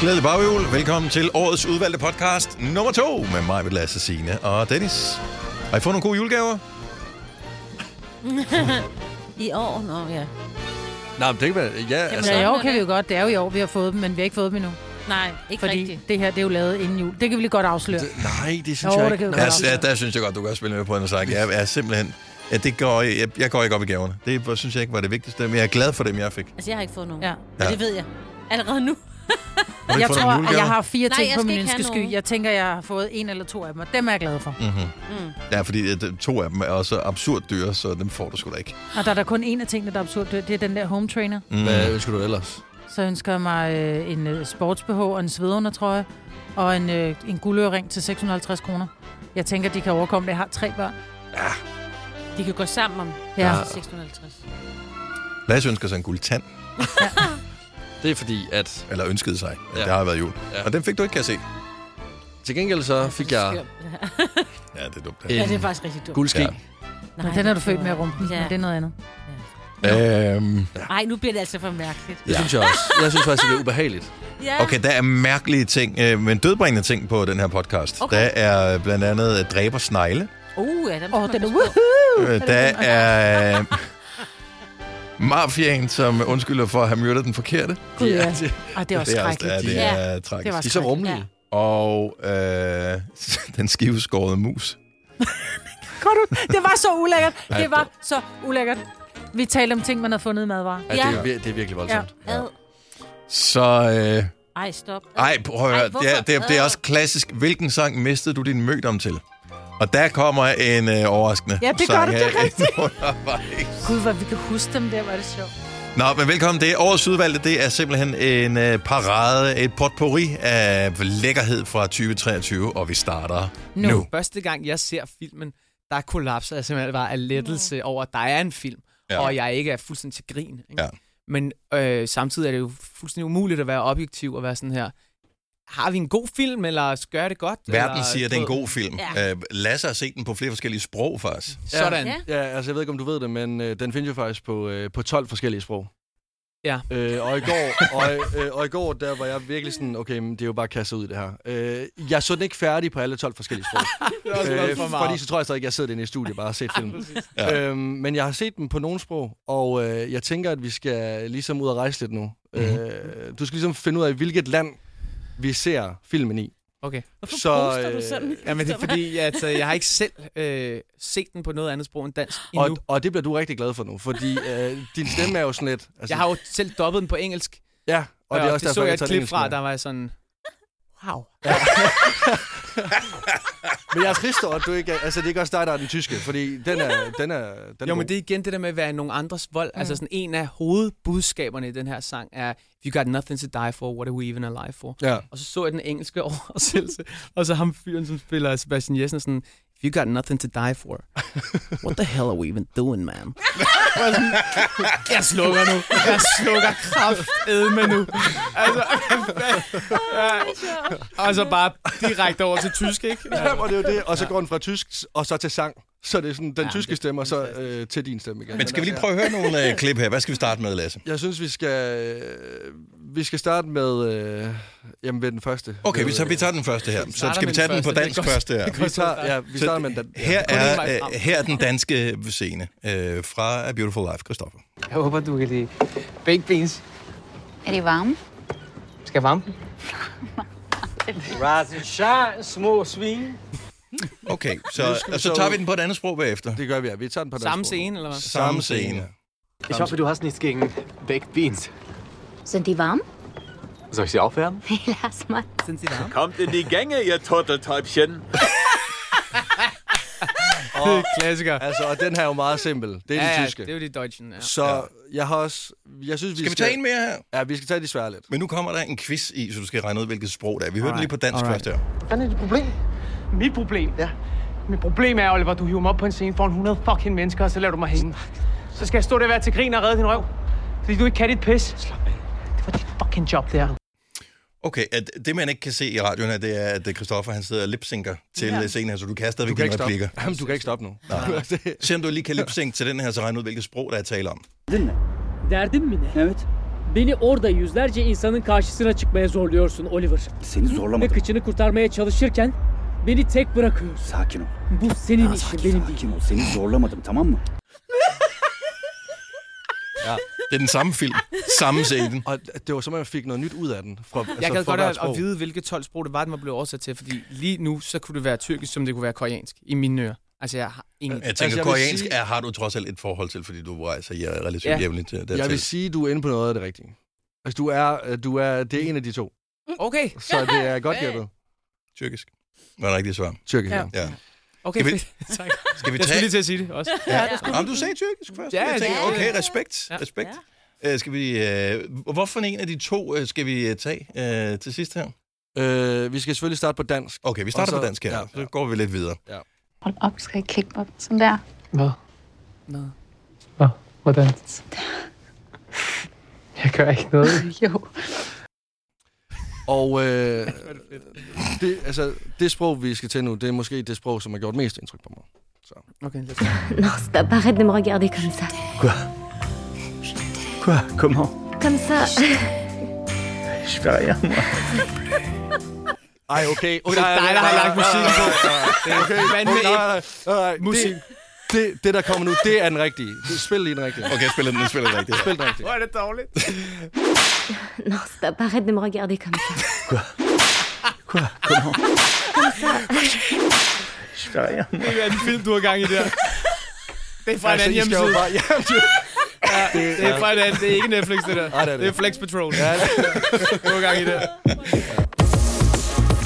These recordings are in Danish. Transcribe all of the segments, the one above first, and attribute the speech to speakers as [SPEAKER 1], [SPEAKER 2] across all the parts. [SPEAKER 1] Glædelig baghjul. Velkommen til årets udvalgte podcast nummer to med mig, med Lasse Signe og Dennis. Har I fået nogle gode julegaver?
[SPEAKER 2] I år? Nå, ja.
[SPEAKER 3] Nej, men det kan være... Ja, Jamen,
[SPEAKER 4] Altså.
[SPEAKER 3] altså,
[SPEAKER 4] Ja, i
[SPEAKER 3] ja,
[SPEAKER 4] år kan vi jo godt. Det er jo i år, vi har fået dem, men vi har ikke fået dem endnu.
[SPEAKER 2] Nej, ikke
[SPEAKER 4] Fordi
[SPEAKER 2] rigtigt.
[SPEAKER 4] det her, det er jo lavet inden jul. Det kan vi lige godt afsløre.
[SPEAKER 3] Nej, det synes
[SPEAKER 4] Jo,
[SPEAKER 3] jeg
[SPEAKER 4] det
[SPEAKER 3] ikke.
[SPEAKER 4] kan vi
[SPEAKER 1] Ja,
[SPEAKER 4] godt.
[SPEAKER 1] ja, der synes jeg godt, du kan spille med på en sang. Jeg er simpelthen... Ja, det går, jeg, jeg går ikke op i gaverne. Det var- synes jeg ikke var det vigtigste, men jeg er glad for dem, jeg fik. Har
[SPEAKER 2] Altså, jeg har ikke fået nogen.
[SPEAKER 4] Ja.
[SPEAKER 2] Ja. Men det ved jeg. Allerede nu.
[SPEAKER 1] du ikke
[SPEAKER 4] Jeg
[SPEAKER 1] fået nogle
[SPEAKER 4] tror, at
[SPEAKER 1] julegaver?
[SPEAKER 4] jeg har fire
[SPEAKER 2] Nej,
[SPEAKER 4] ting
[SPEAKER 2] jeg
[SPEAKER 4] på
[SPEAKER 2] skal
[SPEAKER 4] min
[SPEAKER 2] ikke have
[SPEAKER 4] ønskesky.
[SPEAKER 2] nogen.
[SPEAKER 4] Jeg tænker, jeg har fået en eller to af dem, og dem er jeg glad for. Mm.
[SPEAKER 3] Mhm.
[SPEAKER 1] Ja, fordi øh, to af dem er også absurd dyre, så dem får du sgu da ikke.
[SPEAKER 4] Og der er der kun en af tingene, der er absurd. Det det er den der home trainer. Mm.
[SPEAKER 3] Hvad ønsker du ellers?
[SPEAKER 4] Så ønsker jeg mig øh, en øh, sports-BH og en svedundertrøje og en, øh, en guldøring til 650 kroner. Jeg tænker, de kan overkomme det. Jeg har tre børn.
[SPEAKER 2] De kan gå sammen om
[SPEAKER 4] Ja.
[SPEAKER 2] 650.
[SPEAKER 1] Lasse ønsker sig en guldtand,
[SPEAKER 3] Det er fordi, at
[SPEAKER 1] eller ønskede sig. Ja.
[SPEAKER 3] Ja.
[SPEAKER 1] Det har været jul. Ja.
[SPEAKER 3] Ja.
[SPEAKER 1] Og den fik du ikke, kan jeg se.
[SPEAKER 3] til gengæld så fik jeg
[SPEAKER 1] Ja, det er dumt.
[SPEAKER 3] en
[SPEAKER 2] Ja, det er faktisk rigtig dumt.
[SPEAKER 3] guldske.
[SPEAKER 1] Ja.
[SPEAKER 3] Ja.
[SPEAKER 4] Nej, den er du født med at rumpen, ja.
[SPEAKER 2] Ja.
[SPEAKER 4] men det er noget andet.
[SPEAKER 1] Ja. Øhm,
[SPEAKER 2] Nej, nu bliver det altså for mærkeligt.
[SPEAKER 3] Det synes jeg også. Jeg synes faktisk, det er ubehageligt.
[SPEAKER 2] Ja.
[SPEAKER 1] Okay, der er mærkelige ting, øh, men dødbringende ting på den her podcast. Okay.
[SPEAKER 2] Okay.
[SPEAKER 1] Der er øh, blandt andet øh, dræber snegle.
[SPEAKER 2] Uh, ja, den
[SPEAKER 4] Åh,
[SPEAKER 2] skal
[SPEAKER 4] oh,
[SPEAKER 2] man
[SPEAKER 4] den er
[SPEAKER 2] passe på.
[SPEAKER 4] woohoo!
[SPEAKER 1] Øh, der er øh, mafiaen, som undskylder for at have myrdet den forkerte.
[SPEAKER 4] Gud, ja.
[SPEAKER 3] det,
[SPEAKER 4] Ej, det er også
[SPEAKER 1] det er, også-
[SPEAKER 4] skrækkeligt.
[SPEAKER 1] ja, det
[SPEAKER 2] Ja,
[SPEAKER 1] er
[SPEAKER 4] det
[SPEAKER 1] tragisk.
[SPEAKER 4] var
[SPEAKER 3] de er så
[SPEAKER 4] skrækkeligt.
[SPEAKER 3] rummelige.
[SPEAKER 1] Og øh, den skiveskårede mus.
[SPEAKER 4] Godt ud. Det var så ulækkert.
[SPEAKER 1] Ej,
[SPEAKER 4] Det var så ulækkert. Vi talte om ting, man havde fundet i madvarer.
[SPEAKER 3] Ja. Ja, det, er, vir- det er virkelig voldsomt. Ja.
[SPEAKER 2] Ad.
[SPEAKER 1] Så, øh,
[SPEAKER 2] Ej, stop. Ad.
[SPEAKER 1] ej, prøv at høre,
[SPEAKER 2] Ej,
[SPEAKER 1] det, er, det, er,
[SPEAKER 2] hvorfor?
[SPEAKER 1] det er
[SPEAKER 2] Ad.
[SPEAKER 1] også klassisk. Hvilken sang mistede du din mødom til? Og der kommer en øh, overraskende
[SPEAKER 4] Ja, det gør
[SPEAKER 1] sang
[SPEAKER 4] det, det er
[SPEAKER 1] her
[SPEAKER 4] rigtigt.
[SPEAKER 1] undervejs.
[SPEAKER 4] Gud, hvor vi kan huske dem der, var det sjovt.
[SPEAKER 1] Nå, men velkommen. Det er årets udvalgte. Det er simpelthen en øh, parade, et potpourri af lækkerhed fra 2023, og vi starter nu.
[SPEAKER 4] Nu.
[SPEAKER 1] nu.
[SPEAKER 5] Første gang, jeg ser filmen, der kollapser jeg simpelthen bare af lettelse over, at der er en film,
[SPEAKER 1] Ja.
[SPEAKER 5] ja. og jeg ikke er fuldstændig til grin. Ikke?
[SPEAKER 1] Ja.
[SPEAKER 5] Men øh, samtidig er det jo fuldstændig umuligt at være objektiv og være sådan her, har vi en god film, eller gør det godt?
[SPEAKER 1] Verden
[SPEAKER 5] eller,
[SPEAKER 1] siger, at det er en god film. Ja.
[SPEAKER 2] Ja.
[SPEAKER 1] Øh, Lasse har set den på flere forskellige sprog, faktisk.
[SPEAKER 5] Sådan.
[SPEAKER 2] Ja.
[SPEAKER 5] Ja.
[SPEAKER 3] Ja, altså jeg ved ikke, om du ved det, men øh, den findes jo faktisk på, øh, på 12 forskellige sprog.
[SPEAKER 5] Ja.
[SPEAKER 3] Øh, og, i går, og, øh, og i går, der var jeg virkelig sådan, okay, men det er jo bare kastet ud det her. Øh, jeg så den ikke færdig på alle 12 forskellige sprog.
[SPEAKER 5] Øh, for meget.
[SPEAKER 3] fordi så tror jeg stadig ikke, jeg sidder inde i studiet bare og har set filmen. ja. øhm, men jeg har set den på nogle sprog, og øh, jeg tænker, at vi skal ligesom ud og rejse lidt nu. Mm-hmm.
[SPEAKER 5] Mhm.
[SPEAKER 3] Øh, du skal ligesom finde ud af, hvilket land vi ser filmen i.
[SPEAKER 5] Okay.
[SPEAKER 2] Hvorfor
[SPEAKER 3] så,
[SPEAKER 2] poster du
[SPEAKER 3] øh,
[SPEAKER 2] sådan?
[SPEAKER 5] Jamen, det er fordi, at øh, jeg har ikke selv øh, set den på noget andet sprog end dansk endnu.
[SPEAKER 3] Og, og det bliver du rigtig glad for nu, fordi øh, din stemme er jo sådan lidt... Altså,
[SPEAKER 5] jeg har jo selv dobbet den på engelsk, og,
[SPEAKER 3] Ja, og det er også derfor,
[SPEAKER 5] det så jeg
[SPEAKER 3] tager
[SPEAKER 5] et klip
[SPEAKER 3] engelske
[SPEAKER 5] fra,
[SPEAKER 3] med.
[SPEAKER 5] der var jeg sådan, wow.
[SPEAKER 3] Men jeg er trist over, at du ikke er, altså, det er ikke også dig, der er den tyske, fordi den er... Den er den
[SPEAKER 5] Jo, men det er igen det der med at være nogle andres vold. Mm. Altså sådan en af hovedbudskaberne i den her sang er, If you got nothing to die for, what are we even alive for?
[SPEAKER 3] Ja.
[SPEAKER 5] Og så så jeg den engelske oversættelse, og så ham fyren, som spiller Sebastian Jessen, er sådan, If you got nothing to die for, what the hell are we even doing, man? Og jeg er sådan, jeg slukker nu. Jeg slukker kraftedme nu. Altså, ja. og så bare direkte over til tysk, ikke?
[SPEAKER 3] Ja, og det er jo det, og så går den fra tysk, og så til sang. Så det er sådan den ja,
[SPEAKER 5] men
[SPEAKER 3] tyske
[SPEAKER 5] det-
[SPEAKER 3] stemme, og
[SPEAKER 5] det er
[SPEAKER 3] så øh, til din stemme igen. altså,
[SPEAKER 1] Men skal vi lige prøve at høre nogle øh, klip her? Hvad skal vi starte med, Lasse?
[SPEAKER 3] Jeg synes, vi skal, øh, vi skal starte med øh, jamen, ved den første.
[SPEAKER 1] Okay,
[SPEAKER 3] Ved,
[SPEAKER 1] vi tager, vi
[SPEAKER 3] øh,
[SPEAKER 1] tager den første her. Så
[SPEAKER 5] starter
[SPEAKER 1] skal vi
[SPEAKER 5] med
[SPEAKER 1] tage
[SPEAKER 5] den
[SPEAKER 1] den på
[SPEAKER 5] første. Det er
[SPEAKER 1] dansk
[SPEAKER 5] godt.
[SPEAKER 1] først her.
[SPEAKER 3] vi tager, ja, vi
[SPEAKER 1] Så
[SPEAKER 3] starter med den.
[SPEAKER 1] Her
[SPEAKER 5] kun én
[SPEAKER 1] er,
[SPEAKER 5] vej frem.
[SPEAKER 1] øh, her er den danske scene øh, fra A Beautiful Life, Christoffer.
[SPEAKER 6] Jeg håber, du kan lide baked beans.
[SPEAKER 7] Er de varme?
[SPEAKER 6] Skal jeg varme dem? Rasen shine, små svin.
[SPEAKER 1] Okay,
[SPEAKER 3] Nu
[SPEAKER 1] så,
[SPEAKER 3] skal vi
[SPEAKER 1] og så
[SPEAKER 3] så
[SPEAKER 1] tager
[SPEAKER 3] ud.
[SPEAKER 1] vi den på et andet sprog bagefter.
[SPEAKER 3] Det gør vi, ja. Vi tager den på den
[SPEAKER 5] Samme scene, eller hvad?
[SPEAKER 1] Samme scene.
[SPEAKER 6] Ich hoffe, du hast nichts gegen baked beans.
[SPEAKER 7] Sind die warm?
[SPEAKER 6] Soll ich sie aufwärmen?
[SPEAKER 7] Lass mal.
[SPEAKER 5] Sind sie da?
[SPEAKER 8] Kommt in die Gänge, ihr Turteltäubchen.
[SPEAKER 5] Det er klassiker.
[SPEAKER 3] Altså, og den her er jo meget simpel. Det er ja,
[SPEAKER 5] Ja,
[SPEAKER 3] den
[SPEAKER 5] ja,
[SPEAKER 3] tyske.
[SPEAKER 5] det er jo de deutschen, ja.
[SPEAKER 3] Så jeg har også... Jeg synes, vi
[SPEAKER 1] Skal vi tage en mere her?
[SPEAKER 3] Ja, vi skal tage de svære lidt.
[SPEAKER 1] Men nu kommer der en quiz i, så du skal regne ud, hvilket sprog det er. Vi hører den lige på dansk
[SPEAKER 5] alright.
[SPEAKER 1] først her.
[SPEAKER 6] Hvad er dit problem? Mit problem? Ja. Mit problem er, Oliver, du hiver mig op på en scene foran 100 fucking mennesker, og så lader du mig hænge. Så skal jeg stå der og være til grin og redde din røv, fordi du ikke kan dit pis. Slap af. Det var dit fucking job, det her.
[SPEAKER 1] Okay, at det man ikke kan se i radioen her, det er, at øh, Christoffer han sidder og lipsynker til ja. scenen her, så du kan
[SPEAKER 3] Du
[SPEAKER 1] stadigvæk
[SPEAKER 3] kan
[SPEAKER 1] dine
[SPEAKER 3] ikke
[SPEAKER 1] replikker.
[SPEAKER 3] stoppe. Jamen, du kan ikke stoppe nu. Nej.
[SPEAKER 1] Se om du lige kan lipsynke til den her, så regne ud, hvilket sprog der er tale om.
[SPEAKER 9] Derdin mi ne? Evet.
[SPEAKER 6] Beni orada yüzlerce insanın karşısına çıkmaya zorluyorsun Oliver.
[SPEAKER 10] Seni
[SPEAKER 6] Ve
[SPEAKER 10] zorlamadım.
[SPEAKER 6] kıçını kurtarmaya çalışırken beni tek bırakıyorsun.
[SPEAKER 10] Sakin ol.
[SPEAKER 6] Bu senin
[SPEAKER 10] Ha,
[SPEAKER 6] işin,
[SPEAKER 10] sakin,
[SPEAKER 6] benim değil.
[SPEAKER 10] sakin ol. Seni zorlamadım tamam mı?
[SPEAKER 1] Det er den samme film. Samme scenen.
[SPEAKER 3] Og det var som, at jeg fik noget nyt ud af den. Fra, altså
[SPEAKER 5] Jeg gad
[SPEAKER 3] fra
[SPEAKER 5] godt
[SPEAKER 3] hvert
[SPEAKER 5] at,
[SPEAKER 3] sprog.
[SPEAKER 5] at vide, hvilket 12 sprog det var, den var blevet oversat til, fordi lige nu, så kunne det være tyrkisk, som det kunne være koreansk, i mine ører. Altså, jeg har ingen...
[SPEAKER 1] Jeg tænker,
[SPEAKER 3] jeg vil
[SPEAKER 1] altså, koreansk sige...
[SPEAKER 3] sige-
[SPEAKER 1] er, har du trods alt et forhold til, fordi du rejser ja, relativt ja.
[SPEAKER 5] Ja.
[SPEAKER 1] jævnligt øh, dertil.
[SPEAKER 3] Jeg vil sige, du er inde på noget af det rigtige. Altså, du er, du er, det er en af de to.
[SPEAKER 5] Okay,
[SPEAKER 3] Så det er godt gættet.
[SPEAKER 1] Tyrkisk. Var det rigtige svar?
[SPEAKER 3] Tyrkisk.
[SPEAKER 11] Ja.
[SPEAKER 3] Ja.
[SPEAKER 1] Ja.
[SPEAKER 5] okay,
[SPEAKER 1] Skal vi-
[SPEAKER 5] fedt. tak.
[SPEAKER 1] Skal vi
[SPEAKER 5] Jeg skulle
[SPEAKER 1] tage...
[SPEAKER 5] lige til at sige det også.
[SPEAKER 1] Ja, Jamen, du sagde tyrkisk først.
[SPEAKER 5] Ja,
[SPEAKER 1] Ja, jeg tænker,
[SPEAKER 5] ja, ja.
[SPEAKER 1] okay, respekt. Ja. respekt. Ja. skal vi, øh, hvorfor en af de to øh, skal vi øh, tage øh, til sidst her?
[SPEAKER 3] Øh, vi skal selvfølgelig starte på dansk.
[SPEAKER 1] Okay, vi starter
[SPEAKER 3] Og
[SPEAKER 1] så,
[SPEAKER 3] så-
[SPEAKER 1] på dansk her. Ja.
[SPEAKER 3] ja.
[SPEAKER 1] Så går vi lidt videre.
[SPEAKER 2] Hold op, skal jeg kigge mig sådan der?
[SPEAKER 12] Hvad?
[SPEAKER 5] Nå.
[SPEAKER 12] Hvad? Hvordan? Jeg gør ikke noget.
[SPEAKER 2] Jo.
[SPEAKER 3] Og øh, det, altså, det sprog, vi skal til nu, det er måske det sprog, som har gjort mest indtryk på mig.
[SPEAKER 5] Okay, lad os...
[SPEAKER 7] Non, stop, arrête de me regarder comme ça.
[SPEAKER 10] Quoi? Comment?
[SPEAKER 7] Comme ça.
[SPEAKER 10] Je fais rien.
[SPEAKER 3] Ej, okay. okay
[SPEAKER 5] Det er dig, der har lagt musikken på. Det er fandme
[SPEAKER 3] Okay, nej,
[SPEAKER 5] ikke
[SPEAKER 3] nej, nej, nej.
[SPEAKER 5] musik.
[SPEAKER 3] Det, det, det, der kommer nu, det er den rigtige. Det- Spil lige den rigtige.
[SPEAKER 1] Okay, jeg spiller den, jeg spiller den rigtigt.
[SPEAKER 3] Spil den rigtige.
[SPEAKER 5] Hvor er det dårligt.
[SPEAKER 7] Non, stop, arrête de me regarder comme ça.
[SPEAKER 10] Je fais rien.
[SPEAKER 5] Det er en film, du har gang i der. Det er fra en
[SPEAKER 3] Altså,
[SPEAKER 5] anden
[SPEAKER 3] I skal jo
[SPEAKER 5] hjemmeside.
[SPEAKER 3] bare... Ja,
[SPEAKER 5] Det er fra en anden. Det er ikke Netflix, det der.
[SPEAKER 3] Nej, Ah, det er det.
[SPEAKER 5] Det er Flex Patrol. Ja, du har gang i der.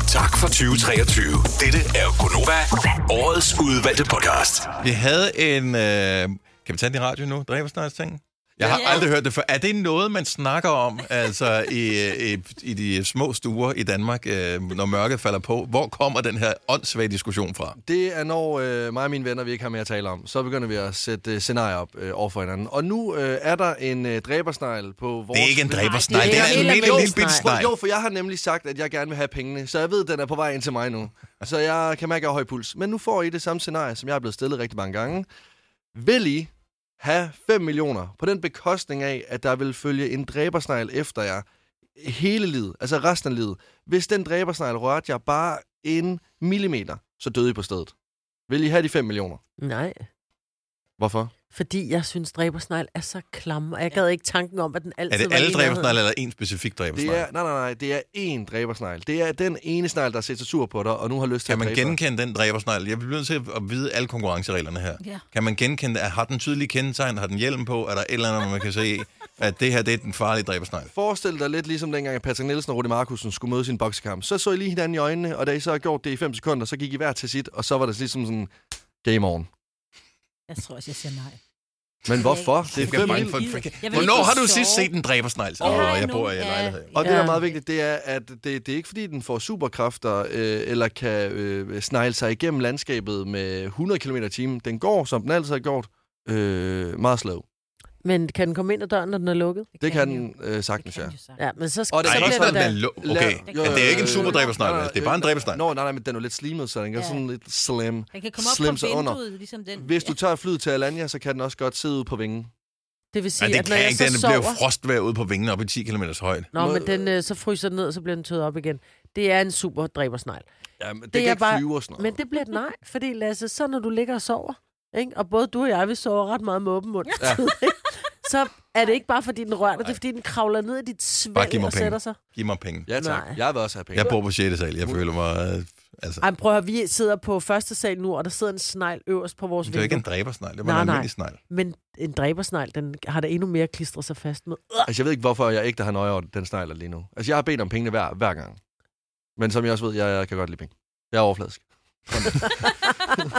[SPEAKER 8] Tak for 2023. Dette er Gonova, årets udvalgte podcast.
[SPEAKER 1] Vi havde en... Øh, kan vi tage den i radio nu? Dræbersnars ting? Jeg har aldrig hørt det før. Er det noget, man snakker om altså i, øh, i, i de små stuer i Danmark, øh, når mørket falder på? Hvor kommer den her åndssvage diskussion fra?
[SPEAKER 3] Det er når øh, mig og mine venner, vi ikke har mere at tale om, så begynder vi at sætte øh, scenarier op øh, over for hinanden. Og nu øh, er der en øh, dræbersnegl på vores...
[SPEAKER 1] Det er ikke en dræbersnegl,
[SPEAKER 13] Nej,
[SPEAKER 1] det
[SPEAKER 13] det
[SPEAKER 1] er
[SPEAKER 13] er
[SPEAKER 1] en
[SPEAKER 13] en
[SPEAKER 1] almindelig lille
[SPEAKER 13] almindelig
[SPEAKER 1] bitte
[SPEAKER 13] snegl.
[SPEAKER 1] snegl.
[SPEAKER 3] Jo, for jeg har nemlig sagt, at jeg gerne vil have pengene, så jeg ved, at den er på vej ind til mig nu. Så jeg kan mærke, at jeg har høj puls. Men nu får I det samme scenarie, som jeg er blevet stillet rigtig mange gange. Vil I have 5 millioner på den bekostning af, at der vil følge en dræbersnegl efter jer hele livet, altså resten af livet? Hvis den dræbersnegl rørte jer bare en millimeter, så døde I på stedet. Vil I have de 5 millioner?
[SPEAKER 4] Nej,
[SPEAKER 3] Hvorfor?
[SPEAKER 4] fordi jeg synes, dræbersnegl er så klam, og jeg gad ikke tanken om, at den altid
[SPEAKER 1] Er det
[SPEAKER 4] var i
[SPEAKER 1] alle
[SPEAKER 4] nærheden.
[SPEAKER 1] dræbersnegle, eller en specifik dræbersnegle?
[SPEAKER 3] Det er, nej, nej, nej, det er én dræbersnegl. Det er den ene snegl, der har set sig sur på dig, og nu har lyst til
[SPEAKER 1] Kan
[SPEAKER 3] at
[SPEAKER 1] man
[SPEAKER 3] dræbe dig.
[SPEAKER 1] genkende den dræbersnegl? Jeg bliver nødt til at vide alle konkurrencereglerne her.
[SPEAKER 13] Ja.
[SPEAKER 1] Kan man genkende, at har den tydelige kendetegn, har den hjelm på, er der et eller andet, hvor man kan se, at det her det er den farlige dræbersnegl?
[SPEAKER 3] Forestil dig lidt ligesom dengang, at Patrick Nielsen og Rudi Markusen skulle møde sin boksekamp. Så så I lige hinanden i øjnene, og da I så har gjort det i 5 sekunder, så gik I hver til sit, og så var det ligesom sådan, game on.
[SPEAKER 13] Jeg tror også, jeg siger nej.
[SPEAKER 3] Men hvorfor? Det er
[SPEAKER 1] Jeg er
[SPEAKER 3] fem
[SPEAKER 1] bange
[SPEAKER 3] mil.
[SPEAKER 1] for,
[SPEAKER 13] Jeg vil ikke
[SPEAKER 1] Hvornår har du
[SPEAKER 13] sove.
[SPEAKER 1] sidst set en dræbersnegl? Åh,
[SPEAKER 13] Ja,
[SPEAKER 1] oh, jeg
[SPEAKER 13] nu,
[SPEAKER 1] bor i en
[SPEAKER 13] ja.
[SPEAKER 1] lejlighed.
[SPEAKER 3] Og det, der er
[SPEAKER 4] Ja.
[SPEAKER 3] meget vigtigt, det er, at det, det er ikke fordi, den får superkræfter, øh, eller kan øh, snegle sig igennem landskabet med 100 km i timen. Den går, som den altid har gjort, øh, meget slow.
[SPEAKER 4] Men kan den komme ind ad døren, når den er lukket?
[SPEAKER 3] Det kan den øh,
[SPEAKER 13] Det
[SPEAKER 3] sagtens,
[SPEAKER 13] kan jo
[SPEAKER 3] ja.
[SPEAKER 13] sagtens.
[SPEAKER 4] Ja, men så skal
[SPEAKER 3] Og det er
[SPEAKER 1] Nej, ikke
[SPEAKER 4] så
[SPEAKER 1] sådan,
[SPEAKER 4] bliver
[SPEAKER 1] den
[SPEAKER 4] det
[SPEAKER 1] er lu- Okay,
[SPEAKER 3] Lad-
[SPEAKER 1] men det er ikke en super dræbersnegl,
[SPEAKER 3] Nej,
[SPEAKER 1] altså. det er bare en dræbersnegl.
[SPEAKER 3] Nå, nej, nej, men den er jo lidt slimet, så den kan
[SPEAKER 13] Ja.
[SPEAKER 3] sådan lidt slam.
[SPEAKER 13] Den kan komme op
[SPEAKER 3] Slim
[SPEAKER 13] på
[SPEAKER 3] sig under.
[SPEAKER 13] vinduet, ligesom den.
[SPEAKER 3] Hvis du tager flyet til Alanya, så kan den også godt sidde ude på vingen.
[SPEAKER 4] Det vil sige,
[SPEAKER 1] Nej, det
[SPEAKER 4] at når
[SPEAKER 1] kan
[SPEAKER 4] jeg
[SPEAKER 1] ikke. Den
[SPEAKER 4] så
[SPEAKER 1] bliver
[SPEAKER 4] Altså, sover...
[SPEAKER 1] frostvær ude på vingen op i 10 km højde.
[SPEAKER 4] Nå, men den, øh, så fryser den ned, og så bliver den tøet op igen. Det er en super dræbersnegl.
[SPEAKER 3] Ja, men det,
[SPEAKER 4] Det
[SPEAKER 3] det kan
[SPEAKER 4] er
[SPEAKER 3] ikke
[SPEAKER 4] bare-
[SPEAKER 3] flyve og sådan noget.
[SPEAKER 4] Men det bliver et nej, fordi Lasse, så når du ligger og sover, ikke? og både du og jeg, vi sover ret meget med åben mund, ja. så er det ikke bare, fordi den rører dig, det er, fordi den kravler ned i dit
[SPEAKER 1] Bare giv
[SPEAKER 4] svæl
[SPEAKER 1] mig
[SPEAKER 4] og
[SPEAKER 1] penge. Altså.
[SPEAKER 4] sætter sig.
[SPEAKER 1] Giv mig penge.
[SPEAKER 3] Ja tak,
[SPEAKER 4] Nej.
[SPEAKER 3] jeg vil også have penge.
[SPEAKER 1] Jeg bor på 6. sal, jeg føler mig... øh, Altså,
[SPEAKER 4] Ej, men prøv at høre, vi sidder på første sal nu, og der sidder en snegl øverst på vores
[SPEAKER 1] det er jo
[SPEAKER 4] vindue.
[SPEAKER 1] ikke en dræbersnegl, det er bare en
[SPEAKER 4] Nej, nej.
[SPEAKER 1] almindelig snegl.
[SPEAKER 4] Men en dræbersnegl, den har der endnu mere klistret sig fast med.
[SPEAKER 3] Altså, jeg ved ikke, hvorfor jeg ikke der har nøje over den snegler lige nu. Altså, jeg har bedt om pengene hver, hver gang. Men som jeg også ved, jeg, jeg kan godt lide penge. Jeg er overfladisk. Sådan,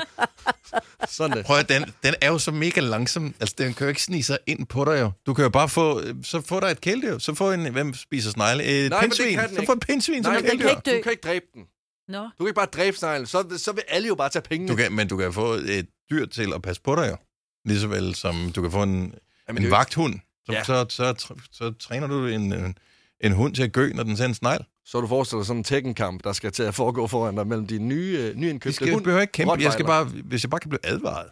[SPEAKER 3] Sådan det.
[SPEAKER 1] Prøv at den, den er jo så mega langsom. Altså, den kan jo ikke snige sig ind på dig jo. Du kan jo bare få... øh, Så få dig et kæledyr. Så få en... Hvem spiser snegle? Et
[SPEAKER 3] Nej, men det
[SPEAKER 1] pindsvin.
[SPEAKER 3] kan den
[SPEAKER 1] Så
[SPEAKER 3] ikke.
[SPEAKER 1] få et pindsvin som
[SPEAKER 3] Nej,
[SPEAKER 1] et
[SPEAKER 3] men den
[SPEAKER 1] kæledyr.
[SPEAKER 3] kan ikke dø. Du kan ikke dræbe den.
[SPEAKER 13] Nå.
[SPEAKER 3] Du kan ikke bare dræbe sneglen. Så, så vil alle jo bare tage pengene.
[SPEAKER 1] Du kan, men du kan få et dyr til at passe på dig jo. Ligesåvel som du kan få en,
[SPEAKER 3] Jamen, det er
[SPEAKER 1] en
[SPEAKER 3] jo
[SPEAKER 1] vagthund. Så, ja.
[SPEAKER 3] Ja.
[SPEAKER 1] så, så, tr- så træner du en, en, en hund til at gø, når den ser en snegl.
[SPEAKER 3] ikke- Så du forestiller dig sådan en tækkenkamp, der skal til at foregå foran dig mellem de nye, øh,
[SPEAKER 1] Vi
[SPEAKER 3] nyindkøbte
[SPEAKER 1] skal, behøver ikke kæmpe. Jeg skal
[SPEAKER 3] rottweiler.
[SPEAKER 1] bare, hvis jeg bare kan blive advaret.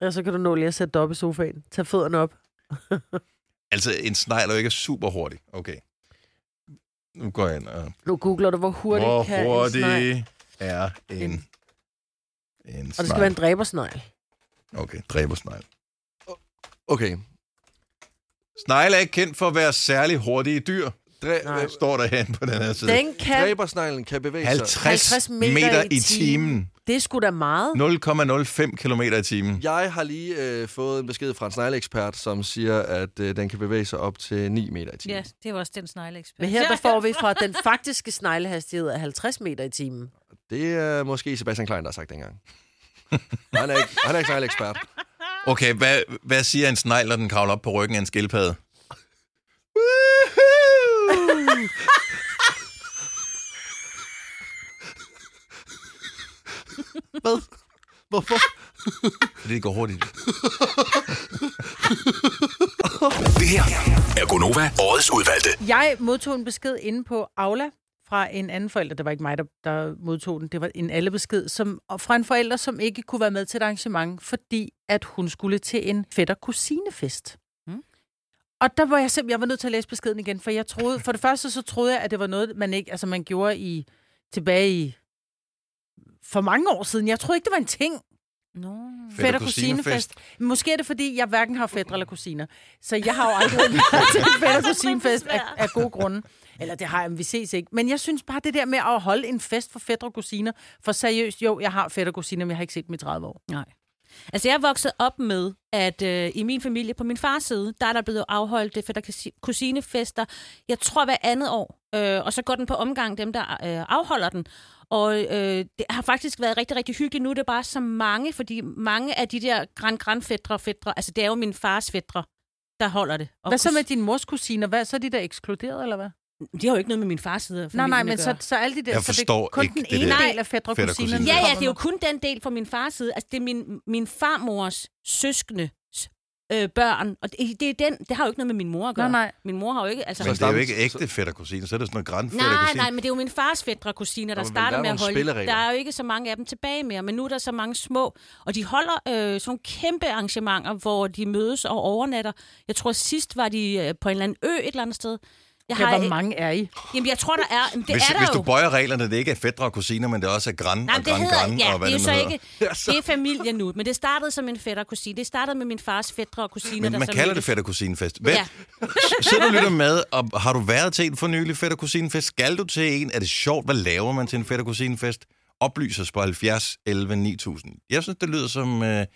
[SPEAKER 4] Ja, så kan du nå lige at sætte dig op i sofaen. Tag fødderne op.
[SPEAKER 1] Altså, en snegler ikke er super hurtig. Okay. Nu går jeg ind og...
[SPEAKER 14] Nu googler du, hvor hurtigt
[SPEAKER 1] Hvor
[SPEAKER 14] kan en snegl-
[SPEAKER 1] hurtig er en... En
[SPEAKER 14] Og det skal være en dræbersnegl.
[SPEAKER 1] Okay, dræbersnegl.
[SPEAKER 3] Okay.
[SPEAKER 1] Snegle er ikke kendt for at være særlig hurtige dyr.
[SPEAKER 3] Dræ-
[SPEAKER 1] Nej. Står der hen på den her side.
[SPEAKER 14] Den kan-
[SPEAKER 3] Dræbersneglen kan bevæge
[SPEAKER 1] 50, 50 meter, meter i timen.
[SPEAKER 14] Det er sgu da meget.
[SPEAKER 1] 0,05 km i timen.
[SPEAKER 3] Jeg har lige øh, fået en besked fra en snegleekspert, som siger, at øh, den kan bevæge sig op til 9 meter i timen.
[SPEAKER 4] Ja, det var også den snegleekspert.
[SPEAKER 14] Men her der får vi fra den faktiske sneglehastighed af 50 meter i timen.
[SPEAKER 3] Det er måske Sebastian Klein, der har sagt dengang. han er ikke, han er ikke sneglekspert.
[SPEAKER 1] Okay, hvad, hvad siger en snegl, når den kravler op på ryggen af en skildpadde?
[SPEAKER 3] Hvad? Hvorfor?
[SPEAKER 1] Fordi det går hurtigt.
[SPEAKER 8] Det her er Gonova, årets udvalgte.
[SPEAKER 4] Jeg modtog en besked inde på Aula fra en anden forælder. Det var ikke mig, der, der modtog den. Det var en alle besked som, og fra en forælder, som ikke kunne være med til et arrangement, fordi at hun skulle til en fætter-kusinefest. Mm. Og der var jeg simpelthen, jeg var nødt til at læse beskeden igen, for jeg troede, for det første så troede jeg, at det var noget, man ikke, altså man gjorde i, tilbage i, for mange år siden. Jeg troede ikke, det var en ting.
[SPEAKER 2] No.
[SPEAKER 4] Fætter kusinefest. Måske er det, fordi jeg hverken har fætter eller kusiner. Så jeg har jo aldrig været til en fætter kusinefest af, af gode grunde. Eller det har jeg, men vi ses ikke. Men jeg synes bare, det der med at holde en fest for fætter og kusiner, for seriøst, jo, jeg har fætter og kusiner, men jeg har ikke set dem i 30 år.
[SPEAKER 2] Nej. Altså, jeg er vokset op med, at øh, i min familie, på min fars side, der er der blevet afholdt øh, fætter-kusinefester, jeg tror hver andet år. Øh, og så går den på omgang, dem der øh, afholder den. Og øh, det har faktisk været rigtig, rigtig hyggeligt. Nu er det bare så mange, fordi mange af de der grand grand fætter, fætter, altså det er jo min fars fætter, der holder det.
[SPEAKER 4] Hvad så med din mors kusiner? Hvad, så er de der ekskluderet, eller hvad?
[SPEAKER 2] De har jo ikke noget med min fars side af
[SPEAKER 4] Nej, nej,
[SPEAKER 2] familien
[SPEAKER 4] men
[SPEAKER 2] at
[SPEAKER 4] så,
[SPEAKER 2] gøre.
[SPEAKER 4] så alle de der...
[SPEAKER 1] Jeg
[SPEAKER 4] så det er
[SPEAKER 1] forstår
[SPEAKER 4] kun
[SPEAKER 1] ikke
[SPEAKER 4] den
[SPEAKER 1] det
[SPEAKER 4] ene
[SPEAKER 1] der
[SPEAKER 4] del af fætter og kusiner.
[SPEAKER 1] fætter-kusiner.
[SPEAKER 2] Ja, ja, det er jo kun den del fra min fars side. Altså, det er min, min farmors søskende øh, børn, og det, det, er den, det har jo ikke noget med min mor at gøre.
[SPEAKER 4] Nej, nej.
[SPEAKER 2] Min mor har jo ikke... Altså,
[SPEAKER 1] Men det er jo ikke ægte fætter kusiner, så er det sådan noget græn fætter
[SPEAKER 2] Nej,
[SPEAKER 1] kusiner.
[SPEAKER 2] nej, men det er jo min fars fætter og kusiner, der
[SPEAKER 1] Nå, men der
[SPEAKER 2] starter
[SPEAKER 1] er
[SPEAKER 2] med at
[SPEAKER 1] nogle
[SPEAKER 2] holde.
[SPEAKER 1] spilleregler.
[SPEAKER 2] Der er jo ikke så mange af dem tilbage mere, men nu er der så mange små. Og de holder øh, sådan nogle kæmpe arrangementer, hvor de mødes og overnatter. Jeg tror sidst var de øh, på en eller anden ø et eller andet sted. Jeg
[SPEAKER 4] Ja, hvor
[SPEAKER 2] ikke-
[SPEAKER 4] mange er I?
[SPEAKER 2] Jamen, jeg tror, der er... Jamen, det
[SPEAKER 1] hvis,
[SPEAKER 2] er der
[SPEAKER 1] hvis
[SPEAKER 2] jo.
[SPEAKER 1] du bøjer reglerne, det ikke er fætter og kusiner, men det også er græn
[SPEAKER 2] Nej,
[SPEAKER 1] Mm, og
[SPEAKER 2] men det
[SPEAKER 1] græn
[SPEAKER 2] hedder,
[SPEAKER 1] græn
[SPEAKER 2] ja,
[SPEAKER 1] og hvad
[SPEAKER 2] det er
[SPEAKER 1] det,
[SPEAKER 2] jo
[SPEAKER 1] nu
[SPEAKER 2] så
[SPEAKER 1] hedder.
[SPEAKER 2] ikke, det er familie nu, men det startede som en fætter kusine. Det startede med min fars fætter og kusiner.
[SPEAKER 1] Men
[SPEAKER 2] der
[SPEAKER 1] man
[SPEAKER 2] så
[SPEAKER 1] kalder det
[SPEAKER 2] mødtes.
[SPEAKER 1] fætter kusinefest. Hvad?
[SPEAKER 2] Ja.
[SPEAKER 1] Sidder du lytter med, og har du været til en for nylig fætter kusinefest? Skal du til en? Er det sjovt? Hvad laver man til en fætter kusinefest? Oplys os på 70 11 9000. Jeg synes, det lyder som øh,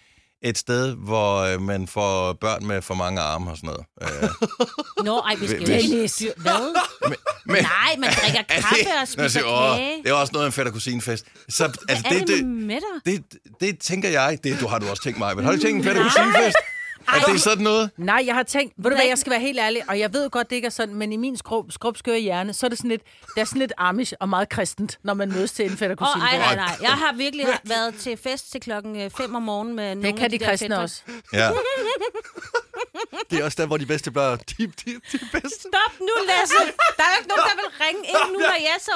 [SPEAKER 1] et sted, hvor øh, man får børn med for mange arme og sådan noget. Øh,
[SPEAKER 2] Nå, ej, vi skal jo
[SPEAKER 1] Hvis-
[SPEAKER 2] ikke styre- Hvad?
[SPEAKER 1] men-
[SPEAKER 2] Nej, man drikker kaffe og
[SPEAKER 1] Når jeg
[SPEAKER 2] spiser
[SPEAKER 1] siger, "Åh,
[SPEAKER 2] kage.
[SPEAKER 1] det er også noget af en fætter kusinefest. Så altså,
[SPEAKER 2] Hvad er det, med dig?
[SPEAKER 1] det, det tænker jeg, det du har du også tænkt mig, men har du tænkt en fætter kusinefest? Er det sådan noget?
[SPEAKER 4] Nej, jeg har tænkt, ved du hvad, jeg skal være helt ærlig, og jeg ved godt, det ikke er sådan, men i min skrub, skrubskøre hjerne, så er det sådan lidt, det er sådan lidt amish og meget kristent, når man mødes til en fætter
[SPEAKER 2] Åh,
[SPEAKER 4] kusine.
[SPEAKER 2] ej, nej, nej. Jeg har virkelig været til fest til klokken øh, 5 om morgenen med nogle
[SPEAKER 4] kan
[SPEAKER 2] af de,
[SPEAKER 4] de
[SPEAKER 2] der
[SPEAKER 4] kristne
[SPEAKER 2] fætre.
[SPEAKER 4] også.
[SPEAKER 1] Ja.
[SPEAKER 3] Det er også der, hvor de bedste børn... De, de, de bedste.
[SPEAKER 2] Stop nu, Lasse. Der er jo ikke nogen, der vil ringe ind nu, når jeg er så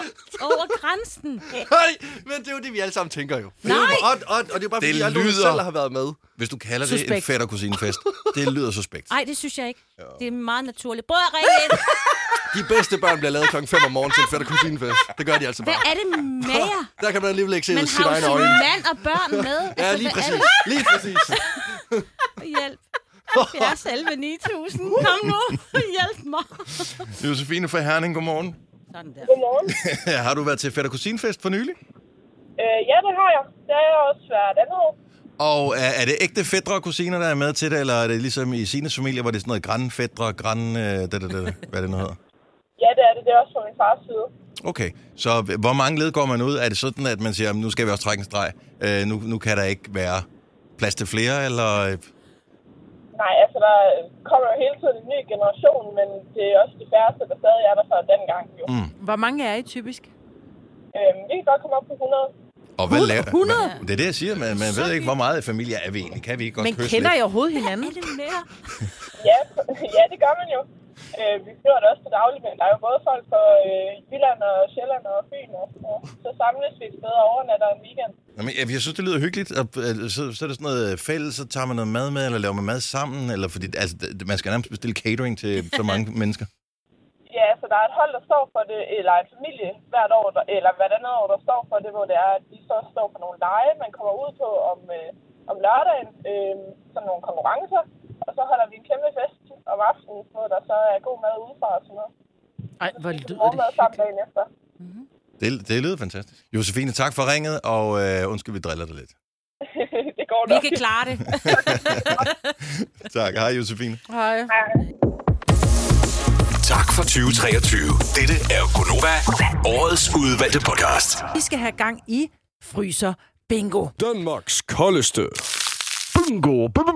[SPEAKER 2] over grænsen.
[SPEAKER 3] Nej, men det er jo det, vi alle sammen tænker jo.
[SPEAKER 2] Nej!
[SPEAKER 3] Og, og, og det er jo bare,
[SPEAKER 1] Det
[SPEAKER 3] fordi jeg aldrig
[SPEAKER 1] lyder-
[SPEAKER 3] selv har været med.
[SPEAKER 1] Hvis du kalder det en
[SPEAKER 2] Suspekt.
[SPEAKER 1] fætter kusinefest, det lyder suspekt.
[SPEAKER 2] Ej, det synes jeg ikke. Det er meget naturligt. Prøv at ringe ind.
[SPEAKER 3] De bedste børn bliver lavet klokken 5 om morgenen til en fætter kusinefest. Det gør de altså
[SPEAKER 2] Hvad
[SPEAKER 3] bare.
[SPEAKER 2] er det med jer?
[SPEAKER 3] Der kan man alligevel ikke se ud
[SPEAKER 2] Man
[SPEAKER 3] af sit
[SPEAKER 2] har jo
[SPEAKER 3] egne
[SPEAKER 2] sin
[SPEAKER 3] øjne.
[SPEAKER 2] mand og børn med.
[SPEAKER 3] Ja,
[SPEAKER 2] Altså,
[SPEAKER 3] lige
[SPEAKER 2] hvad er
[SPEAKER 3] præcis. Lige præcis.
[SPEAKER 2] det? Hjælp. Jeg er selve 9000. Kom nu. Hjælp mig.
[SPEAKER 1] Josefine fra Herning, godmorgen.
[SPEAKER 2] Sådan der.
[SPEAKER 15] Godmorgen.
[SPEAKER 1] har du været til fætter kusinefest for nylig?
[SPEAKER 15] Øh, ja, det har jeg. Det er jeg også hvert andet år.
[SPEAKER 1] Og øh, er, er det ægte fædre og kusiner, der er med til det, eller er det ligesom i sine familie, hvor det er sådan noget grænfædre, græn, øh, det, det, det, hvad det nu hedder?
[SPEAKER 15] Ja, det er det. Det er også fra min fars side.
[SPEAKER 1] Okay, så hvor mange led går man ud? Er det sådan, at man siger, "Jamen, nu skal vi også trække en streg, øh, nu, nu kan der ikke være plads til flere, eller... øh,
[SPEAKER 15] Nej, altså, der kommer jo hele tiden en ny generation, men det er også de færreste, der stadig er der fra dengang. Jo.
[SPEAKER 1] Mm.
[SPEAKER 4] Hvor mange er I typisk?
[SPEAKER 15] Øhm, vi kan godt komme op på 100.
[SPEAKER 1] Og hvad laver
[SPEAKER 4] 100?
[SPEAKER 1] Man, det er det, jeg siger, man, man ved ikke, hvor meget familie er vi egentlig. Kan vi ikke godt
[SPEAKER 4] Men
[SPEAKER 1] kysse
[SPEAKER 4] kender I
[SPEAKER 1] lidt?
[SPEAKER 4] overhovedet hinanden?
[SPEAKER 2] Er det mere?
[SPEAKER 15] ja, ja, det gør man jo. Øh, vi flyver det også til daglig, men der er jo både folk fra øh, Jylland og Sjælland og Fyn og sådan noget. Så samles vi et sted og overnatter en weekend.
[SPEAKER 1] Jamen, jeg, jeg synes, det lyder hyggeligt. Og, øh, så, så er det sådan noget øh, fælles, så tager man noget mad med, eller laver man mad sammen. Eller, fordi, altså, d- man skal nærmest bestille catering til så mange mennesker.
[SPEAKER 15] Ja, så der er et hold, der står for det, eller en familie hvert år, der, eller hvert andet år, der står for det, hvor det er, at de så står for nogle lege, man kommer ud på om, øh, om lørdagen, øh, sådan nogle konkurrencer, og så holder vi en kæmpe fest om aftenen, hvor der så er god mad udefra og sådan noget.
[SPEAKER 4] Ej, hvor lyder
[SPEAKER 15] Morgenmad sammen dagen efter.
[SPEAKER 1] Det, det lyder fantastisk. Josefine, tak for ringet, og øh, undskyld, vi driller dig lidt.
[SPEAKER 15] det går
[SPEAKER 2] Vi kan klare det.
[SPEAKER 1] Tak. Hej, Josefine.
[SPEAKER 4] Hej.
[SPEAKER 8] Tak for 2023. Dette er Gonova, årets udvalgte podcast.
[SPEAKER 4] Vi skal have gang i fryser bingo.
[SPEAKER 16] Danmarks koldeste. Bingo. Bingo.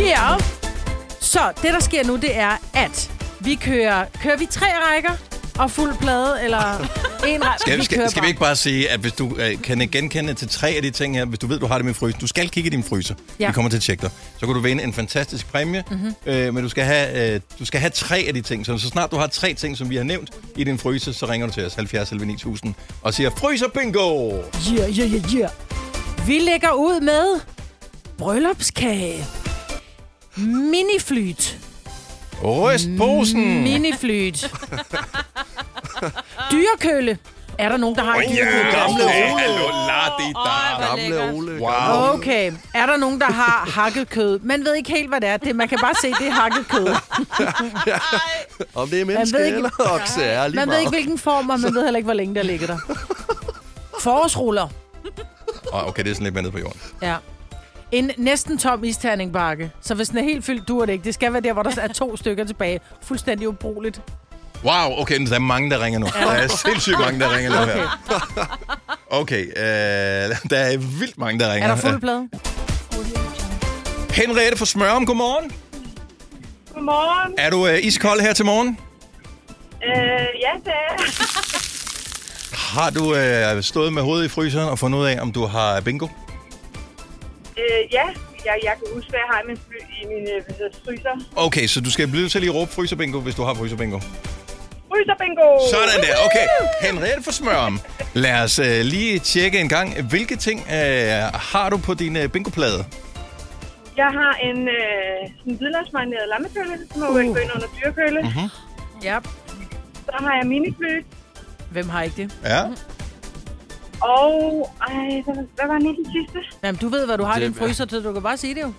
[SPEAKER 4] Yeah! Så det, der sker nu, det er, at vi kører... Kører vi tre rækker og fuld plade, eller en række?
[SPEAKER 1] Skal, vi,
[SPEAKER 4] kører
[SPEAKER 1] skal, skal vi
[SPEAKER 4] bare.
[SPEAKER 1] ikke bare sige, at hvis du øh, kan genkende til tre af de ting her, hvis du ved, du har det med fryser, du skal kigge i din fryser.
[SPEAKER 4] Ja.
[SPEAKER 1] Ja. Vi kommer til at tjekke dig. Så kan du vinde en fantastisk præmie,
[SPEAKER 4] Mhm.
[SPEAKER 1] mm-hmm. øh, men du skal, have, øh, du skal have tre af de ting. Så, så snart du har tre ting, som vi har nævnt i din fryser, så ringer du til os 70 11 9000 og siger, fryser bingo!
[SPEAKER 4] Yeah, yeah, yeah, yeah. Vi lægger ud med bryllupskage, miniflyt,
[SPEAKER 1] Rystposen!
[SPEAKER 4] miniflyt, dyrekølle. Er der nogen, der har en dyrekølle?
[SPEAKER 1] Gamle Ole.
[SPEAKER 4] Wow.
[SPEAKER 1] Wow.
[SPEAKER 4] Okay. Er der nogen, der har hakket kød? Man ved ikke helt, hvad det er. Det, man kan bare se, det er hakket kød.
[SPEAKER 3] Om det er menneske
[SPEAKER 4] ved ikke-
[SPEAKER 3] eller okse, er lige
[SPEAKER 4] Man ved
[SPEAKER 3] meget.
[SPEAKER 4] ikke, hvilken form, og man ved heller ikke, hvor længe der ligger der. Forårsruller.
[SPEAKER 1] Åh, Okay, det er sådan lidt mere nede på jorden.
[SPEAKER 4] Ja. En næsten tom isterningbakke. Så hvis den er helt fyldt, dur det ikke. Det skal være der, hvor der er to stykker tilbage. Fuldstændig ubrugeligt.
[SPEAKER 1] Wow, okay, der er mange, der ringer nu.
[SPEAKER 4] Ja.
[SPEAKER 1] Der er sindssygt mange, der ringer nu
[SPEAKER 4] Okay.
[SPEAKER 1] her. Okay, øh, der er vildt mange, der ringer.
[SPEAKER 4] Er der fuld plade?
[SPEAKER 1] Henriette fra Smørum, godmorgen.
[SPEAKER 15] Godmorgen.
[SPEAKER 1] Er du øh, iskold her til morgen?
[SPEAKER 15] Øh, ja, det er jeg.
[SPEAKER 1] Har du øh, stået med hovedet i fryseren og fundet ud af, om du har bingo?
[SPEAKER 15] øh, ja, jeg, jeg kan huske, hvad jeg har i min, fly, i min øh, hvad hedder det, fryser.
[SPEAKER 1] Okay, så du skal blive til lige at råbe fryserbingo, hvis du har fryserbingo.
[SPEAKER 15] Fryser bingo!
[SPEAKER 1] Sådan der, okay. Henriette fra Smørum, lad os øh, lige tjekke en gang. Hvilke ting øh, har du på din øh, bingoplade?
[SPEAKER 15] Jeg har en øh, sådan hvidløgsmarineret lammekølle, som må uh. ikke gå ind under dyrekølle.
[SPEAKER 1] Mhm.
[SPEAKER 4] Ja.
[SPEAKER 15] Så har jeg miniflyt,
[SPEAKER 4] Hvem har ikke det?
[SPEAKER 1] Ja.
[SPEAKER 15] og ej, hvad- hvad var nu den sidste?
[SPEAKER 4] Jamen, du ved, hvad du har i din
[SPEAKER 1] Det er-
[SPEAKER 4] fryser til. Du kan bare sige det jo.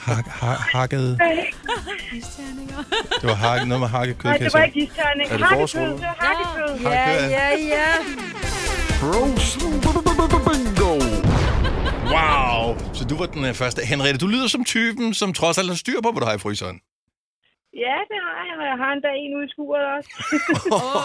[SPEAKER 1] Hak, hak, hakket.
[SPEAKER 4] Isterninger.
[SPEAKER 1] Det var hak, noget med hakket kød,
[SPEAKER 15] Nej,
[SPEAKER 1] kan
[SPEAKER 15] det
[SPEAKER 1] jeg
[SPEAKER 15] var
[SPEAKER 1] se.
[SPEAKER 15] ikke isterning.
[SPEAKER 1] Er det
[SPEAKER 15] Hakkekød,
[SPEAKER 1] forårsrulle?
[SPEAKER 15] det var hakkekød.
[SPEAKER 4] Ja,
[SPEAKER 1] Hakkekød.
[SPEAKER 4] ja, ja.
[SPEAKER 16] Bingo.
[SPEAKER 1] Wow! Så du var den øh, første. Henriette, du lyder som typen, som trods alt har styr på, hvad du har i fryseren.
[SPEAKER 15] Ja, det har jeg, og jeg har endda en ude i skuret også.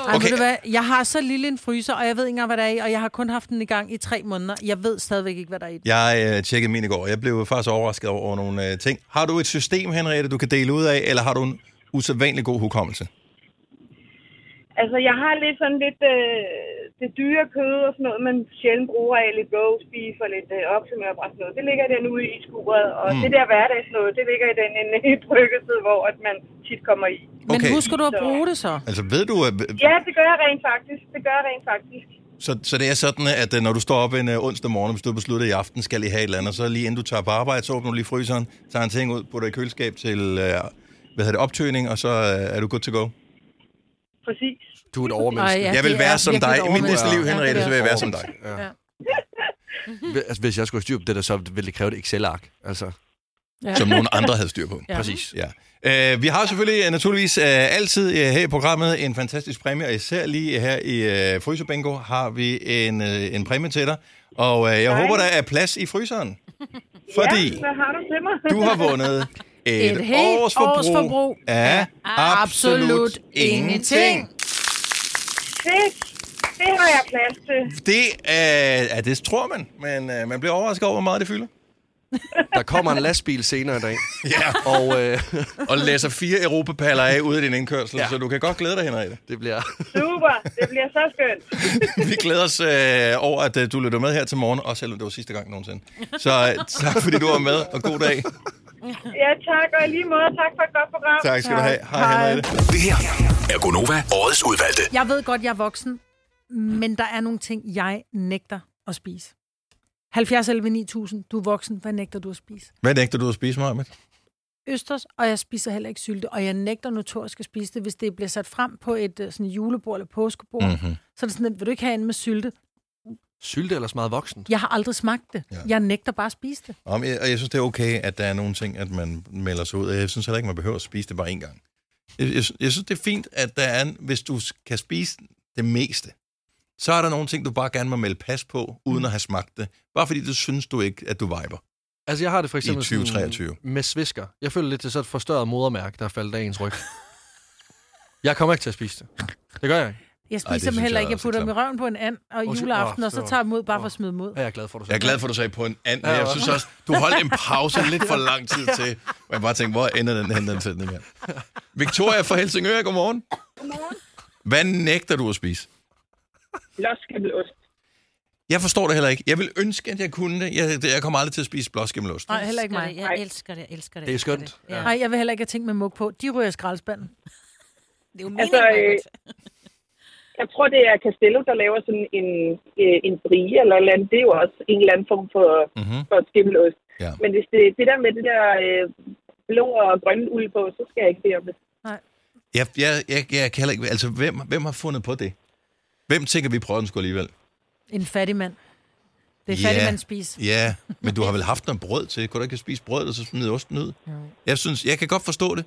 [SPEAKER 4] Ej, okay. ved du hvad? Jeg har så lille en fryser, og jeg ved ikke engang, hvad der er i, og jeg har kun haft den i gang i tre måneder. Jeg ved stadigvæk ikke, hvad der er i. den.
[SPEAKER 1] Jeg øh, tjekkede min i går, og jeg blev faktisk overrasket over, over nogle øh, ting. Har du et system, Henriette, du kan dele ud af, eller har du en usædvanlig god hukommelse?
[SPEAKER 15] Altså, jeg har lidt sådan lidt øh, det dyre kød og sådan noget, man sjældent bruger af lidt roast beef og lidt øh, oksemørbrad og sådan noget. Det ligger der nu i skuret, og
[SPEAKER 1] Mm.
[SPEAKER 15] mm. det der hverdagsnød, det ligger i den ende i bryggetid, hvor at man tit kommer i.
[SPEAKER 4] Men
[SPEAKER 1] Okay.
[SPEAKER 4] husker du at bruge det så?
[SPEAKER 1] Altså ved du, øh,
[SPEAKER 15] Ja, det gør jeg rent faktisk. Det gør jeg rent faktisk.
[SPEAKER 1] så, så det er sådan, at øh, når du står op en øh, onsdag morgen, hvis du har besluttet, at i aften skal lige have et eller andet, så lige inden du tager på arbejde, så åbner du lige fryseren, tager en ting ud, putter i køleskab til øh, hvad hedder det, optøning, og så øh, er du good to go.
[SPEAKER 15] Præcis.
[SPEAKER 3] Du er et
[SPEAKER 1] Ej,
[SPEAKER 3] overmenneske.
[SPEAKER 1] ja, Jeg vil det være er som virkelig dig. et I mit overmenneske. næste liv, Ja, Henriette, det er så vil jeg være som dig.
[SPEAKER 3] Ja. Hvi- Altså, hvis jeg skulle have styr på det der, så ville det kræve et Excel-ark. Altså.
[SPEAKER 1] Ja. Som nogen andre havde styr på.
[SPEAKER 3] Ja. Præcis.
[SPEAKER 1] Ja. Øh, vi har selvfølgelig øh, naturligvis øh, altid øh, her i programmet en fantastisk præmie, og især lige her i øh, Fryserbingo har vi en, øh, en præmie til dig. Og øh, jeg
[SPEAKER 15] Hej.
[SPEAKER 1] håber, der er plads i fryseren. Fordi
[SPEAKER 15] Ja, hvad har du til mig?
[SPEAKER 1] du har vundet et,
[SPEAKER 15] Et helt
[SPEAKER 1] års forbrug,
[SPEAKER 15] års forbrug
[SPEAKER 1] af absolut, absolut ingenting.
[SPEAKER 15] Det, det har jeg plads til.
[SPEAKER 1] Det, øh, ja, det tror man, men øh, man bliver overrasket over, hvor meget det fylder.
[SPEAKER 3] Der kommer en lastbil senere i dag.
[SPEAKER 1] Ja.
[SPEAKER 3] Og, øh...
[SPEAKER 1] og læser fire europapaller af ude i din indkørsel, ja. så du kan godt glæde dig, Henriette.
[SPEAKER 3] Det bliver...
[SPEAKER 15] Super, det bliver så skønt.
[SPEAKER 1] Vi glæder os øh, over, at øh, du lytter med her til morgen, også selvom det var sidste gang nogensinde. Så øh, tak, fordi du var med, og god dag.
[SPEAKER 15] Ja, tak, og i lige måde, tak for et godt program.
[SPEAKER 1] Tak skal du have. Hej, Henriette.
[SPEAKER 8] Det her er Gonova, årets udvalgte.
[SPEAKER 4] Jeg ved godt, jeg er voksen, men der er nogle ting, jeg nægter at spise. 70 11 9000, du er voksen, hvad nægter du at spise?
[SPEAKER 1] Hvad nægter du at spise, Marmit?
[SPEAKER 4] Østers, og jeg spiser heller ikke sylte, og jeg nægter notorisk at spise det, hvis det bliver sat frem på et øh, sådan julebord eller påskebord.
[SPEAKER 3] Mhm.
[SPEAKER 4] Mm-hmm. Så er det sådan, at vil du ikke have en med sylte?
[SPEAKER 3] Sylte eller smadret voksen?
[SPEAKER 4] Jeg har aldrig smagt det. Ja. Jeg nægter bare at spise det.
[SPEAKER 1] Om, jeg, og jeg synes, det er okay, at der er nogle ting, at man melder sig ud. Jeg synes heller ikke, man behøver at spise det bare en gang. Jeg, jeg, jeg synes, det er fint, at der er, en- hvis du s- kan spise det meste, så er der nogle ting, du bare gerne må melde pas på, uden at have smagt det. Bare fordi du synes du ikke, at du viber.
[SPEAKER 3] Altså, jeg har det for
[SPEAKER 1] I
[SPEAKER 3] eksempel sådan
[SPEAKER 1] 2023.
[SPEAKER 3] med svisker. Jeg føler lidt til sådan et forstørret modermærke, der er faldet af ens ryg. Jeg kommer ikke til at spise det. Det gør jeg ikke.
[SPEAKER 4] Jeg spiser Ej, dem heller ikke. Jeg putter dem i røven på en and og
[SPEAKER 3] Undskyld.
[SPEAKER 4] juleaften,
[SPEAKER 3] Åh,
[SPEAKER 4] og så
[SPEAKER 3] så-
[SPEAKER 4] tager jeg dem ud bare for at smide dem ud.
[SPEAKER 3] Ja, jeg er glad for, du
[SPEAKER 1] Jeg er glad for, at du sagde på en anden, men jeg synes også, du holdt en pause lidt for lang tid til. Og jeg bare tænkte, hvor ender den hen, den sætning her? Victoria fra Helsingør, godmorgen.
[SPEAKER 15] Godmorgen.
[SPEAKER 1] Hvad nægter du at spise?
[SPEAKER 15] Blåskimmelost.
[SPEAKER 1] Jeg forstår det heller ikke. Jeg vil ønske, at jeg kunne det. Jeg, jeg kommer aldrig til at spise blåskimmelost.
[SPEAKER 4] Nej, heller ikke
[SPEAKER 2] elsker
[SPEAKER 4] mig.
[SPEAKER 2] det. Jeg elsker det, jeg elsker det.
[SPEAKER 1] Det er skønt.
[SPEAKER 4] Nej, jeg vil heller ikke have ting med mug på. De ryger i skraldespanden.
[SPEAKER 2] Det er jo
[SPEAKER 15] Altså, øh, jeg tror, det er Castello, der laver sådan en, øh, en brie eller et eller andet. Det er jo også en eller anden form for,
[SPEAKER 1] mm-hmm.
[SPEAKER 15] for skimmelost. Ja. Men hvis det, det der med det der øh, blå og grønne uld på, så skal jeg ikke bede om det.
[SPEAKER 1] Jeg, jeg, jeg, jeg kan heller ikke... Altså, hvem, hvem har fundet på det? Hvem tænker, vi prøver den sgu alligevel?
[SPEAKER 4] En fattig mand. Det er
[SPEAKER 1] Ja.
[SPEAKER 4] fattig mand spis.
[SPEAKER 1] Ja, men du har vel haft noget brød til. Kunne du ikke spise brød, og så smide osten ud? Jeg synes, jeg kan godt forstå det.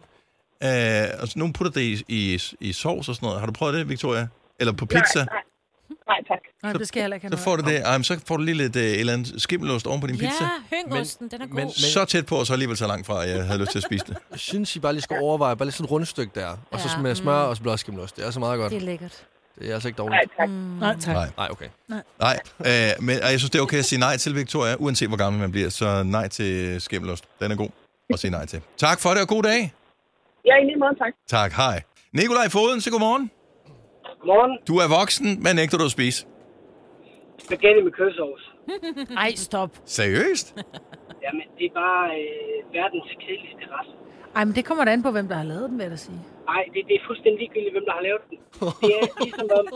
[SPEAKER 1] Øh, altså, nogen putter det i, i, i sovs og sådan noget. Har du prøvet det, Victoria? Eller på pizza?
[SPEAKER 15] Nej, nej. nej tak.
[SPEAKER 4] Nej, det skal jeg heller ikke
[SPEAKER 1] Så får du det. Ej, men så får du lige lidt øh, et eller andet skimmelost oven på din pizza.
[SPEAKER 2] Ja, hyngosten, den er god.
[SPEAKER 1] Men, men, så tæt på, og så alligevel så langt fra, at jeg havde lyst til at spise det.
[SPEAKER 3] Jeg synes, I bare lige skal overveje, bare lige sådan et rundstykke der, og så
[SPEAKER 2] Ja,
[SPEAKER 3] med smør og blåskimmelost. Det er så meget godt.
[SPEAKER 2] Det er lækkert.
[SPEAKER 3] Det er altså ikke dårligt.
[SPEAKER 15] Nej, tak.
[SPEAKER 4] Nej, tak.
[SPEAKER 1] Nej.
[SPEAKER 3] Nej, okay.
[SPEAKER 4] Mm. Nej.
[SPEAKER 1] Nej, øh, men og jeg synes, det er okay at sige nej til, Victoria, uanset hvor gammel man bliver. Så nej til skimmelost. Den er god at sige nej til. Tak for det, og god dag.
[SPEAKER 15] Ja, i lige måde, tak.
[SPEAKER 1] Tak, hej. Nikolaj Foden, så godmorgen.
[SPEAKER 17] Godmorgen.
[SPEAKER 1] Du er voksen, men nægter du at spise?
[SPEAKER 17] Spaghetti med kødsovs.
[SPEAKER 4] Ej, stop.
[SPEAKER 1] Seriøst?
[SPEAKER 17] Jamen, det er bare øh, verdens kedeligste ret.
[SPEAKER 4] Ej, men det kommer da an på, hvem der har lavet den, vil jeg da sige.
[SPEAKER 17] Nej, det, det er fuldstændig ligegyldigt, hvem der har lavet den. Det er ligesom om,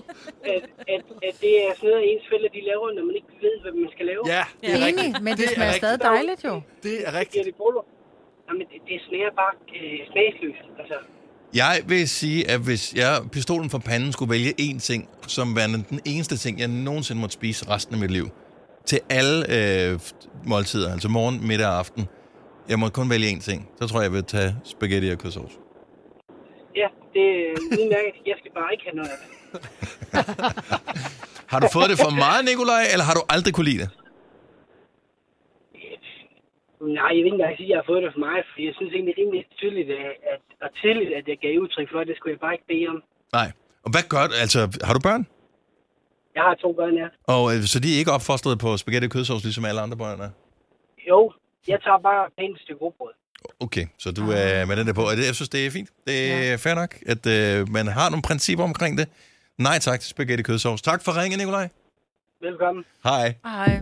[SPEAKER 17] at, at, at det er sådan noget, ens fælder de laver, når man ikke ved, hvad man skal lave.
[SPEAKER 3] Ja,
[SPEAKER 4] det er Enig, rigtigt. men det Det er smager rigtigt. stadig dejligt, jo.
[SPEAKER 3] Det er rigtigt.
[SPEAKER 17] Det er Jamen, det, det smager bare øh, smagsløst. Altså,
[SPEAKER 1] Jeg vil sige, at hvis jeg pistolen for panden skulle vælge én ting, som værende den eneste ting, jeg nogensinde måtte spise resten af mit liv, til alle øh, måltider, altså morgen, middag og aften, jeg må kun vælge én ting, så tror jeg, jeg vil tage spaghetti og kødsovs.
[SPEAKER 17] ja, det er udmærket. Jeg skal bare ikke have noget af det.
[SPEAKER 1] Har du fået det for meget, Nikolaj, eller har du aldrig kunne lide det?
[SPEAKER 17] Nej, jeg vil ikke engang sige, at jeg har fået det for mig, for jeg synes egentlig rimelig tydeligt, at, at, og tydeligt, at jeg gav udtryk for, at det skulle jeg bare ikke bede om.
[SPEAKER 1] Nej. Og hvad gør du? Altså, har du børn?
[SPEAKER 17] Jeg har to børn, ja.
[SPEAKER 1] Og øh, så de er ikke opfostret på spaghetti og kødsovs, ligesom alle andre børn er?
[SPEAKER 17] Jo, jeg tager bare en stykke råbrød.
[SPEAKER 1] Okay, så du
[SPEAKER 4] Ah.
[SPEAKER 1] er med den der på. Og det, jeg synes, det er fint. Det er ja. fair nok, at øh, man har nogle principper omkring det. Nej tak til spaghetti kødsovs. Tak for ringen, Nikolaj.
[SPEAKER 17] Velkommen.
[SPEAKER 1] Hej.
[SPEAKER 4] Hej.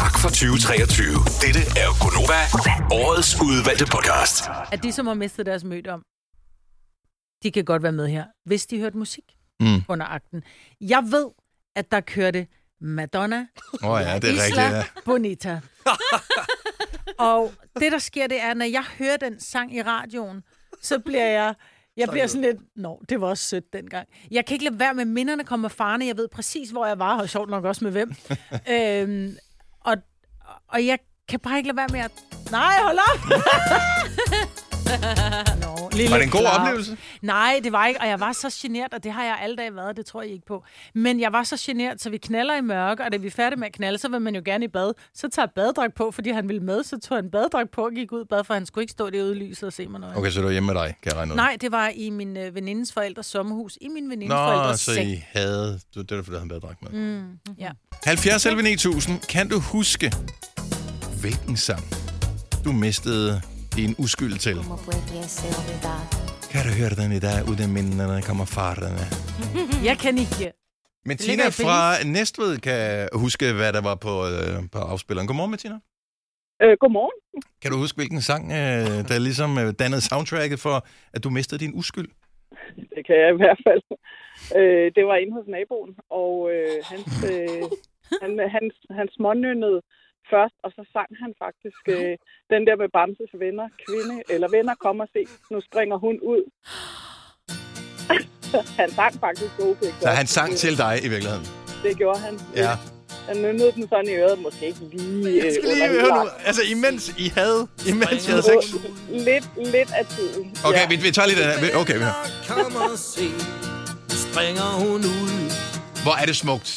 [SPEAKER 8] Tak for 2023. Dette er Gonova, årets udvalgte podcast.
[SPEAKER 1] Ah,
[SPEAKER 4] At de, som har mistet deres møde om, de kan godt være med her, hvis de hørte musik
[SPEAKER 1] Mm.
[SPEAKER 4] under akten. Jeg ved, at der kørte Madonna,
[SPEAKER 1] Åh oh, ja, det er
[SPEAKER 4] Isla
[SPEAKER 1] rigtigt. Ja.
[SPEAKER 4] Bonita. og det, der sker, det er, når jeg hører den sang i radioen, så bliver jeg... Jeg bliver sådan lidt, nå, det var også sødt dengang. Jeg kan ikke lade være med, minderne kommer farne. Jeg ved præcis, hvor jeg var, og sjovt nok også med hvem. øhm, og, og jeg kan bare ikke lade være med at... Nej, hold op! Nå, lille
[SPEAKER 1] Var det en god
[SPEAKER 4] Claus.
[SPEAKER 1] oplevelse?
[SPEAKER 4] Nej, det var ikke, og jeg var så genert, og det har jeg alle dage været, det tror jeg ikke på. Men jeg var så genert, så vi knaller i mørke, og da vi er færdige med at knalde, så vil man jo gerne i bad. Så tager jeg baddrag på, fordi han ville med, så tog han baddrag på og gik ud i bad, for han skulle ikke stå derude i lyset og se mig noget.
[SPEAKER 1] Okay, så du er hjemme med dig, kan jeg regne ud.
[SPEAKER 4] Nej, det var i min øh, venindes forældres sommerhus, i min venindes
[SPEAKER 1] Nå,
[SPEAKER 4] forældres
[SPEAKER 1] så
[SPEAKER 4] seng.
[SPEAKER 1] I havde... Du, det var fordi, han bedre drak med.
[SPEAKER 4] Mm, ja.
[SPEAKER 1] 70 11 9000. Kan du huske, hvilken sang du mistede din uskyld til. Kan du høre den i dag, uden minderne kommer farterne.
[SPEAKER 4] Jeg kan ikke.
[SPEAKER 1] Men
[SPEAKER 4] Det ligger
[SPEAKER 1] Tina
[SPEAKER 4] i Belize.
[SPEAKER 1] fra Næstved kan huske, hvad der var på, øh, på afspilleren. Godmorgen, Martina.
[SPEAKER 18] Øh, godmorgen.
[SPEAKER 1] Kan du huske, hvilken sang, øh, der ligesom øh, dannede soundtracket for, at du mistede din uskyld?
[SPEAKER 18] Det kan jeg i hvert fald. Øh, det var inde hos naboen, og øh, hans, øh, han, han, han smånynnede først, og så sang han faktisk øh, den der med Bamses venner, kvinde, eller venner, kom og se, nu springer hun ud. han sang faktisk OP.
[SPEAKER 1] Så han sang til dig i virkeligheden.
[SPEAKER 18] Det gjorde han.
[SPEAKER 1] Ja.
[SPEAKER 18] Han nynnede den sådan i øret, måske ikke lige... øh,
[SPEAKER 1] Jeg skal lige høre nu. Altså, imens I havde, imens I havde sex.
[SPEAKER 18] Lidt, lidt af tiden.
[SPEAKER 1] Okay, vi, vi tager lige den her. Vi- Okay, vi hører.
[SPEAKER 18] Kom og se,
[SPEAKER 1] Springer hun ud. Hvor er det smukt.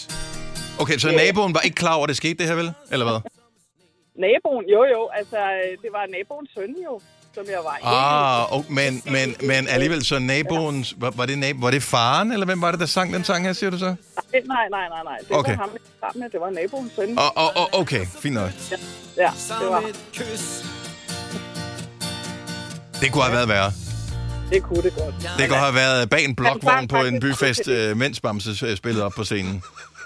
[SPEAKER 1] Okay, så
[SPEAKER 18] Ja.
[SPEAKER 1] naboen var ikke klar over, at det skete det her, vel? Eller hvad?
[SPEAKER 18] Naboen, jo jo, altså øh, det var naboens søn jo, som jeg var.
[SPEAKER 1] Ah, oh, men, men, men alligevel, så naboen... Var, var, det nabo, var det faren, eller hvem var det, der sang den sang her, siger du så?
[SPEAKER 18] Nej, nej, nej, nej, nej. Det
[SPEAKER 1] Okay.
[SPEAKER 18] var ham jeg var sammen med, det var naboens søn.
[SPEAKER 1] Og, og, og okay, fint nok.
[SPEAKER 18] Ja, ja, det var ham.
[SPEAKER 1] Det kunne have været værre.
[SPEAKER 18] Det kunne det godt.
[SPEAKER 1] Det kunne have været bag en blokvogn
[SPEAKER 18] sang
[SPEAKER 1] på en
[SPEAKER 18] faktisk
[SPEAKER 1] byfest,
[SPEAKER 18] også det.
[SPEAKER 1] øh, mens Bamse øh, spillede op på scenen.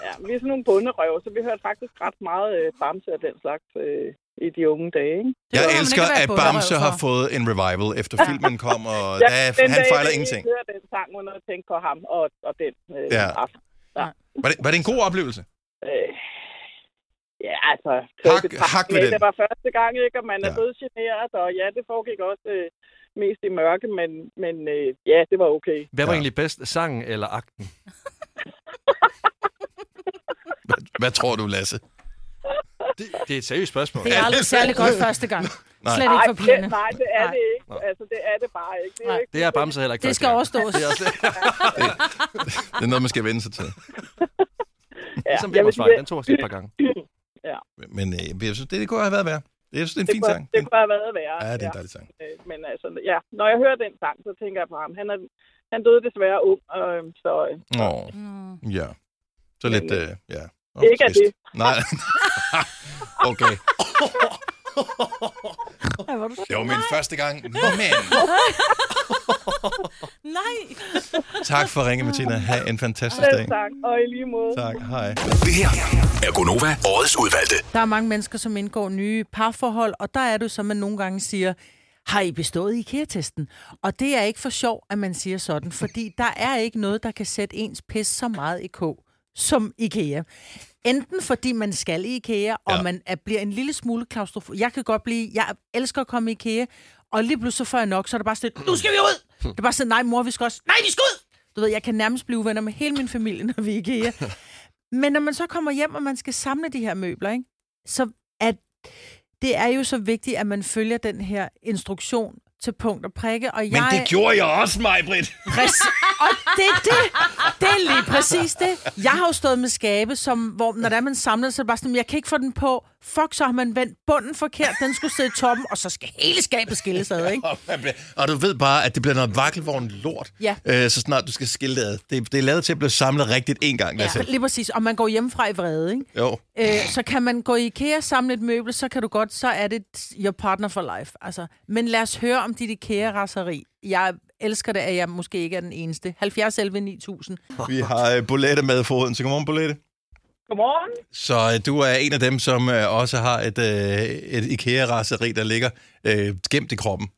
[SPEAKER 18] Ja, vi er sådan nogle bunderøve, så vi hørte faktisk ret meget øh, Bamse og den slags øh, i de unge dage, ikke?
[SPEAKER 1] Jeg elsker,
[SPEAKER 18] være
[SPEAKER 1] at
[SPEAKER 18] bunderøv
[SPEAKER 1] Bamse
[SPEAKER 18] for.
[SPEAKER 1] har fået en revival, efter filmen kom, og der,
[SPEAKER 18] den
[SPEAKER 1] han
[SPEAKER 18] dag,
[SPEAKER 1] fejler
[SPEAKER 18] jeg
[SPEAKER 1] ingenting.
[SPEAKER 18] hører den sang, uden at tænke på ham og, og den øh,
[SPEAKER 1] Ja.
[SPEAKER 18] aften. Ja.
[SPEAKER 1] Var det, var det en god oplevelse?
[SPEAKER 18] Øh, ja, altså...
[SPEAKER 1] Hak-
[SPEAKER 18] det var-
[SPEAKER 1] hak ved
[SPEAKER 18] ja,
[SPEAKER 1] den.
[SPEAKER 18] Det var første gang, ikke? Og man er
[SPEAKER 1] Ja.
[SPEAKER 18] dødsgeneret, og ja, det foregik også øh, mest i mørke, men, men øh, ja, det var okay.
[SPEAKER 3] Hvad var egentlig bedst, sangen eller akten?
[SPEAKER 1] Hvad tror du, Lasse?
[SPEAKER 3] Det, det er et seriøst spørgsmål.
[SPEAKER 4] Det er aldrig særlig godt første gang.
[SPEAKER 3] Nej.
[SPEAKER 4] Slet ikke for
[SPEAKER 18] Ej,
[SPEAKER 4] pigerne.
[SPEAKER 18] det- Nej, det er
[SPEAKER 4] Nej.
[SPEAKER 18] det ikke. Altså, det er det bare ikke. Det er,
[SPEAKER 4] Nej.
[SPEAKER 18] ikke,
[SPEAKER 3] Det er Bamse heller ikke
[SPEAKER 4] Det
[SPEAKER 3] første
[SPEAKER 4] skal
[SPEAKER 3] gang.
[SPEAKER 4] overstås.
[SPEAKER 3] Det er også det.
[SPEAKER 1] Det er noget, man skal vende sig til.
[SPEAKER 18] ja.
[SPEAKER 3] Ligesom
[SPEAKER 18] Jeg vil
[SPEAKER 3] Vimmersvang,
[SPEAKER 18] sige-
[SPEAKER 3] den tog os lige et par gange.
[SPEAKER 18] ja.
[SPEAKER 1] Men øh, jeg synes, det, det kunne have været værd. Jeg synes, det er en fin
[SPEAKER 18] kunne,
[SPEAKER 1] sang.
[SPEAKER 18] Det kunne have været værre.
[SPEAKER 1] Ja, det er en dejlig sang.
[SPEAKER 18] Øh, Men altså, ja, når jeg hører den sang, så tænker jeg på ham. Han, er, han døde desværre ung, øh, så øh,
[SPEAKER 1] Nå,
[SPEAKER 4] Mm.
[SPEAKER 1] ja. Så lidt, øh, ja. Nå,
[SPEAKER 18] Ikke af
[SPEAKER 1] trist.
[SPEAKER 18] det.
[SPEAKER 1] Nej. okay. Det var min første gang. Nå, men.
[SPEAKER 19] Nej.
[SPEAKER 1] Tak for at ringe, Martina. Ha' en fantastisk
[SPEAKER 18] selv
[SPEAKER 1] dag.
[SPEAKER 18] tak, og i lige måde.
[SPEAKER 1] Tak, hej.
[SPEAKER 20] Det her er Gonova, årets udvalgte.
[SPEAKER 4] Der er mange mennesker, som indgår nye parforhold, og der er du, som man nogle gange siger, har I bestået IKEA-testen? Og det er ikke for sjov, at man siger sådan, fordi der er ikke noget, der kan sætte ens pis så meget i kog som IKEA. Enten fordi man skal i IKEA, og
[SPEAKER 2] Ja.
[SPEAKER 4] man er, bliver en lille smule klaustrofob. Jeg kan godt blive, jeg elsker at komme i IKEA, og lige pludselig så får jeg nok, så er det bare sådan, lidt, nu skal vi ud! Det er bare sådan, nej mor, vi skal også, nej, vi skal ud! Du ved, jeg kan nærmest blive venner med hele min familie, når vi er i IKEA. Men når man så kommer hjem, og man skal samle de her møbler, ikke? så at det er jo så vigtigt, at man følger den her instruktion til punkt og prikke. Og
[SPEAKER 1] Men
[SPEAKER 4] jeg...
[SPEAKER 1] det gjorde jeg også, mig, Britt.
[SPEAKER 4] Præcis. Og det, er det, det er lige præcis det. Jeg har jo stået med skabe, som, hvor når der man samler, så er det bare sådan, jeg kan ikke få den på. Fuck, så har man vendt bunden forkert, den skulle sidde i toppen, og så skal hele skabet skilles ad, ikke?
[SPEAKER 1] Og du ved bare, at det bliver noget vakkelvogn lort,
[SPEAKER 4] Ja.
[SPEAKER 1] øh, så snart du skal skille det ad. Det, det er lavet til at blive samlet rigtigt en gang, Lasse.
[SPEAKER 4] Ja, lige præcis. Og man går hjemmefra i vrede, ikke?
[SPEAKER 1] Jo.
[SPEAKER 4] Øh, så kan man gå i IKEA og samle et møbel, så kan du godt, så er det your partner for life. Altså, men lad os høre om dit IKEA-raseri. Jeg elsker det, at jeg måske ikke er den eneste. 70 11 9000.
[SPEAKER 1] Vi har øh, Bolette med foden, så godmorgen, Bolette.
[SPEAKER 18] Godmorgen.
[SPEAKER 1] Så øh, du er en af dem, som øh, også har et, øh, et IKEA-raseri, der ligger øh, gemt i kroppen.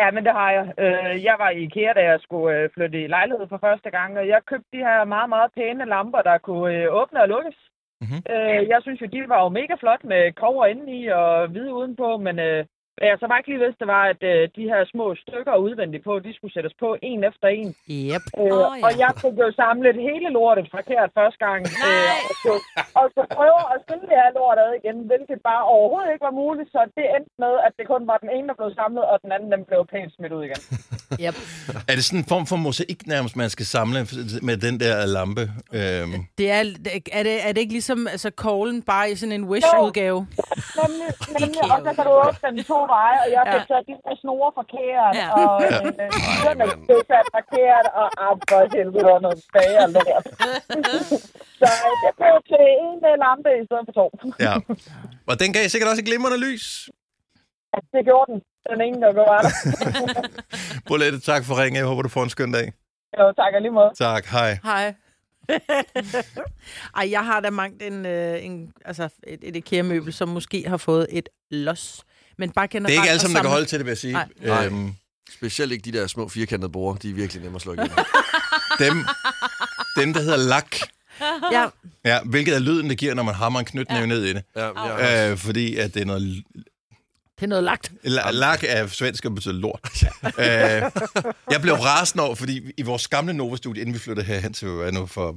[SPEAKER 15] Ja, men det har jeg. Øh, Jeg var i IKEA, da jeg skulle øh, flytte i lejlighed for første gang, og jeg købte de her meget, meget pæne lamper, der kunne øh, åbne og lukkes.
[SPEAKER 1] Mm-hmm.
[SPEAKER 15] Øh, Jeg synes jo, de var jo mega flot med kover indeni og hvide udenpå, men øh, hvad jeg så bare ikke lige vidste, det var, at øh, de her små stykker udvendigt på, de skulle sættes på en efter en.
[SPEAKER 4] Yep.
[SPEAKER 21] Åh,
[SPEAKER 15] Øh, oh,
[SPEAKER 21] ja.
[SPEAKER 15] ja. Og jeg fik jo samlet hele lortet forkert første gang, øh, og, så, og så prøve at skille det her lort ad igen, hvilket bare overhovedet ikke var muligt, så det endte med, at det kun var den ene, der blev samlet, og den anden, den blev pænt smidt ud igen.
[SPEAKER 4] Yep.
[SPEAKER 1] Er det sådan en form for mosaik nærmest, man skal samle med den der lampe? Øhm,
[SPEAKER 4] Det er, er, det, er det ikke ligesom altså, koglen bare i sådan en Wish-udgave?
[SPEAKER 15] Nemlig, nemlig, og så kan du åbne den to veje, og jeg fik så de der snore forkert,
[SPEAKER 4] Ja.
[SPEAKER 15] og øh, den er blevet sat forkert, og ah, for helvede, der er noget bag og lort. så øh, det blev til en øh, lampe i stedet for to.
[SPEAKER 1] ja. Og den gav sikkert også et glimrende lys.
[SPEAKER 22] Altså, det gjorde den. Den ene, der var der.
[SPEAKER 1] Bolette, tak for ringen. Jeg håber, du får en skøn dag.
[SPEAKER 22] Jo, tak og lige måde.
[SPEAKER 1] Tak, hej.
[SPEAKER 4] Hej. Ej, jeg har da mangt en, øh, en, altså et, et IKEA-møbel, som måske har fået et los. Men bare generelt
[SPEAKER 1] Det er ikke alle
[SPEAKER 4] at
[SPEAKER 1] sammen, der kan
[SPEAKER 4] samle-
[SPEAKER 1] holde til det, vil jeg sige.
[SPEAKER 4] Nej.
[SPEAKER 3] Nej.
[SPEAKER 1] Øhm,
[SPEAKER 3] Specielt ikke de der små firkantede borer. De er virkelig nemme at slå igennem.
[SPEAKER 1] dem, dem, der hedder lak.
[SPEAKER 4] Ja,
[SPEAKER 1] Ja, hvilket er lyden, det giver, når man hammer en knytnæve ja. ned i det.
[SPEAKER 3] Ja,
[SPEAKER 1] øh, fordi at det er noget... l-
[SPEAKER 4] det er noget lagt.
[SPEAKER 1] La- lak er svensk og betyder lort. øh, jeg blev rasende over, fordi i vores gamle Nova-studie, inden vi flyttede herhen til hvad er det nu for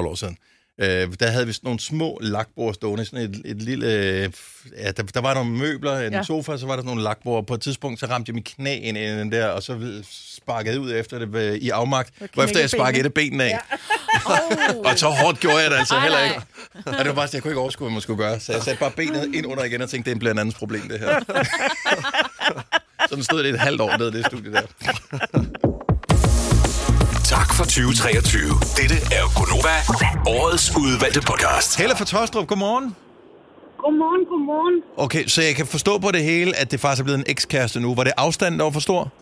[SPEAKER 1] 11-12 år siden, øh, der havde vi sådan nogle små lakbord stående. Sådan et, et lille, øh, ja, der, der var nogle møbler, en
[SPEAKER 8] Ja.
[SPEAKER 1] ja. sofa, så var der sådan nogle lakbord. På et tidspunkt, så ramte jeg min knæ ind i den der, og så sparkede jeg ud efter det øh, i afmagt,
[SPEAKER 8] knækkede
[SPEAKER 1] efter jeg sparkede et af benene af. Ja. Og så hårdt gjorde jeg det altså
[SPEAKER 8] Ej,
[SPEAKER 1] heller
[SPEAKER 8] nej.
[SPEAKER 1] ikke. Og det var bare, sådan, jeg kunne ikke overskue, hvad man skulle gøre. Så jeg satte bare benet ind under igen og tænkte, det bliver en andens problem, det her. Sådan stod det et halvt år ned i det studie der.
[SPEAKER 8] Tak for 2023. Dette er Gonova, årets udvalgte podcast.
[SPEAKER 1] Hella fra Tostrup, godmorgen.
[SPEAKER 23] Godmorgen, godmorgen.
[SPEAKER 1] Okay, så jeg kan forstå på det hele, at det faktisk er blevet en ekskæreste nu. Var det afstanden, der var for stor?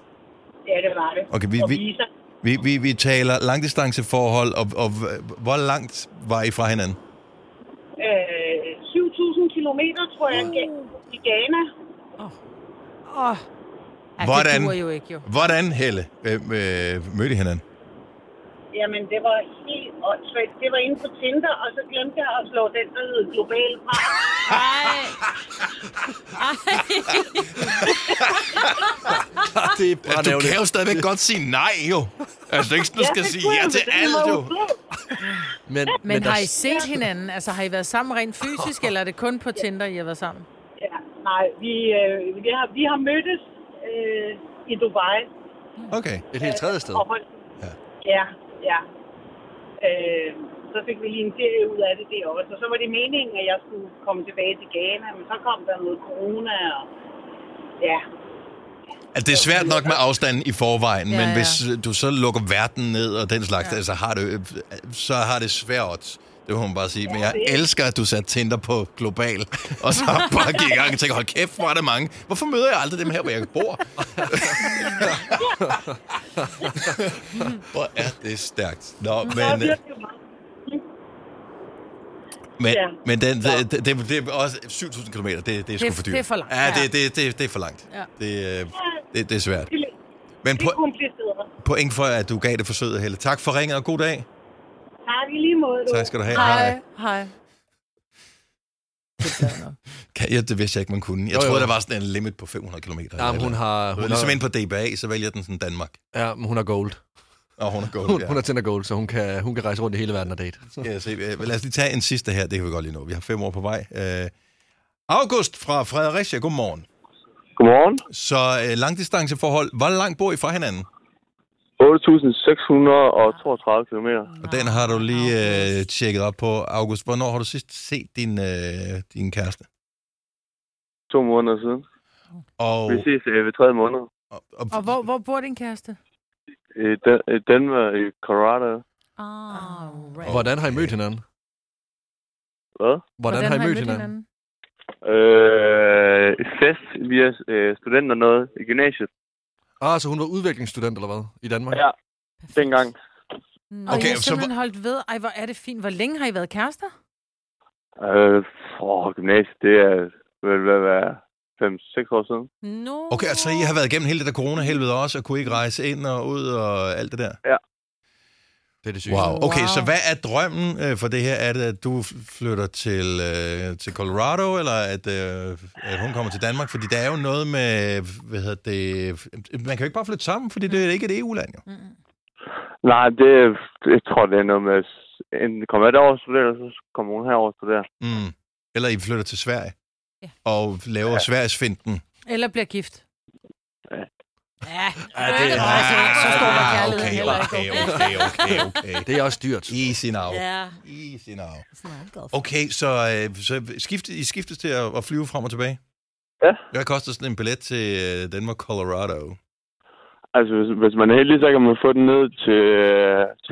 [SPEAKER 23] Ja, det var det.
[SPEAKER 1] Okay, vi,
[SPEAKER 23] Og
[SPEAKER 1] vi,
[SPEAKER 23] viser.
[SPEAKER 1] vi, vi, vi taler langdistanceforhold, og, og h- hvor langt var I fra hinanden?
[SPEAKER 23] Øh, 7.000 kilometer, tror jeg, ga- i Ghana.
[SPEAKER 4] Åh. Ja,
[SPEAKER 1] Hvordan?
[SPEAKER 4] Altså, Det duer jo ikke, jo.
[SPEAKER 1] Hvordan, Helle, øh, øh, mødte I hinanden?
[SPEAKER 23] Jamen, det var helt åndssvagt. Det var inde på Tinder, og så glemte jeg at slå den, der hed Global fra. Nej.
[SPEAKER 3] det er
[SPEAKER 1] Ja, du kan jo stadigvæk godt sige nej, jo. Altså, det er ikke sådan, du skal sige ja til alt, jo.
[SPEAKER 3] Men,
[SPEAKER 4] Men, men har I set hinanden? Altså, har I været sammen rent fysisk, eller er det kun på Tinder, I har været sammen?
[SPEAKER 23] Ja, nej, vi, øh, vi, har, vi har mødtes øh, i Dubai.
[SPEAKER 1] Okay.
[SPEAKER 3] Et helt tredje sted.
[SPEAKER 23] Og holdt. Ja, ja. Øh, så fik vi lige en ferie ud af det der også. Og så var det meningen, at jeg skulle komme tilbage til Ghana, men så kom der noget corona, og ja.
[SPEAKER 1] Altså, det er svært nok med afstanden i forvejen,
[SPEAKER 23] Ja,
[SPEAKER 1] ja, men
[SPEAKER 23] ja.
[SPEAKER 1] hvis øh, du så lukker verden ned og den slags, ja. altså, har det, øh, så har det svært. Det må man bare sige. Men jeg
[SPEAKER 23] det er-
[SPEAKER 1] elsker, at du satte Tinder på global, og så bare gik i gang og tænkte, hold kæft, hvor er der mange. Hvorfor møder jeg aldrig dem her, hvor jeg bor? hvor er det stærkt. Nå,
[SPEAKER 23] Der er
[SPEAKER 1] men, øh,
[SPEAKER 23] virkelig mange.
[SPEAKER 1] men,
[SPEAKER 23] Ja.
[SPEAKER 1] men den, det, det, det, det er også 7.000 km, det, det er sgu
[SPEAKER 23] Det-
[SPEAKER 1] for dyrt.
[SPEAKER 23] det er for langt.
[SPEAKER 1] Ja, det, det, det, det er for langt.
[SPEAKER 23] Ja.
[SPEAKER 1] Det, øh, det, det er svært.
[SPEAKER 23] Det,
[SPEAKER 1] Men
[SPEAKER 23] det
[SPEAKER 1] på,
[SPEAKER 23] er kompliceret.
[SPEAKER 1] Point for, at du gav det forsøget, Helle. Tak for ringet, og god dag.
[SPEAKER 23] Tak i lige måde.
[SPEAKER 1] Tak skal du have. Hej.
[SPEAKER 4] Hej, hej.
[SPEAKER 1] Kan jeg, det vidste jeg ikke, man kunne. Jeg
[SPEAKER 3] Jo,
[SPEAKER 1] jo,
[SPEAKER 3] jo.
[SPEAKER 1] troede, der var sådan en limit på 500 km.
[SPEAKER 3] Jamen, hun har-
[SPEAKER 1] Hun
[SPEAKER 3] hun
[SPEAKER 1] ligesom
[SPEAKER 3] har-
[SPEAKER 1] ind på DBA, så vælger den sådan Danmark.
[SPEAKER 3] Ja, men hun er gold.
[SPEAKER 1] Og hun er gold,
[SPEAKER 3] Hun,
[SPEAKER 1] ja.
[SPEAKER 3] hun er Tinder gold, så hun kan, hun kan rejse rundt i hele verden og date.
[SPEAKER 1] Skal jeg se. øh, Lad os lige tage en sidste her, det kan vi godt lige nå. Vi har fem år på vej. Øh, August fra Fredericia, godmorgen.
[SPEAKER 24] Godmorgen.
[SPEAKER 1] Så øh, langdistanceforhold. Hvor langt bor I fra hinanden?
[SPEAKER 24] 8.632 km.
[SPEAKER 1] Og den har du lige øh, tjekket op på, August. Hvornår har du sidst set din, øh, din kæreste?
[SPEAKER 24] To måneder siden.
[SPEAKER 1] Og...
[SPEAKER 24] Vi ses øh, ved tredje måned.
[SPEAKER 4] Og hvor, hvor bor din kæreste?
[SPEAKER 24] I Dan- i Danmark, i Colorado.
[SPEAKER 4] Ah,
[SPEAKER 3] Hvordan har I mødt hinanden?
[SPEAKER 24] Hvad?
[SPEAKER 3] Hvordan, har I mødt hinanden?
[SPEAKER 24] Øh, fest via øh, studenter noget i gymnasiet.
[SPEAKER 3] Ah, så hun var udviklingsstudent, eller hvad? I Danmark?
[SPEAKER 24] Ja, dengang.
[SPEAKER 4] Nå, okay, I
[SPEAKER 24] Okay,
[SPEAKER 4] har
[SPEAKER 24] så
[SPEAKER 4] simpelthen holdt ved. Ej, hvor er det fint. Hvor længe har I været kærester?
[SPEAKER 24] Øh, for gymnasiet, det er vel hvad være 5-6 år siden.
[SPEAKER 4] No.
[SPEAKER 1] Okay, altså I har været igennem hele det der corona-helvede også, og kunne ikke rejse ind og ud og alt det der?
[SPEAKER 24] Ja.
[SPEAKER 1] Det er det wow. Okay, så hvad er drømmen øh, for det her? Er det, at du flytter til, øh, til Colorado, eller at, øh, at hun kommer til Danmark? Fordi der er jo noget med, hvad hedder det... Man kan jo ikke bare flytte sammen, fordi det er ikke et EU-land, jo.
[SPEAKER 24] Nej, det, jeg tror, det er noget med, s- enten kommer jeg derover og studerer, eller så kommer hun herover og studerer.
[SPEAKER 1] Mm. Eller I flytter til Sverige og laver ja. Sveriges finden.
[SPEAKER 4] Eller bliver gift?
[SPEAKER 24] Ja.
[SPEAKER 4] Ja,
[SPEAKER 1] Ja,
[SPEAKER 4] det er bare så, så stor var kærligheden
[SPEAKER 1] Ah, okay,
[SPEAKER 4] heller ikke.
[SPEAKER 1] okay, okay, okay, okay. Det er også dyrt. Easy now. Ja. Easy now. Okay, så, øh, så skifte, I skiftes til at, at flyve frem og tilbage?
[SPEAKER 24] Ja.
[SPEAKER 1] Hvad koster sådan en billet til øh, Danmark, Colorado?
[SPEAKER 24] Altså, hvis, hvis man er heldig, så kan man få den ned til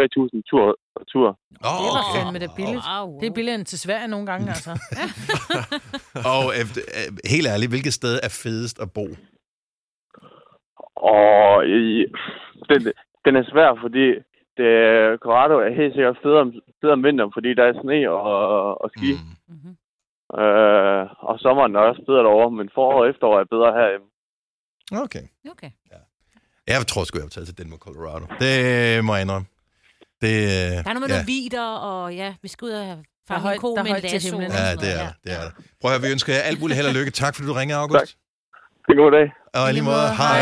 [SPEAKER 24] øh, 3.000 tur. tur.
[SPEAKER 4] Det var fandme da billigt. Det er billigere end til Sverige nogle gange, altså.
[SPEAKER 1] Og øh, øh, helt ærligt, hvilket sted er fedest at bo?
[SPEAKER 24] Og i- den, den er svær, fordi det, Colorado er helt sikkert federe om, federe om vinteren, fordi der er sne og, og ski. Mm. Øh, og sommeren er også bedre derovre, men forår og efterår er bedre herhjemme.
[SPEAKER 1] Okay.
[SPEAKER 2] Okay.
[SPEAKER 1] Jeg tror sgu, jeg har taget til Denver, Colorado. Det må jeg indrømme. Det, øh, der
[SPEAKER 2] Der er noget med ja. nogle vider, og ja, vi skal ud og fange en ko
[SPEAKER 4] der er
[SPEAKER 2] med en
[SPEAKER 4] højt til
[SPEAKER 2] lasso.
[SPEAKER 4] himlen.
[SPEAKER 1] Ja, det er der. Det er der. Prøv at høre, vi ønsker jer alt muligt held og lykke. Tak, fordi du ringede, August. Tak.
[SPEAKER 24] Det er god dag.
[SPEAKER 1] Og i lige måde, hej.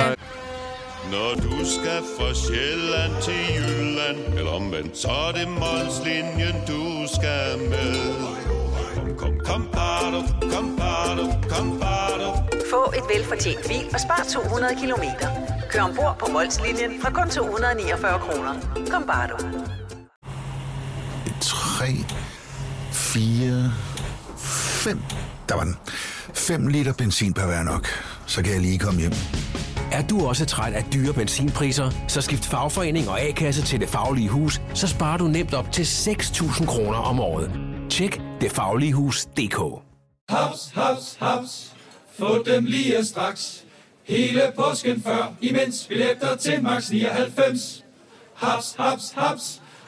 [SPEAKER 25] Når du skal fra Sjælland til Jylland, eller omvendt, så er det Molslinjen, du skal med. Kom, kom, kom, bado, kom, bado, kom, bado.
[SPEAKER 26] Få et velfortjent bil og spar 200 kilometer. Kør ombord på Molslinjen fra kun 249 kroner. Kom bare du.
[SPEAKER 27] 3, 4, 5. Der var den. 5 liter benzin per hver nok. Så kan jeg lige komme hjem.
[SPEAKER 28] Er du også træt af dyre benzinpriser, så skift fagforening og A-kasse til Det Faglige Hus, så sparer du nemt op til 6.000 kroner om året. Tjek detfagligehus.dk
[SPEAKER 29] Haps, haps, haps. Få dem lige straks. Hele påsken før, imens vi læfter til max 99. Haps, haps, haps.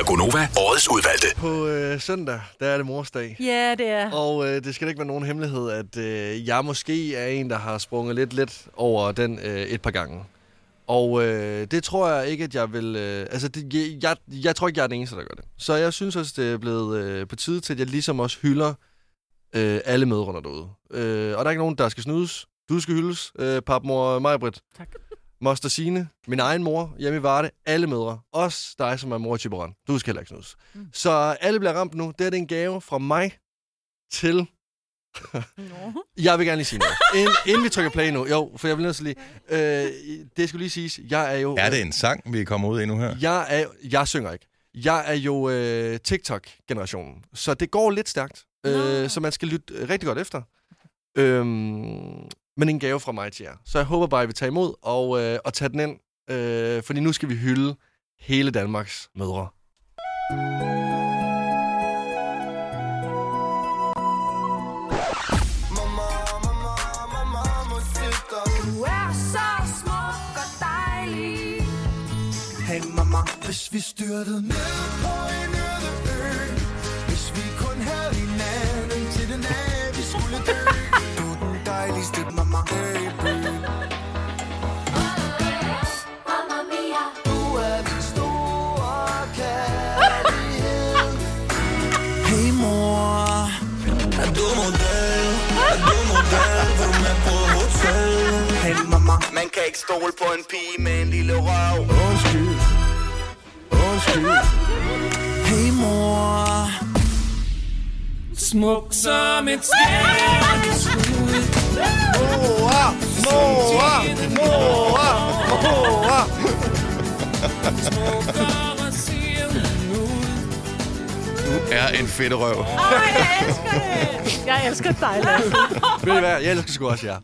[SPEAKER 8] er Gonova, årets udvalgte.
[SPEAKER 3] På øh, søndag, der er det morsdag.
[SPEAKER 4] Ja, det er.
[SPEAKER 3] Og øh, det skal da ikke være nogen hemmelighed, at øh, jeg måske er en, der har sprunget lidt lidt over den øh, et par gange. Og øh, det tror jeg ikke, at jeg vil... Øh, altså, det, jeg, jeg, jeg tror ikke, jeg er den eneste, der gør det. Så jeg synes også, det er blevet øh, på tide til, at jeg ligesom også hylder øh, alle medrunder derude. Øh, og der er ikke nogen, der skal snydes. Du skal hyldes, øh, papmor Majbrit. Tak. Moster Signe, min egen mor, hjemme i Varde, alle mødre. Også dig, som er mor til børn. Du skal heller ikke snydes. Mm. Så alle bliver ramt nu. Det her det er en gave fra mig til... jeg vil gerne lige sige noget. Ind, inden vi trykker play nu. Jo, for jeg bliver nødt til lige... Øh, det skulle lige siges, jeg er jo...
[SPEAKER 1] Er det en sang, vi kommer ud i nu her?
[SPEAKER 3] Jeg, er, jeg synger ikke. Jeg er jo øh, TikTok-generationen, så det går lidt stærkt. Øh, så man skal lytte øh, rigtig godt efter. Øhm, men en gave fra mig til jer. Så jeg håber bare, at I vil tage imod og, øh, og tage den ind. Øh, fordi nu skal vi hylde hele Danmarks mødre.
[SPEAKER 12] Du er så smuk og dejlig.
[SPEAKER 30] Hey mamma, hvis vi styrtede ned på en øde ø Hvis vi kun havde hinanden til den dag, vi skulle dø Du er den dejligste mamma baby
[SPEAKER 12] Mamma mia.
[SPEAKER 30] Du er min store kærlighed Hey mor, er du model? Er du model? Vil du med på hotel? Hey mamma, man kan ikke stole på en pige med en lille røv Undskyld Undskyld. Hey mor.
[SPEAKER 12] Smuk som et skærmskud.
[SPEAKER 30] Mor, mor, mor, mor.
[SPEAKER 1] Du er en fedt røv.
[SPEAKER 14] Jeg elsker dig, Lasse.
[SPEAKER 3] Ved I hvad? Jeg elsker sgu også jer.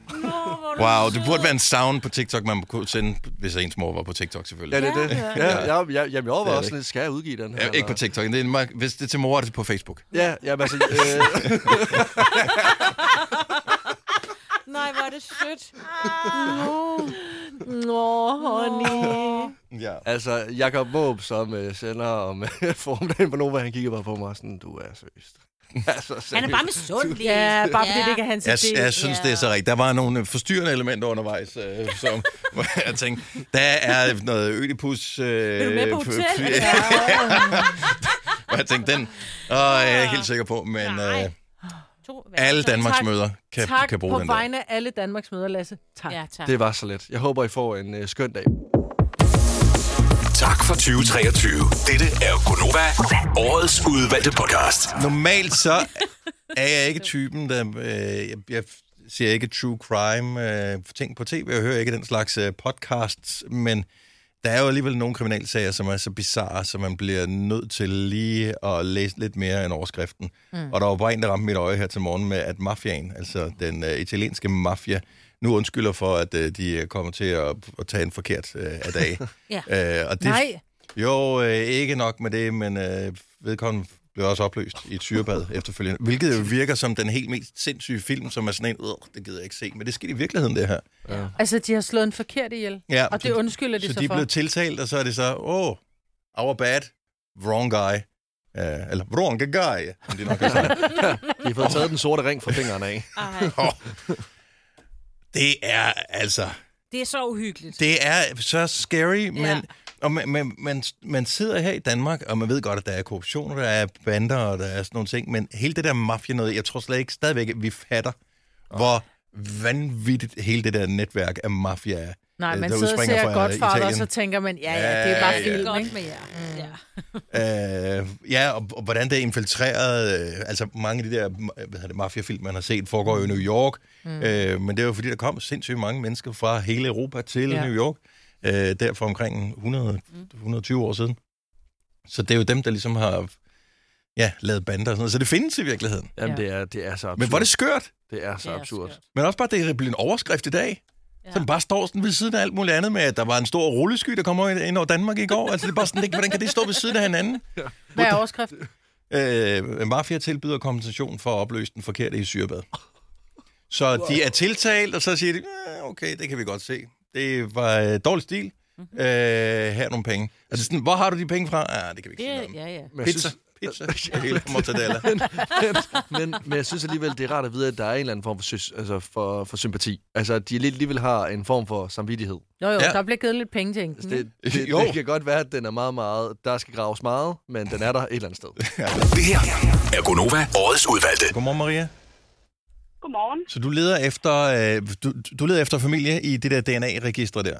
[SPEAKER 1] Wow, det burde være en sound på TikTok, man kunne sende, hvis ens mor var på TikTok
[SPEAKER 3] Ja,
[SPEAKER 1] selvfølgelig.
[SPEAKER 3] det er det. Ja, jeg, jeg, jeg, jeg
[SPEAKER 1] Det er
[SPEAKER 3] overvejer også
[SPEAKER 1] det.
[SPEAKER 3] lidt, skal jeg udgive den her?
[SPEAKER 1] Ja, ikke på TikTok. Det er, meget- hvis det er til mor, er det på Facebook.
[SPEAKER 3] Ja, ja, altså... Øh,
[SPEAKER 2] Nej, hvor er det sødt.
[SPEAKER 14] Nå, honey.
[SPEAKER 1] Ja.
[SPEAKER 3] Altså, Jacob Måb, som øh, sender om øh, formiddagen på Nova, han kigger bare på mig og sådan, du er seriøst.
[SPEAKER 2] Han
[SPEAKER 3] altså,
[SPEAKER 2] er
[SPEAKER 3] seriøst.
[SPEAKER 2] bare misundelig.
[SPEAKER 14] Ja, bare fordi det ikke er hans
[SPEAKER 1] Jeg, jeg synes, det er så rigtigt. Der var nogle øh, forstyrrende elementer undervejs, øh, som hvor jeg tænkte, der er noget ødipus... Øh,
[SPEAKER 12] Vil du med på hotel?
[SPEAKER 1] f- f- Og jeg tænkte, den åh, jeg er jeg helt sikker på, men øh, alle Danmarks
[SPEAKER 4] Tak.
[SPEAKER 1] møder kan,
[SPEAKER 4] tak
[SPEAKER 1] kan
[SPEAKER 4] på
[SPEAKER 1] bruge den der.
[SPEAKER 4] vegne af alle Danmarks møder, Lasse. Tak. Ja, tak.
[SPEAKER 3] Det var så let. Jeg håber, I får en øh, skøn dag.
[SPEAKER 8] Tak for for 2023. Dette er Gonova, årets udvalgte podcast.
[SPEAKER 1] Normalt så er jeg ikke typen, der... Øh, jeg, jeg ser ikke true crime øh, ting på tv, jeg hører ikke den slags øh, podcasts, men der er jo alligevel nogle kriminalsager, som er så bizarre, så man bliver nødt til lige at læse lidt mere end overskriften.
[SPEAKER 31] Mm.
[SPEAKER 1] Mm. Og der var bare en, der ramte mit øje her til morgen med, at mafiaen, altså den øh, italienske mafia, nu undskylder for, at øh, de kommer til at, at tage en forkert øh, af dag.
[SPEAKER 31] Ja.
[SPEAKER 1] Øh, og det,
[SPEAKER 31] Nej.
[SPEAKER 1] Jo, øh, ikke nok med det, men øh, vedkommende blev også opløst i et syrebad efterfølgende. Hvilket jo virker som den helt mest sindssyge film, som er sådan en, øh, det gider jeg ikke se, men det skete i virkeligheden, det her. Ja.
[SPEAKER 4] Altså, de har slået en forkert ihjel, ja, og det undskylder de
[SPEAKER 1] så
[SPEAKER 4] så,
[SPEAKER 1] de
[SPEAKER 4] for.
[SPEAKER 1] er blevet tiltalt, og så er det så, åh, oh, our bad, wrong guy. Uh, eller wrong guy, som de nok har sagt.
[SPEAKER 3] De har fået taget den sorte ring fra fingrene af.
[SPEAKER 1] Åh. det er altså...
[SPEAKER 2] Det er så uhyggeligt.
[SPEAKER 1] Det er så scary, men, ja. og man, man, man, man sidder her i Danmark, og man ved godt, at der er korruption, og der er bander, og der er sådan nogle ting, men hele det der mafia noget, jeg tror slet ikke stadigvæk, at vi fatter, hvor vanvittigt hele det der netværk af mafia er.
[SPEAKER 4] Nej,
[SPEAKER 1] øh,
[SPEAKER 4] man
[SPEAKER 1] der
[SPEAKER 4] sidder og
[SPEAKER 1] udspringer
[SPEAKER 4] ser
[SPEAKER 1] fra
[SPEAKER 4] Godfather, og
[SPEAKER 1] Italien.
[SPEAKER 4] så tænker man, ja, ja, det er bare
[SPEAKER 1] Ja, ja.
[SPEAKER 4] film,
[SPEAKER 1] Godt
[SPEAKER 4] ikke? Mm. med jer.
[SPEAKER 1] Øh, ja, og, og hvordan det er infiltreret. Øh, altså mange af de der hvad hedder det, mafiafilm, man har set, foregår jo i New York.
[SPEAKER 31] Mm.
[SPEAKER 1] Mm. Øh, men det var fordi, der kom sindssygt mange mennesker fra hele Europa til
[SPEAKER 31] Ja.
[SPEAKER 1] ja. Mm. New York. Øh, der for omkring 100, 120 år siden. Så det er jo dem, der ligesom har ja, lavet bander og sådan noget. Så det findes i virkeligheden.
[SPEAKER 3] Jamen, det er, det er så absurd.
[SPEAKER 1] Men hvor er det skørt.
[SPEAKER 3] Det er så absurd.
[SPEAKER 1] Men også bare, det er blevet en overskrift i dag. Ja. Som bare står sådan ved siden af alt muligt andet med, at der var en stor rullesky, der kom over- ind over Danmark i går. Altså, det er bare sådan, det- hvordan kan det stå ved siden af hinanden?
[SPEAKER 4] Hvad er overskriften?
[SPEAKER 1] Øh, mafia tilbyder kompensation for at opløse den forkerte i syrebad. Så wow. de er tiltalt, og så siger de, "Øh, okay, det kan vi godt se. Det var øh, dårlig stil. Mm-hmm. Øh, her er nogle penge. Altså sådan, hvor har du de penge fra? Ah, det kan vi ikke.
[SPEAKER 2] Det, er- ja, ja.
[SPEAKER 1] Men Pizza. Pizza. Ja, hele mortadella.
[SPEAKER 3] men, men jeg synes alligevel, det er rart at vide, at der er en eller anden form for, sys, altså for, for sympati. Altså, at de lidt alligevel har en form for samvittighed.
[SPEAKER 4] Jo, jo, ja. der bliver givet lidt penge til enken.
[SPEAKER 3] Altså, Det,
[SPEAKER 8] Mm.
[SPEAKER 3] det,
[SPEAKER 1] Jo.
[SPEAKER 3] det kan godt være, at den er meget, meget... Der skal graves meget, men den er der et eller andet sted.
[SPEAKER 8] Det her er Gonova, årets udvalgte.
[SPEAKER 1] Godmorgen, Maria.
[SPEAKER 21] Godmorgen.
[SPEAKER 1] Så du leder efter, øh, du, du leder efter familie i det der DNA-register der?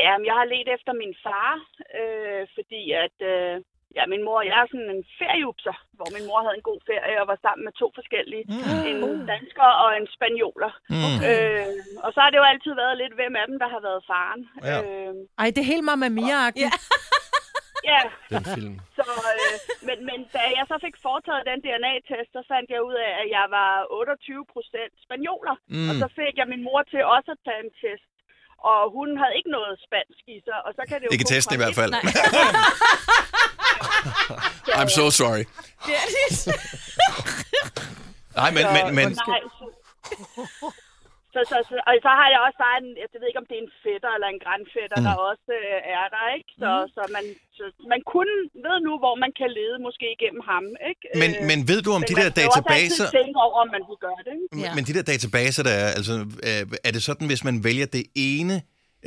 [SPEAKER 21] Ja, men jeg har let efter min far, øh, fordi at øh, ja, min mor og jeg er sådan en ferieupser, hvor min mor havde en god ferie og var sammen med to forskellige. Mm. En dansker og en spanioler.
[SPEAKER 4] Mm.
[SPEAKER 21] Øh, og så har det jo altid været lidt, hvem af dem, der har været faren.
[SPEAKER 4] Ja.
[SPEAKER 21] Øh,
[SPEAKER 4] Ej, det er helt Mamma Mia-agtigt.
[SPEAKER 21] ja,
[SPEAKER 3] Den film.
[SPEAKER 21] så, øh, men, men da jeg så fik foretaget den DNA-test, så fandt jeg ud af, at jeg var 28 procent spanioler. Mm.
[SPEAKER 5] Mm.
[SPEAKER 21] Og så fik jeg min mor til også at tage en test. Og hun havde ikke noget spansk i sig, og så kan det jo
[SPEAKER 1] Ikke
[SPEAKER 21] kun
[SPEAKER 1] testen i
[SPEAKER 21] komme
[SPEAKER 1] hvert
[SPEAKER 21] et-
[SPEAKER 1] fald.
[SPEAKER 21] Nej.
[SPEAKER 1] I'm so sorry.
[SPEAKER 21] Det er det.
[SPEAKER 1] Nej, men, men, men,
[SPEAKER 21] Så, nej, så- så, så, så, og så har jeg også bare en, jeg ved ikke om det er en fætter eller en grandfætter, mm. der
[SPEAKER 1] Mm.
[SPEAKER 21] også øh, er der, ikke? Så, mm. så, man, så man kunne ved nu, hvor man kan lede måske igennem ham, ikke?
[SPEAKER 1] Men-
[SPEAKER 21] Øh,
[SPEAKER 1] men ved du om de der
[SPEAKER 21] man skal jo også altid
[SPEAKER 1] databaser-
[SPEAKER 21] tænke over, om man vil gøre det, ikke?
[SPEAKER 1] men de der databaser, der er, altså, øh, er det sådan, hvis man vælger det ene,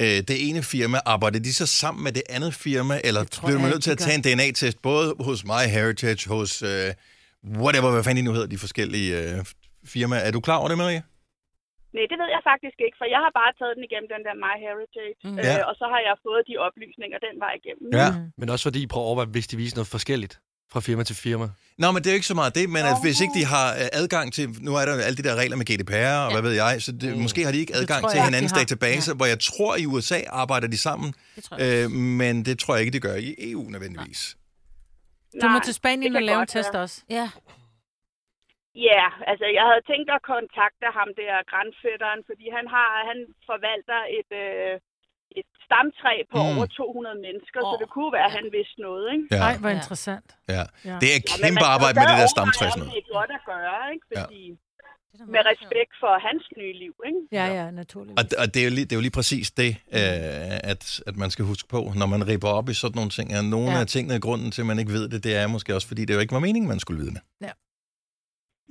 [SPEAKER 1] øh, det ene firma, arbejder de så sammen med det andet firma, eller bliver man
[SPEAKER 31] jeg
[SPEAKER 1] nødt til at
[SPEAKER 31] ikke, de
[SPEAKER 1] tage en DNA-test, både hos MyHeritage, hos øh, whatever, hvad fanden de nu hedder, de forskellige øh, firmaer. Er du klar over det, Maria?
[SPEAKER 21] Nej, det ved jeg faktisk ikke, for jeg har bare taget den igennem den der MyHeritage, mm. øh,
[SPEAKER 3] Ja.
[SPEAKER 21] og så har jeg fået de oplysninger den vej igennem.
[SPEAKER 3] Men også fordi, prøv at overveje, hvis de viser noget forskelligt fra firma til firma.
[SPEAKER 1] Nå, men det er jo ikke så meget det, men at hvis ikke de har øh, adgang til, nu er der jo alle de der regler med GDPR, og ja. hvad ved jeg, så det, måske har de ikke
[SPEAKER 31] Mm. Det
[SPEAKER 1] adgang
[SPEAKER 31] tror
[SPEAKER 1] til
[SPEAKER 31] jeg, de
[SPEAKER 1] hinandens
[SPEAKER 31] har.
[SPEAKER 1] databaser, hvor jeg tror, i USA arbejder de sammen,
[SPEAKER 31] Det tror jeg
[SPEAKER 1] øh, men det tror jeg ikke, de gør i EU nødvendigvis.
[SPEAKER 4] Du må
[SPEAKER 21] Nej,
[SPEAKER 4] til
[SPEAKER 21] det
[SPEAKER 4] Spanien
[SPEAKER 21] kan
[SPEAKER 4] og lave en
[SPEAKER 21] godt
[SPEAKER 4] test
[SPEAKER 21] være.
[SPEAKER 4] også. Ja.
[SPEAKER 21] Ja, altså jeg havde tænkt at kontakte ham der, grandfætteren, fordi han har han forvalter et, øh, et stamtræ på
[SPEAKER 1] Mm.
[SPEAKER 21] mm. over 200 mennesker, oh. så det kunne være, at han vidste noget, ikke?
[SPEAKER 1] Ja. Ej,
[SPEAKER 4] hvor interessant.
[SPEAKER 1] Ja.
[SPEAKER 21] Ja.
[SPEAKER 1] Det er
[SPEAKER 21] men
[SPEAKER 1] kæmpe
[SPEAKER 21] man skal
[SPEAKER 1] arbejde
[SPEAKER 21] jo
[SPEAKER 1] med det der
[SPEAKER 21] stadig
[SPEAKER 1] stamtræ.
[SPEAKER 21] overveje, om Det er godt at gøre, ikke? Fordi, ja. med respekt for hans nye liv, ikke?
[SPEAKER 4] Ja, ja, naturligvis.
[SPEAKER 1] Og, og det, er jo lige, det er jo lige præcis det, øh, at, at man skal huske på, når man ripper op i sådan nogle ting, at nogle
[SPEAKER 4] Ja.
[SPEAKER 1] ja. af tingene, grunden til, at man ikke ved det, det er måske også, fordi det jo ikke var meningen, man skulle vide det.
[SPEAKER 4] Ja.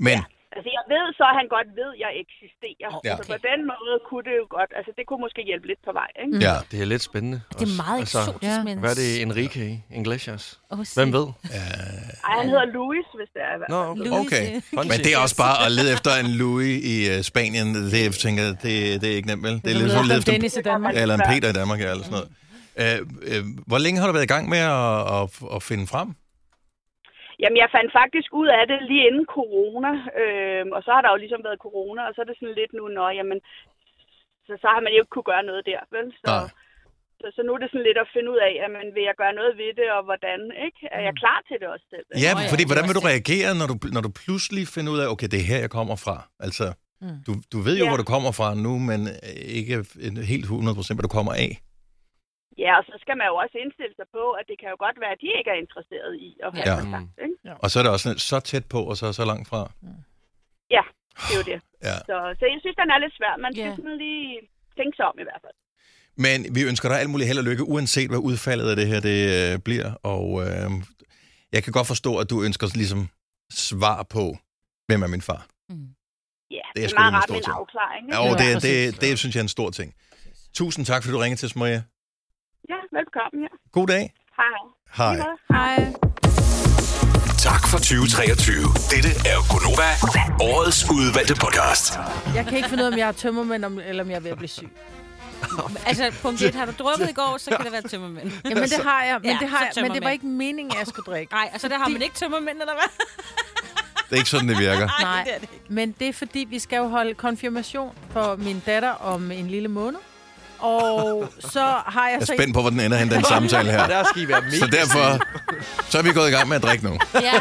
[SPEAKER 1] Men,
[SPEAKER 21] Altså jeg ved så, at han godt ved, at jeg eksisterer.
[SPEAKER 1] Ja.
[SPEAKER 21] Så på den måde kunne det jo godt, altså det kunne måske hjælpe lidt på vej, ikke?
[SPEAKER 3] Ja. Det er lidt spændende.
[SPEAKER 21] Mm.
[SPEAKER 3] Altså,
[SPEAKER 21] Det er meget eksotisk, Ja. men-
[SPEAKER 3] Hvad er det, Enrique Iglesias?
[SPEAKER 21] Åh,
[SPEAKER 3] Hvem ved?
[SPEAKER 21] Ej, han hedder Louis, hvis det er. i hvert
[SPEAKER 3] Nå,
[SPEAKER 21] fald.
[SPEAKER 1] okay. øh, Men det er også bare at lede efter en Louis i øh, Spanien, det jeg tænker, det, det er ikke nemt, vel? Det er
[SPEAKER 21] leder
[SPEAKER 1] lidt som
[SPEAKER 21] efter
[SPEAKER 1] at lede
[SPEAKER 21] en
[SPEAKER 1] efter
[SPEAKER 21] Dennis i Danmark.
[SPEAKER 1] Eller en Peter i Danmark, ja, eller sådan noget. Øh, øh, hvor længe har du været i gang med at, at, at finde frem?
[SPEAKER 21] Jamen, jeg fandt faktisk ud af det lige inden corona, øhm, og så har der jo ligesom været corona, og så er det sådan lidt nu, nå, jamen, så, så har man jo ikke kunne gøre noget der, vel? Så, så, så nu er det sådan lidt at finde ud af, jamen, vil jeg gøre noget ved det, og hvordan, ikke? Er jeg klar til Mm. det også selv?
[SPEAKER 1] Ja, fordi hvordan vil du reagere, når du, når du pludselig finder ud af, okay, det er her, jeg kommer fra? Altså,
[SPEAKER 21] Mm.
[SPEAKER 1] du, du ved jo,
[SPEAKER 21] Ja.
[SPEAKER 1] hvor du kommer fra nu, men øh, ikke en- helt 100% hvad du kommer af.
[SPEAKER 21] Ja, og så skal man jo også indstille sig på, at det kan jo godt være, at de ikke er interesseret i at have
[SPEAKER 1] Ja.
[SPEAKER 21] ja. kontakt, ikke? Ja.
[SPEAKER 1] Og så er det også sådan, så tæt på, og så så langt fra.
[SPEAKER 21] ja, det er jo det.
[SPEAKER 1] Ja.
[SPEAKER 21] Så, så jeg synes, den er lidt svær. Man skal yeah. sådan lige tænke sig om i hvert fald.
[SPEAKER 1] Men vi ønsker dig alt muligt held og lykke, uanset hvad udfaldet af det her det, øh, bliver. Og øh, jeg kan godt forstå, at du ønsker ligesom svar på, hvem er min far.
[SPEAKER 21] Ja,
[SPEAKER 1] Det
[SPEAKER 21] det
[SPEAKER 1] er
[SPEAKER 21] er,
[SPEAKER 1] sgu
[SPEAKER 21] meget
[SPEAKER 1] da en
[SPEAKER 21] rart
[SPEAKER 1] stor
[SPEAKER 21] med en
[SPEAKER 1] ting.
[SPEAKER 21] afklaring.
[SPEAKER 1] Ja, og det, det, det synes jeg er en stor ting. Tusind tak, fordi du ringede til os, Maria.
[SPEAKER 21] Ja, velkommen. Ja.
[SPEAKER 1] God dag.
[SPEAKER 21] Hej.
[SPEAKER 1] Hej.
[SPEAKER 21] Hej.
[SPEAKER 8] Tak for 2023. Dette er Gonova, årets udvalgte podcast.
[SPEAKER 4] Jeg kan ikke finde ud af, om jeg er tømmermænd, om- eller om jeg er ved at blive syg.
[SPEAKER 2] Altså, punkt 1, har du drukket i går, så kan det være tømmermænd.
[SPEAKER 4] Jamen, det har jeg, men, ja, det, har
[SPEAKER 2] så
[SPEAKER 4] jeg, men det var
[SPEAKER 2] tømmermænd.
[SPEAKER 4] ikke meningen, at jeg skulle drikke.
[SPEAKER 2] Nej, altså der har man ikke tømmermænd, eller hvad?
[SPEAKER 1] Det er ikke sådan, det virker.
[SPEAKER 4] Nej, altså det er det ikke. men det er fordi, vi skal jo holde konfirmation for min datter om en lille måned. Og så har jeg,
[SPEAKER 1] Jeg
[SPEAKER 4] så...
[SPEAKER 1] er spændt på, hvor den ender hen, den samtale her.
[SPEAKER 4] Der skal I være mega
[SPEAKER 1] så derfor, så er vi gået i gang med at drikke nu.
[SPEAKER 4] Ja.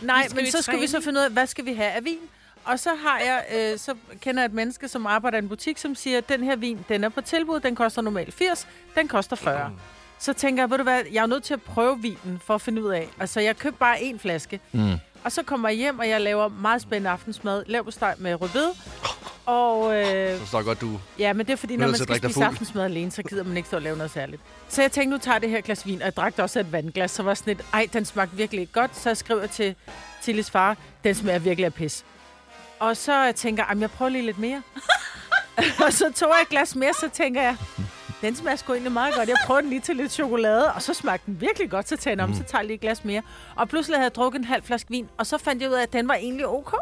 [SPEAKER 4] Nej,
[SPEAKER 2] skal
[SPEAKER 4] men
[SPEAKER 2] vi
[SPEAKER 4] så skulle vi
[SPEAKER 2] træne.
[SPEAKER 4] så finde ud af, hvad skal vi have af vin? Og så har jeg, øh, så kender jeg et menneske, som arbejder i en butik, som siger, at den her vin, den er på tilbud, den koster normalt 80, den koster
[SPEAKER 2] Mm.
[SPEAKER 4] 40. Så tænker jeg, ved du hvad, jeg er jo nødt til at prøve vinen for at finde ud af. Altså, jeg købte bare en flaske.
[SPEAKER 31] Mm.
[SPEAKER 4] Og så kommer jeg hjem, og jeg laver meget spændende aftensmad. Lav på steg med rødbed. Og øh,
[SPEAKER 3] Så står godt, du...
[SPEAKER 4] Ja, men det er fordi,
[SPEAKER 3] Nu
[SPEAKER 4] når
[SPEAKER 3] er
[SPEAKER 4] man
[SPEAKER 3] det til
[SPEAKER 4] skal
[SPEAKER 3] at drikke dig
[SPEAKER 4] spise
[SPEAKER 3] fuld.
[SPEAKER 4] aftensmad alene, så gider man ikke stå og lave noget særligt. Så jeg tænkte, nu tager jeg det her glas vin, og jeg drak da også af et vandglas, så var jeg sådan lidt, ej, den smagte virkelig ikke godt. Så jeg skriver til Tilles far, den smager virkelig af pis. Og så tænker jeg, "Jamen, jeg prøver lige lidt mere. og så tog jeg et glas mere, så tænker jeg, den smager sgu egentlig meget godt. Jeg prøver den lige til lidt chokolade, og så smagte den virkelig godt, så tager jeg den om,
[SPEAKER 31] Mm.
[SPEAKER 1] Mhm.
[SPEAKER 4] så tager jeg lige et glas mere. Og pludselig havde jeg drukket en halv flaske vin, og så fandt jeg ud af, at den var egentlig ok.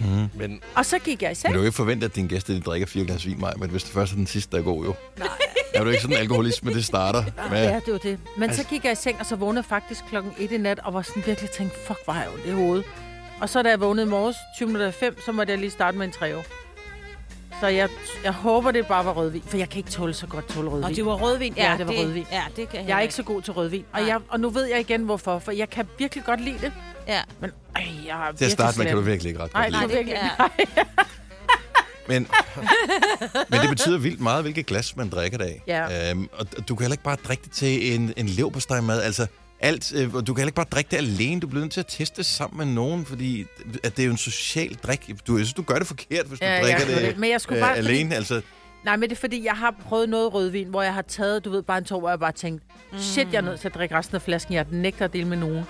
[SPEAKER 1] Mm. Men
[SPEAKER 4] Og så gik jeg i seng.
[SPEAKER 1] Men du kan ikke forvente, at dine gæster de drikker fire glas vin, Maja, men hvis det først er den sidste, der er god, jo. Nej. Er du ikke sådan en alkoholisme, det starter med?
[SPEAKER 4] Ja, det var det. Men altså,
[SPEAKER 1] Altså-
[SPEAKER 4] så gik jeg i seng, og så vågnede jeg faktisk klokken 1 i nat, og var sådan virkelig tænkt, fuck, hvor har jeg ondt i hovedet. Og så da jeg vågnede i morges, 20 minutter i fem, så måtte jeg lige starte med en treo. Så jeg, jeg håber, det bare var rødvin, for jeg kan ikke tåle så godt tåle rødvin.
[SPEAKER 2] Og det var rødvin.
[SPEAKER 4] Ja, det var rødvin.
[SPEAKER 2] Ja, det kan
[SPEAKER 4] Jeg er ikke så god til rødvin, og, jeg, og nu ved jeg igen hvorfor, for jeg kan virkelig godt lide det.
[SPEAKER 2] Ja.
[SPEAKER 4] Men ej, jeg har
[SPEAKER 1] Til at starte med kan du virkelig ikke ret
[SPEAKER 4] Nej,
[SPEAKER 1] godt
[SPEAKER 4] det kan
[SPEAKER 1] lide
[SPEAKER 4] jeg virkelig ikke.
[SPEAKER 1] Men, men det betyder vildt meget, hvilket glas man drikker det af.
[SPEAKER 4] Ja.
[SPEAKER 1] Øhm, og d- du kan heller ikke bare drikke det til en, en leverpostejmad. Altså, alt, øh, og du kan heller ikke bare drikke det alene. Du bliver nødt til at teste det sammen med nogen, fordi at det er jo en social drik. Du, jeg synes, du gør det forkert, hvis du
[SPEAKER 4] Ja, jeg
[SPEAKER 1] drikker
[SPEAKER 4] gør
[SPEAKER 1] det,
[SPEAKER 4] det. Men jeg skulle bare-
[SPEAKER 1] alene.
[SPEAKER 4] fordi-
[SPEAKER 1] Altså,
[SPEAKER 4] Nej, men det er fordi, jeg har prøvet noget rødvin, hvor jeg har taget, du ved, bare en tår, hvor jeg bare tænkte, shit, jeg er nødt til at drikke resten af flasken, jeg nægter at dele med nogen.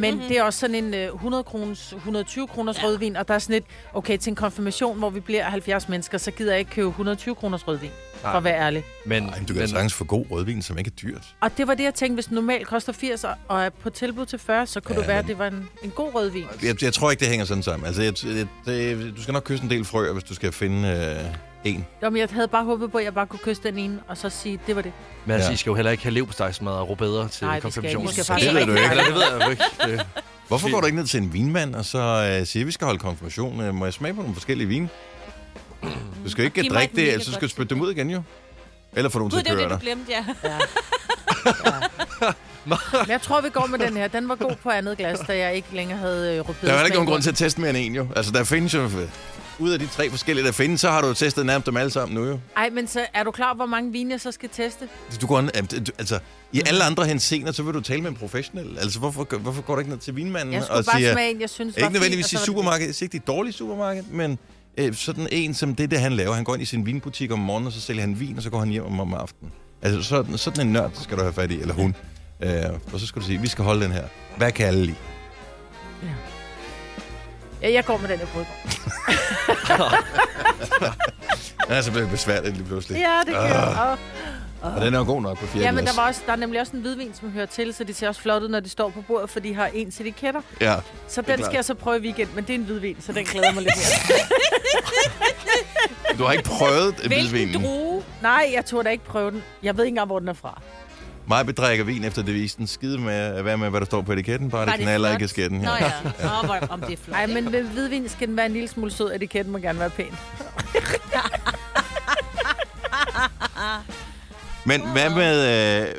[SPEAKER 4] men det er også sådan en øh, 100 kroners, 120 kroners ja. rødvin, og der er sådan et, okay, til en konfirmation, hvor vi bliver 70 mennesker, så gider jeg ikke købe 120 kroners rødvin, Nej. for at være ærlig.
[SPEAKER 1] Men, Ej, men du kan men, sagtens få god rødvin, som ikke er dyrt.
[SPEAKER 4] Og det var det, jeg tænkte, hvis den normalt koster 80 og- og er på tilbud til 40, så kunne ja, det være,
[SPEAKER 1] Ja, men-
[SPEAKER 4] at det var en, en god rødvin.
[SPEAKER 1] Jeg, jeg tror ikke, det hænger sådan sammen. Altså, jeg, jeg, det, du skal nok kysse en del frøer, hvis du skal finde øh, en.
[SPEAKER 4] Jo, men jeg havde bare håbet på, at jeg bare kunne kysse den ene, og så sige, det var det.
[SPEAKER 3] Men altså, ja. I skal jo heller ikke have levpostejsmad og rubeder til
[SPEAKER 4] Nej, vi skal
[SPEAKER 3] konfirmationen.
[SPEAKER 4] ikke. Vi skal
[SPEAKER 1] faktisk Det ved ikke. du ikke.
[SPEAKER 3] Eller, det ved jeg jo ikke. Det.
[SPEAKER 1] Hvorfor går du ikke ned til en vinmand og så øh, siger, at vi skal holde konfirmation? Øh, må jeg smage på nogle forskellige vin? Du skal jo ikke
[SPEAKER 2] Giv mig et
[SPEAKER 1] drikke det,
[SPEAKER 2] mega
[SPEAKER 1] ellers så skal
[SPEAKER 2] godt
[SPEAKER 1] du spytte dem ud igen jo. Eller få nogen til
[SPEAKER 2] Gud,
[SPEAKER 1] at
[SPEAKER 2] det var
[SPEAKER 1] køre
[SPEAKER 2] det, du
[SPEAKER 1] dig.
[SPEAKER 2] glemte, ja. ja.
[SPEAKER 4] Men jeg tror, vi går med den her. Den var god på andet glas, da jeg ikke længere havde øh, rødbede.
[SPEAKER 1] Der er jo heller ikke nogen grund til at teste mere end en jo. Altså, der findes jo... øh, Ud af de tre forskellige, der findes, så har du jo testet nærmest dem alle sammen nu jo.
[SPEAKER 4] Ej, men så er du klar over, hvor mange vine jeg så skal teste?
[SPEAKER 1] Du går, an- øh, d- d- altså, i
[SPEAKER 4] Mhm.
[SPEAKER 1] alle andre hensener, så vil du tale med en professionel. Altså, hvorfor, gør- hvorfor går du ikke ned til vinmanden
[SPEAKER 4] Jeg skulle
[SPEAKER 1] og
[SPEAKER 4] bare
[SPEAKER 1] siger...
[SPEAKER 4] smage en, jeg synes var
[SPEAKER 1] ikke
[SPEAKER 4] fin,
[SPEAKER 1] nødvendigvis i
[SPEAKER 4] og så var det det.
[SPEAKER 1] supermarkedet, det er ikke det dårlige supermarked, men øh, sådan en som det, det han laver. Han går ind i sin vinbutik om morgenen, og så sælger han vin, og så går han hjem om, om aftenen. Altså, sådan, sådan en nørd skal du have fat i, eller hun. Øh, og så skal du sige, vi skal holde den her. Hvad kan alle lide?
[SPEAKER 4] Ja, jeg går med den, jeg brød.
[SPEAKER 1] Ja, så bliver det besværligt lige pludselig.
[SPEAKER 4] ja, det gør
[SPEAKER 1] Ah,
[SPEAKER 4] jeg. Åh.
[SPEAKER 1] Og den er jo god nok på fire
[SPEAKER 4] Ja, men der,
[SPEAKER 1] glas.
[SPEAKER 4] var også, der er nemlig også en hvidvin, som hører til, så de ser også flot ud, når de står på bordet, for de har ens etiketter.
[SPEAKER 1] Ja,
[SPEAKER 4] Så
[SPEAKER 1] det er
[SPEAKER 4] den skal
[SPEAKER 1] klart.
[SPEAKER 4] jeg så prøve i weekend, men det er en hvidvin, så den glæder jeg mig lidt mere.
[SPEAKER 1] Du har ikke prøvet øh, vildvinen.
[SPEAKER 4] drue Nej, jeg tog da ikke prøve den. Jeg ved ikke engang, hvor den er fra.
[SPEAKER 1] Mig bedrikker vin efter devisen. Skide med, hvad med, hvad der står på etiketten. Bare det knaller i kasketten.
[SPEAKER 4] Nå
[SPEAKER 1] Ja.
[SPEAKER 4] ja. Nå, hvor, om det er flot. Nej, men ved hvidvin skal den være en lille smule sød, etiketten må gerne være pæn.
[SPEAKER 1] Men hvad med, øh,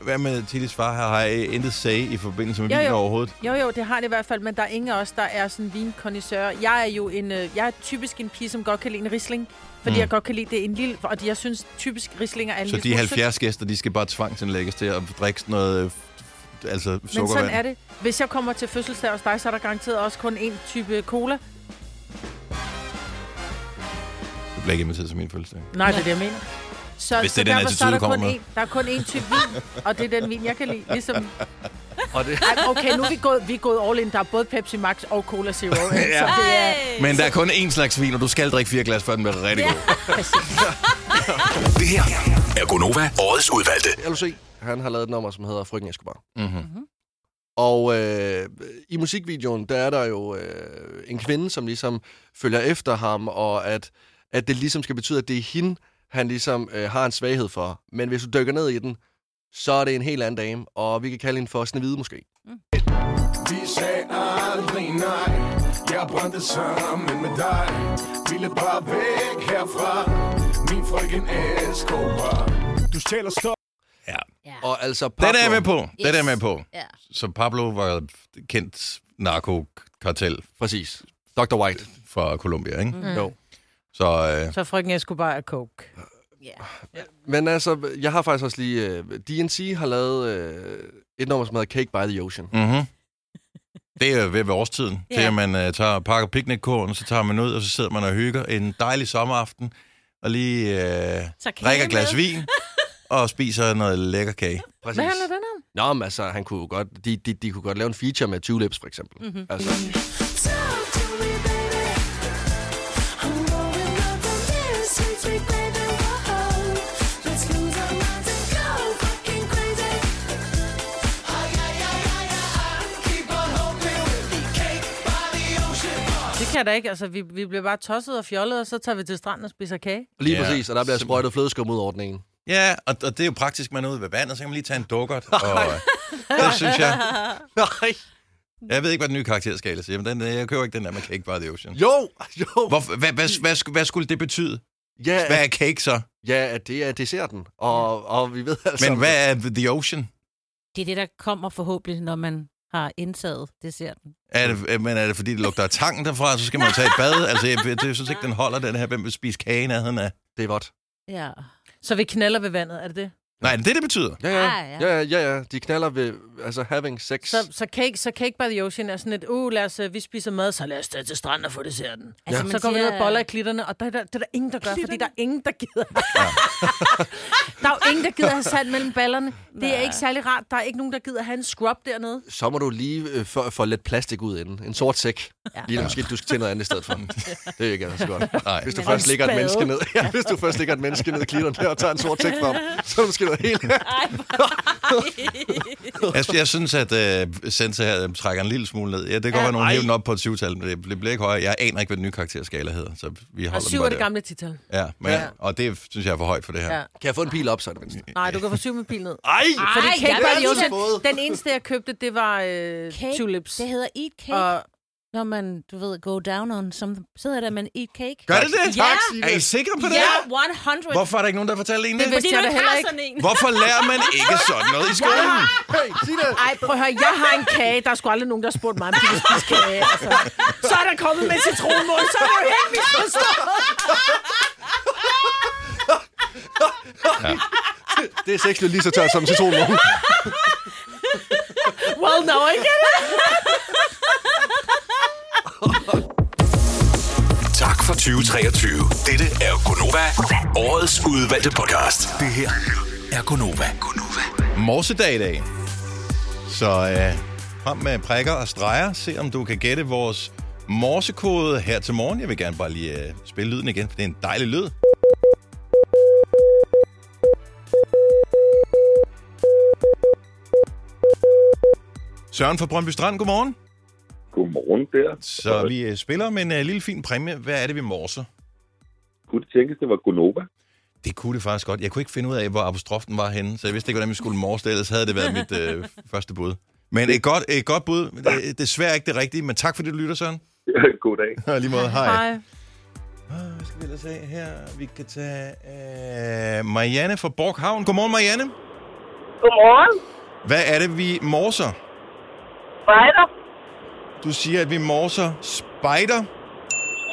[SPEAKER 1] hvad med Tillis far her? Har I intet sag i forbindelse med vin overhovedet?
[SPEAKER 4] Jo, jo, det har det i hvert fald, men der er ingen af os, der er sådan vinkondisseur. Jeg er jo en, øh, jeg er typisk en pige, som godt kan lide en risling, fordi
[SPEAKER 1] Mm.
[SPEAKER 4] mm. jeg godt kan lide det er en lille, og de- jeg synes typisk rislinger er en
[SPEAKER 1] Så de
[SPEAKER 4] lille smule sød.
[SPEAKER 1] 70 gæster, de skal bare tvangsindlægges til at drikke sådan noget øh, f- altså
[SPEAKER 4] Men
[SPEAKER 1] sukkervand.
[SPEAKER 4] sådan er det. Hvis jeg kommer til fødselsdag hos dig, så er der garanteret også kun én type cola.
[SPEAKER 1] Du bliver ikke inviteret til min fødselsdag.
[SPEAKER 4] Nej, det er det, jeg mener. Så,
[SPEAKER 1] Hvis det
[SPEAKER 4] så
[SPEAKER 1] er den
[SPEAKER 4] derfor så er der,
[SPEAKER 1] attitude, du
[SPEAKER 4] kun
[SPEAKER 1] kommer med.
[SPEAKER 4] én, der er kun én type vin, og det er den vin, jeg kan lide. Ligesom,
[SPEAKER 3] Og det...
[SPEAKER 4] Ej, okay, nu er vi gået, vi er gået all in. Der er både Pepsi Max og Cola Zero. ja. Så det er,
[SPEAKER 1] Men der er kun én slags vin, og du skal drikke fire glas, før den bliver rigtig god.
[SPEAKER 8] Det her er Gonova, årets udvalgte.
[SPEAKER 3] LC, han har lavet et nummer, som hedder Frygten Escobar.
[SPEAKER 1] Mm-hmm.
[SPEAKER 3] Og øh, i musikvideoen, der er der jo øh, en kvinde, som ligesom følger efter ham, og at, at det ligesom skal betyde, at det er hende, han ligesom øh, har en svaghed for. Men hvis du dykker ned i den, så er det en helt anden dame, og vi kan kalde hende for Snevide måske.
[SPEAKER 31] Vi sagde aldrig nej Jeg brændte sammen med dig Ville bare væk herfra Min frøken Escobar Du stjæler stop
[SPEAKER 1] Ja.
[SPEAKER 3] Og altså
[SPEAKER 1] Den
[SPEAKER 3] Pablo...
[SPEAKER 1] er jeg med på. Den er jeg
[SPEAKER 3] Yes.
[SPEAKER 1] med på.
[SPEAKER 3] Ja.
[SPEAKER 1] Så Pablo var et kendt narkokartel.
[SPEAKER 3] Præcis. Dr. White.
[SPEAKER 1] Fra Colombia, ikke?
[SPEAKER 4] Mm. Jo.
[SPEAKER 1] Så, øh,
[SPEAKER 4] Så frygten Escobar er coke.
[SPEAKER 3] Men altså, jeg har faktisk også lige... Øh, DNC har lavet øh, et nummer, som hedder Cake by the Ocean.
[SPEAKER 1] Mhm. Det er ved, ved årstiden. Yeah. Det er, at man uh, tager, pakker piknikkurven, så tager man ud, og så sidder man og hygger en dejlig sommeraften, og lige uh,
[SPEAKER 4] kage
[SPEAKER 1] drikker et glas
[SPEAKER 4] med.
[SPEAKER 1] vin, og spiser noget lækker kage.
[SPEAKER 3] Præcis.
[SPEAKER 4] Hvad handler den om?
[SPEAKER 3] Nå, men altså, han kunne jo godt, de, de, de kunne godt lave en feature med Tulips, for eksempel.
[SPEAKER 4] Mhm.
[SPEAKER 3] Altså.
[SPEAKER 4] Det kan jeg da ikke. Altså, vi, vi bliver bare tosset og fjollet, og så tager vi til stranden og spiser kage.
[SPEAKER 3] Lige
[SPEAKER 1] Ja,
[SPEAKER 3] yeah. præcis, og der bliver
[SPEAKER 1] simpelthen.
[SPEAKER 3] sprøjtet flødeskum ud over den ene.
[SPEAKER 1] Ja, og, og det er jo praktisk, man er ude ved vandet, så kan man lige tage en dukkert. Og, øh, det synes jeg.
[SPEAKER 3] Nej.
[SPEAKER 1] Jeg ved ikke, hvad den nye karakterskala siger, men den, øh, jeg køber ikke den der med Cake by the Ocean.
[SPEAKER 3] Jo, jo.
[SPEAKER 1] Hvor, hvad, hvad, hvad, sku- hvad skulle det betyde?
[SPEAKER 3] Ja,
[SPEAKER 1] Hvad er cake så?
[SPEAKER 3] Ja, at det er desserten, og, og vi ved altså...
[SPEAKER 1] Men hvad er the ocean?
[SPEAKER 2] Det er det, der kommer forhåbentlig, når man har indtaget desserten.
[SPEAKER 1] Er det, øh, men er det, fordi det lugter af tangen derfra, så skal man jo tage et bad? Altså, jeg, jeg, jeg synes ikke, den holder, den her. Hvem vil spise kagen af hende af?
[SPEAKER 3] Det er vådt.
[SPEAKER 4] Ja. Så vi knaller ved vandet, er det det?
[SPEAKER 1] Nej, er det det, det betyder?
[SPEAKER 3] Ja, Ah, ja, ja, ja, ja. De knaller ved, altså, having sex.
[SPEAKER 4] Så, så, cake, så cake by the ocean er sådan et, uh, lad os, øh, vi spiser mad, så lad os tage til stranden og få desserten.
[SPEAKER 3] Altså,
[SPEAKER 4] Altså,
[SPEAKER 3] man
[SPEAKER 4] så går vi ned
[SPEAKER 2] siger-
[SPEAKER 4] og boller i klitterne, og der, der, det er der ingen, der gør, fordi der er ingen, der gider. der er jo ingen, der gider have sand mellem ballerne. Det er ikke særlig rart. Der er ikke nogen, der gider have en scrub dernede.
[SPEAKER 3] Så må du lige øh, få, få lidt plastik ud inden. En sort sæk. Ja. Lige måske, du skal til noget andet i stedet for. Det er ikke altså godt.
[SPEAKER 1] Nej.
[SPEAKER 3] Hvis du
[SPEAKER 1] Men
[SPEAKER 3] først
[SPEAKER 1] en
[SPEAKER 3] lægger et
[SPEAKER 1] spade.
[SPEAKER 3] menneske ned. Ja, hvis du først lægger et menneske ned i klitteren der og tager en sort sæk frem, så er det måske noget helt...
[SPEAKER 1] Jeg, Altså, jeg synes, at øh, Sense her øh, trækker en lille smule ned. Ja, det kan godt være, nogen hæver den op på et 7-tal, men det, det bliver ikke højere. Jeg aner ikke, hvad den nye karakterskala hedder, så vi holder
[SPEAKER 4] Og syv
[SPEAKER 1] den
[SPEAKER 4] er
[SPEAKER 1] bare
[SPEAKER 4] det gamle tital.
[SPEAKER 1] der. Ja, men,
[SPEAKER 4] Ja.
[SPEAKER 1] ja, og det synes jeg er for højt for det her.
[SPEAKER 4] Ja.
[SPEAKER 1] Ja.
[SPEAKER 4] Kan
[SPEAKER 3] jeg få en pil op, så er det mindste?
[SPEAKER 4] Nej, du kan få syv med bil ned.
[SPEAKER 3] Ej,
[SPEAKER 4] Fordi
[SPEAKER 2] Ej,
[SPEAKER 4] cake
[SPEAKER 2] jeg
[SPEAKER 4] by
[SPEAKER 2] vil
[SPEAKER 4] the
[SPEAKER 2] aldrig
[SPEAKER 4] ocean,
[SPEAKER 2] have fået.
[SPEAKER 4] den eneste, jeg købte, det var øh,
[SPEAKER 2] Cake.
[SPEAKER 4] tulips.
[SPEAKER 2] Det hedder eat cake. Og... Når man, du ved, go down on something. Sidder der med en eat cake.
[SPEAKER 1] Gør det det?
[SPEAKER 2] Ja.
[SPEAKER 1] Tak, Signe. Er I sikre på det?
[SPEAKER 2] Ja, 100.
[SPEAKER 1] Hvorfor er der ikke nogen, der fortæller en det?
[SPEAKER 2] Fordi du ikke har sådan en.
[SPEAKER 1] Hvorfor lærer man ikke sådan noget i skolen?
[SPEAKER 3] Hey, sig det.
[SPEAKER 4] Ej, prøv at høre, jeg har en kage. Der er sgu aldrig nogen, der har spurgt mig, om de vil spise kage. Altså. Så er der kommet med citronmål, så er det jo helt misforstået.
[SPEAKER 3] Ja. Det er sexligt lige så tørt som citronmål.
[SPEAKER 4] Well, no, I get it.
[SPEAKER 8] Tak for 2023. Dette er Gonova, årets udvalgte podcast. Det her er Gonova.
[SPEAKER 1] Morsedag i dag. Så øh, frem med prikker og streger. Se om du kan gætte vores morsekode her til morgen. Jeg vil gerne bare lige øh, spille lyden igen, for det er en dejlig lyd. Søren fra Brøndby Strand, godmorgen.
[SPEAKER 5] Godmorgen der.
[SPEAKER 1] Så vi øh, spiller med en øh, lille fin præmie. Hvad er det, vi morser?
[SPEAKER 5] Kunne det tænkes, det var Gonova?
[SPEAKER 1] Det kunne det faktisk godt. Jeg kunne ikke finde ud af, hvor apostrofen var henne, så jeg vidste ikke, hvordan vi skulle morse det, ellers havde det været mit øh, første bud. Men et godt, et godt bud. Det det er desværre ikke det rigtige, men tak fordi du lytter, Søren.
[SPEAKER 5] God dag.
[SPEAKER 1] Og lige måde, hej. hej. Hvad skal vi ellers have her? Vi kan tage øh, Marianne fra Borghavn. Godmorgen, Marianne.
[SPEAKER 32] Godmorgen.
[SPEAKER 1] Hvad er det, vi morser?
[SPEAKER 32] Spider.
[SPEAKER 1] Du siger, at vi morser spider.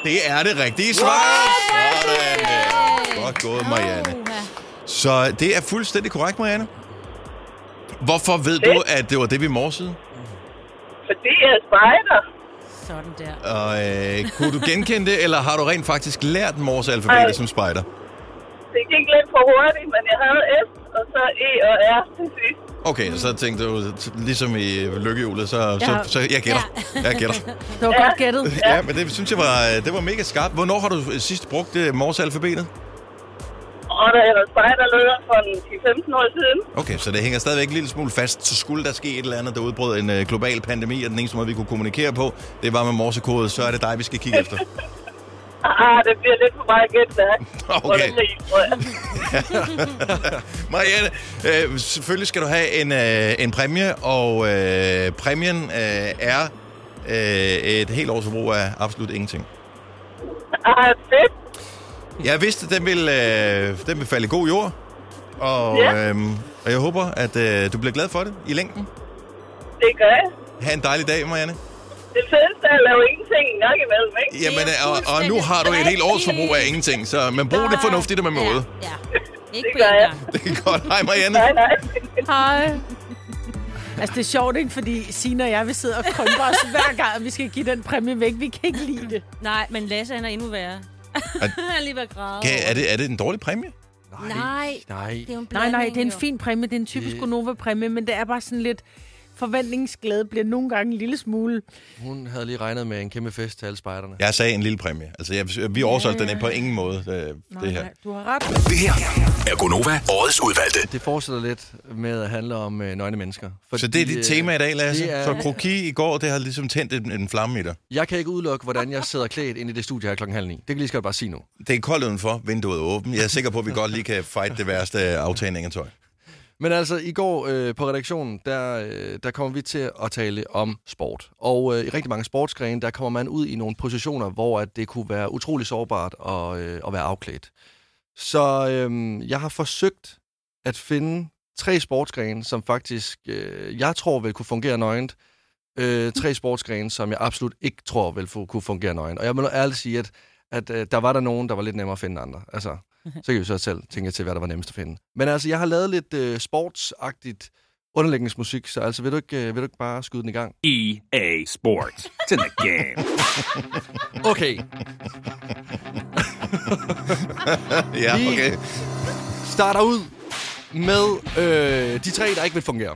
[SPEAKER 1] Det er det rigtige svar. Sådan der. Godt gået, Marianne. Så det er fuldstændig korrekt, Marianne. Hvorfor ved du, at det var det, vi morsede?
[SPEAKER 32] Fordi jeg er spider.
[SPEAKER 2] Sådan der.
[SPEAKER 1] Og, øh, kunne du genkende det, eller har du rent faktisk lært ligesom morsealfabetet
[SPEAKER 32] Nej.
[SPEAKER 1] som spider?
[SPEAKER 32] Det gik lidt for hurtigt, men jeg havde S, og så E og R til sidst.
[SPEAKER 1] Okay, så tænkte du, t- ligesom i lykkehjulet, så, ja. så, så jeg gætter. Ja. Jeg gætter.
[SPEAKER 4] Det var godt gættet.
[SPEAKER 1] Ja. ja, men det synes jeg var, øh, det var mega skarpt. Hvornår har du øh, sidst brugt øh, morsealfabetet?
[SPEAKER 32] Og da jeg var spejderleder for en 10-15 år siden,
[SPEAKER 1] Okay, så det hænger stadigvæk en lille smule fast. Så skulle der ske et eller andet, der udbrød en øh, global pandemi, og den eneste måde, vi kunne kommunikere på, det var med morsekode, så er det dig, vi skal kigge efter.
[SPEAKER 32] ah, det bliver lidt for meget gæt, da.
[SPEAKER 1] Okay.
[SPEAKER 32] tror jeg.
[SPEAKER 1] Marianne, øh, selvfølgelig skal du have en, øh, en præmie, og øh, præmien øh, er øh, et helt års forbrug af absolut ingenting.
[SPEAKER 32] Ah, fedt.
[SPEAKER 1] Jeg vidste, at den ville, øh, den ville falde i god jord, og,
[SPEAKER 32] Ja.
[SPEAKER 1] øh, og jeg håber, at øh, du bliver glad for det i længden.
[SPEAKER 32] Det gør jeg.
[SPEAKER 1] Ha' en dejlig dag, Marianne.
[SPEAKER 32] Det fedeste er at lave ingenting nok imellem, ikke?
[SPEAKER 1] Jamen, øh, og, og nu har du et helt års forbrug af ingenting, så man bruger det fornuftigt og med måde.
[SPEAKER 2] Ja. Ikke det på en gang.
[SPEAKER 1] Det er godt. Hej, Marianne.
[SPEAKER 4] Hej. Altså, det er sjovt, ikke? Fordi Signe og jeg, vi sidder og krymper os hver gang, og vi skal give den præmie væk. Vi kan ikke lide det.
[SPEAKER 2] Nej, men Lasse, han er endnu værre. han er lige ved at græde.
[SPEAKER 1] Kan- Er det, er det en dårlig præmie?
[SPEAKER 2] Nej.
[SPEAKER 1] Nej.
[SPEAKER 2] Det er jo en
[SPEAKER 4] Nej, nej, det er en
[SPEAKER 2] jo.
[SPEAKER 4] fin præmie. Det er en typisk
[SPEAKER 1] Det-
[SPEAKER 4] Gonova-præmie, men det er bare sådan lidt... Forventningsglæde bliver nogle gange en lille smule.
[SPEAKER 3] Hun havde lige regnet med en kæmpe fest til alle spejderne.
[SPEAKER 1] Jeg sagde en lille præmie. Altså, jeg, vi oversolgte den på ingen måde, øh, det her.
[SPEAKER 4] Du har ret.
[SPEAKER 1] Det her er Gonova, årets udvalgte.
[SPEAKER 3] Det fortsætter lidt med at handle om øh, nøgne mennesker.
[SPEAKER 1] Så det er dit
[SPEAKER 3] øh,
[SPEAKER 1] tema i dag, Lasse.
[SPEAKER 3] det
[SPEAKER 1] Er... Så kroki i går, det har ligesom tændt en, en flamme i dig.
[SPEAKER 3] Jeg kan ikke udelukke, hvordan jeg sidder klædt ind i det studie her klokken halv ni. Det kan jeg lige så godt bare sige nu.
[SPEAKER 1] Det er koldt udenfor, vinduet er åbent. Jeg er sikker på, at vi godt lige kan fight det værste aftagning af tøj.
[SPEAKER 3] Men altså, i går øh, på redaktionen, der, øh, der kommer vi til at tale om sport. Og øh, i rigtig mange sportsgrene, der kommer man ud i nogle positioner, hvor at det kunne være utrolig sårbart at, øh, at være afklædt. Så øh, jeg har forsøgt at finde tre sportsgrene, som faktisk, øh, jeg tror vil kunne fungere nøgent. Øh, tre sportsgrene, som jeg absolut ikke tror vil fu- kunne fungere nøgent. Og jeg må nu ærligt sige, at, at øh, der var der nogen, der var lidt nemmere at finde end andre. Altså, så kan vi så selv tænke til, hvad der var nemmest at finde. Men altså, jeg har lavet lidt øh, sportsagtigt underlægningsmusik, så altså, vil du, ikke, øh, vil du ikke bare skyde den i gang?
[SPEAKER 6] EA Sports. It's in the game.
[SPEAKER 3] Okay.
[SPEAKER 6] Ja, okay.
[SPEAKER 3] Vi starter ud med øh, de tre, der ikke vil fungere.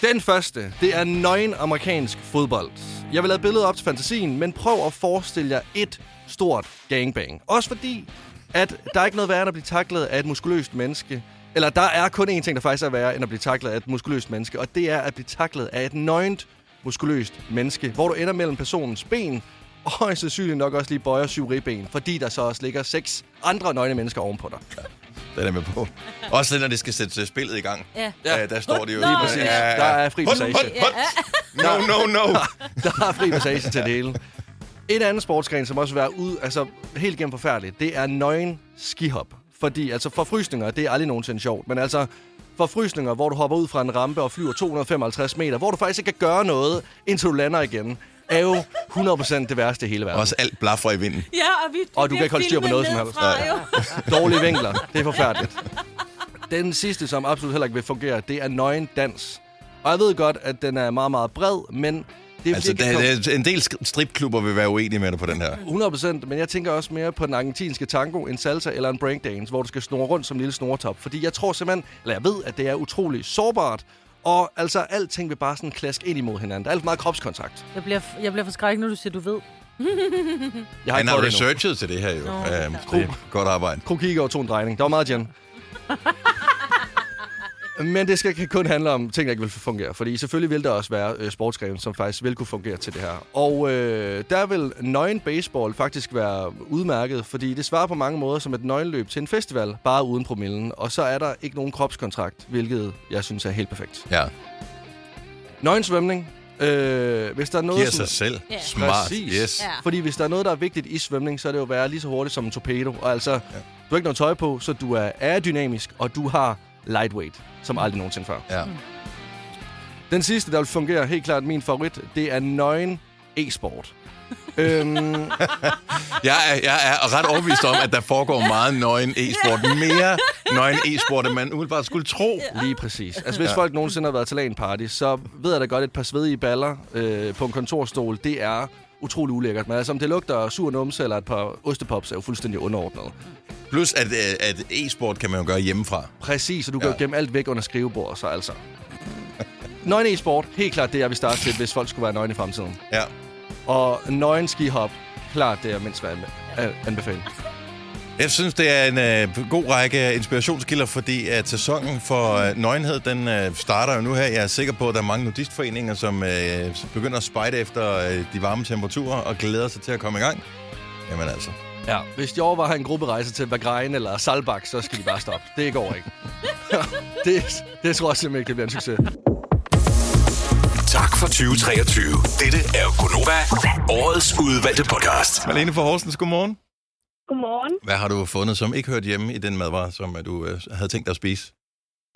[SPEAKER 3] Den første, det er nøgen amerikansk fodbold. Jeg vil lade billedet op til fantasien, men prøv at forestille jer et stort gangbang. Også fordi, at der er ikke noget værre end at blive taklet af et muskuløst menneske. Eller der er kun én ting, der faktisk er værre end at blive taklet af et muskuløst menneske, og det er at blive taklet af et nøgent muskuløst menneske, hvor du ender mellem personens ben og højst sandsynligt nok også lige bøjer syv ribben, fordi der så også ligger seks andre nøgne mennesker ovenpå dig.
[SPEAKER 1] Det er jeg med på. Også når det skal sætte øh, spillet i gang.
[SPEAKER 2] Ja.
[SPEAKER 1] Ja, der står det jo.
[SPEAKER 3] Lige præcis.
[SPEAKER 1] Ja, ja.
[SPEAKER 3] Der er fri
[SPEAKER 1] Hold,
[SPEAKER 3] passage.
[SPEAKER 1] hold, hold. No, no, no.
[SPEAKER 3] Der er fri passage til det hele. En anden sportsgren, som også vil være ud, altså helt gennem forfærdeligt, det er nøgen skihop. Fordi altså forfrysninger, det er aldrig nogensinde sjovt, men altså forfrysninger, hvor du hopper ud fra en rampe og flyver 255 meter, hvor du faktisk ikke kan gøre noget, indtil du lander igen, er jo 100% det værste i hele verden. Også
[SPEAKER 1] alt blaffer i vinden.
[SPEAKER 2] Ja, og, vi,
[SPEAKER 3] Og du kan ikke holde styr på noget som helst.
[SPEAKER 2] Nej. Jo.
[SPEAKER 3] Dårlige vinkler. Det er forfærdeligt. Den sidste, som absolut heller ikke vil fungere, det er nøgen dans. Og jeg ved godt, at den er meget, meget bred, men... Det er,
[SPEAKER 1] Altså, der, der, er en del sk- stripklubber vil være uenige med dig på den her.
[SPEAKER 3] 100%, men jeg tænker også mere på den argentinske tango, en salsa eller en breakdance, hvor du skal snore rundt som en lille snoretop. Fordi jeg tror simpelthen, eller jeg ved, at det er utrolig sårbart, og altså alting vil bare sådan klaske ind imod hinanden. Der er alt for meget kropskontakt.
[SPEAKER 4] Jeg bliver, jeg bliver forskrækket, når du siger, du ved.
[SPEAKER 3] Jeg har
[SPEAKER 1] Han
[SPEAKER 3] ikke
[SPEAKER 1] har
[SPEAKER 3] prøvet det endnu.
[SPEAKER 1] researchet til det her jo.
[SPEAKER 4] Nå,
[SPEAKER 1] Oh, det er godt arbejde.
[SPEAKER 3] Krokik over to en drejning. Der var meget, Jan. Men det skal kun handle om ting, der ikke vil fungere. Fordi selvfølgelig vil der også være øh, sportsgrene, som faktisk vil kunne fungere til det her. Og øh, der vil nøgen baseball faktisk være udmærket, fordi det svarer på mange måder som et nøgenløb til en festival, bare uden promillen. Og så er der ikke nogen kropskontrakt, hvilket jeg synes er helt perfekt.
[SPEAKER 1] Ja.
[SPEAKER 3] Nøgen svømning. Øh, hvis der er noget,
[SPEAKER 1] Giver
[SPEAKER 3] som-
[SPEAKER 1] sig selv. Ja. Smart.
[SPEAKER 3] Præcis.
[SPEAKER 1] Yes. Ja.
[SPEAKER 3] Fordi hvis der er noget, der er vigtigt i svømning, så er det jo at være lige så hurtigt som en torpedo. Og altså, ja. du har ikke noget tøj på, så du er aerodynamisk, og du har lightweight, som aldrig nogensinde før. Mm.
[SPEAKER 1] Ja.
[SPEAKER 3] Den sidste, der vil fungere helt klart min favorit, det er nøgen e-sport. øhm,
[SPEAKER 1] Jeg er, jeg er ret overbevist om, at der foregår meget nøgen e-sport. Mere nøgen e-sport, end man umiddelbart skulle tro.
[SPEAKER 3] Lige præcis. Altså, hvis ja. folk nogensinde har været til LAN-party, så ved jeg da godt, at et par svedige baller øh, på en kontorstol, det er utrolig ulækkert. Men altså, om det lugter af sur numse eller et par ostepops, er jo fuldstændig underordnet.
[SPEAKER 1] Plus, at, øh, at e-sport kan man jo gøre hjemmefra.
[SPEAKER 3] Præcis, og du kan ja. jo gemme alt væk under skrivebordet, så altså. Nøgen e-sport, helt klart det, jeg vil starte til, hvis folk skulle være nøgne i fremtiden.
[SPEAKER 1] Ja.
[SPEAKER 3] Og nøgen skihop, klart det, jeg mindst vil anbe- øh, anbefale.
[SPEAKER 1] Jeg synes, det er en øh, god række af inspirationskilder, fordi at sæsonen for øh, nøgenhed, den øh, starter jo nu her. Jeg er sikker på, at der er mange nudistforeninger, som øh, begynder at spejde efter øh, de varme temperaturer og glæder sig til at komme i gang. Jamen altså.
[SPEAKER 3] Ja. Hvis de overvejer en grupperejse til Bahrain eller Salbak, så skal de bare stoppe. Det går ikke. det, det tror jeg simpelthen ikke, det bliver en succes.
[SPEAKER 8] Tak for 2023. Dette er Gonova, årets udvalgte podcast.
[SPEAKER 1] Malene for Horsens, godmorgen.
[SPEAKER 21] Godmorgen.
[SPEAKER 1] Hvad har du fundet, som ikke hørte hjemme i den madvarer, som øh, du øh, havde tænkt dig at spise?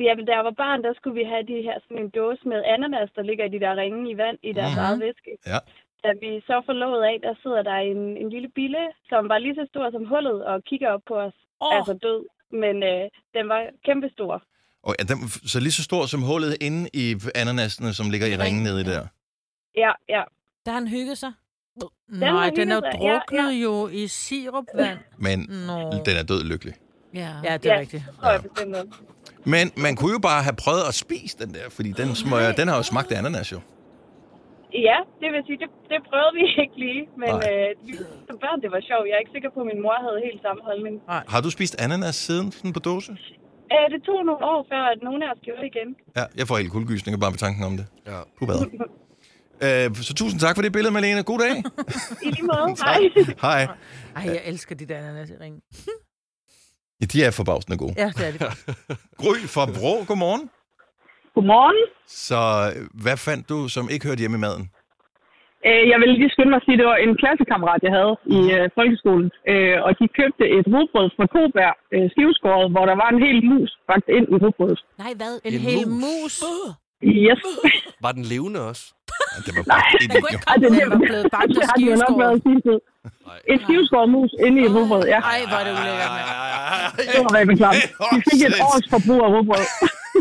[SPEAKER 21] Jamen, da jeg var barn, der skulle vi have de her, sådan en dåse med ananas, der ligger i de der ringe i vand i deres
[SPEAKER 1] Mhm.
[SPEAKER 21] mm-hmm. eget væske.
[SPEAKER 1] Ja.
[SPEAKER 21] Da vi så får låget af, der sidder der en, en lille bille, som var lige så stor som hullet og kigger op på os.
[SPEAKER 4] Åh.
[SPEAKER 21] Oh. Altså død, men øh, den var kæmpestor.
[SPEAKER 1] Og er den f- så lige så stor som hullet inde i ananasene, som ligger i ringen nede i der?
[SPEAKER 21] Ja, ja.
[SPEAKER 2] Der har han hygget sig. Den
[SPEAKER 4] Nej, den er jo druknet ja, ja. jo i sirupvand.
[SPEAKER 1] Men
[SPEAKER 4] Nå.
[SPEAKER 1] den er død lykkelig.
[SPEAKER 4] Ja, ja det er ja. rigtigt.
[SPEAKER 21] Ja.
[SPEAKER 1] Men man kunne jo bare have prøvet at spise den der, fordi den, smøger, den har jo smagt af ananas jo.
[SPEAKER 21] Ja, det vil sige, det, det prøvede vi ikke lige, men
[SPEAKER 1] Nej.
[SPEAKER 21] øh, vi, som børn, det var sjovt. Jeg er ikke sikker på, at min mor havde helt samme holdning.
[SPEAKER 1] Har du spist ananas siden sådan på dåse?
[SPEAKER 21] Øh, det tog nogle år, før at nogen af os gjorde det igen.
[SPEAKER 1] Ja, jeg får helt kuldegysninger bare ved tanken om det.
[SPEAKER 3] Ja.
[SPEAKER 1] Puh, øh, så tusind tak for det billede, Malene. God dag.
[SPEAKER 21] I lige måde,
[SPEAKER 1] hej. Hej.
[SPEAKER 4] Ej, jeg elsker de der ananas i ringen.
[SPEAKER 1] Ja, de er forbavsende gode.
[SPEAKER 4] Ja, det er de.
[SPEAKER 1] Gry fra Bro, godmorgen.
[SPEAKER 15] Godmorgen.
[SPEAKER 1] Så øh, hvad fandt du, som ikke hørte hjemme i maden?
[SPEAKER 15] Øh, jeg vil lige skynde mig at sige, at det var en klassekammerat, jeg havde i øh, folkeskolen. Øh, og de købte et rugbrød fra Kobær, øh, skiveskåret, hvor der var en hel mus bagt ind i rugbrødet.
[SPEAKER 2] Nej, hvad?
[SPEAKER 3] En
[SPEAKER 2] hel
[SPEAKER 3] mus?
[SPEAKER 2] mus?
[SPEAKER 15] Yes.
[SPEAKER 3] Var den levende også?
[SPEAKER 1] Ja, det var
[SPEAKER 15] Nej, Ej, det, det, det har de jo nok været i sin tid. Et skiveskåret mus inde i rugbrød, ja.
[SPEAKER 4] Ej, hvor er det ulækkert.
[SPEAKER 15] Det var rigtig klart. De fik et års forbrug af rugbrød.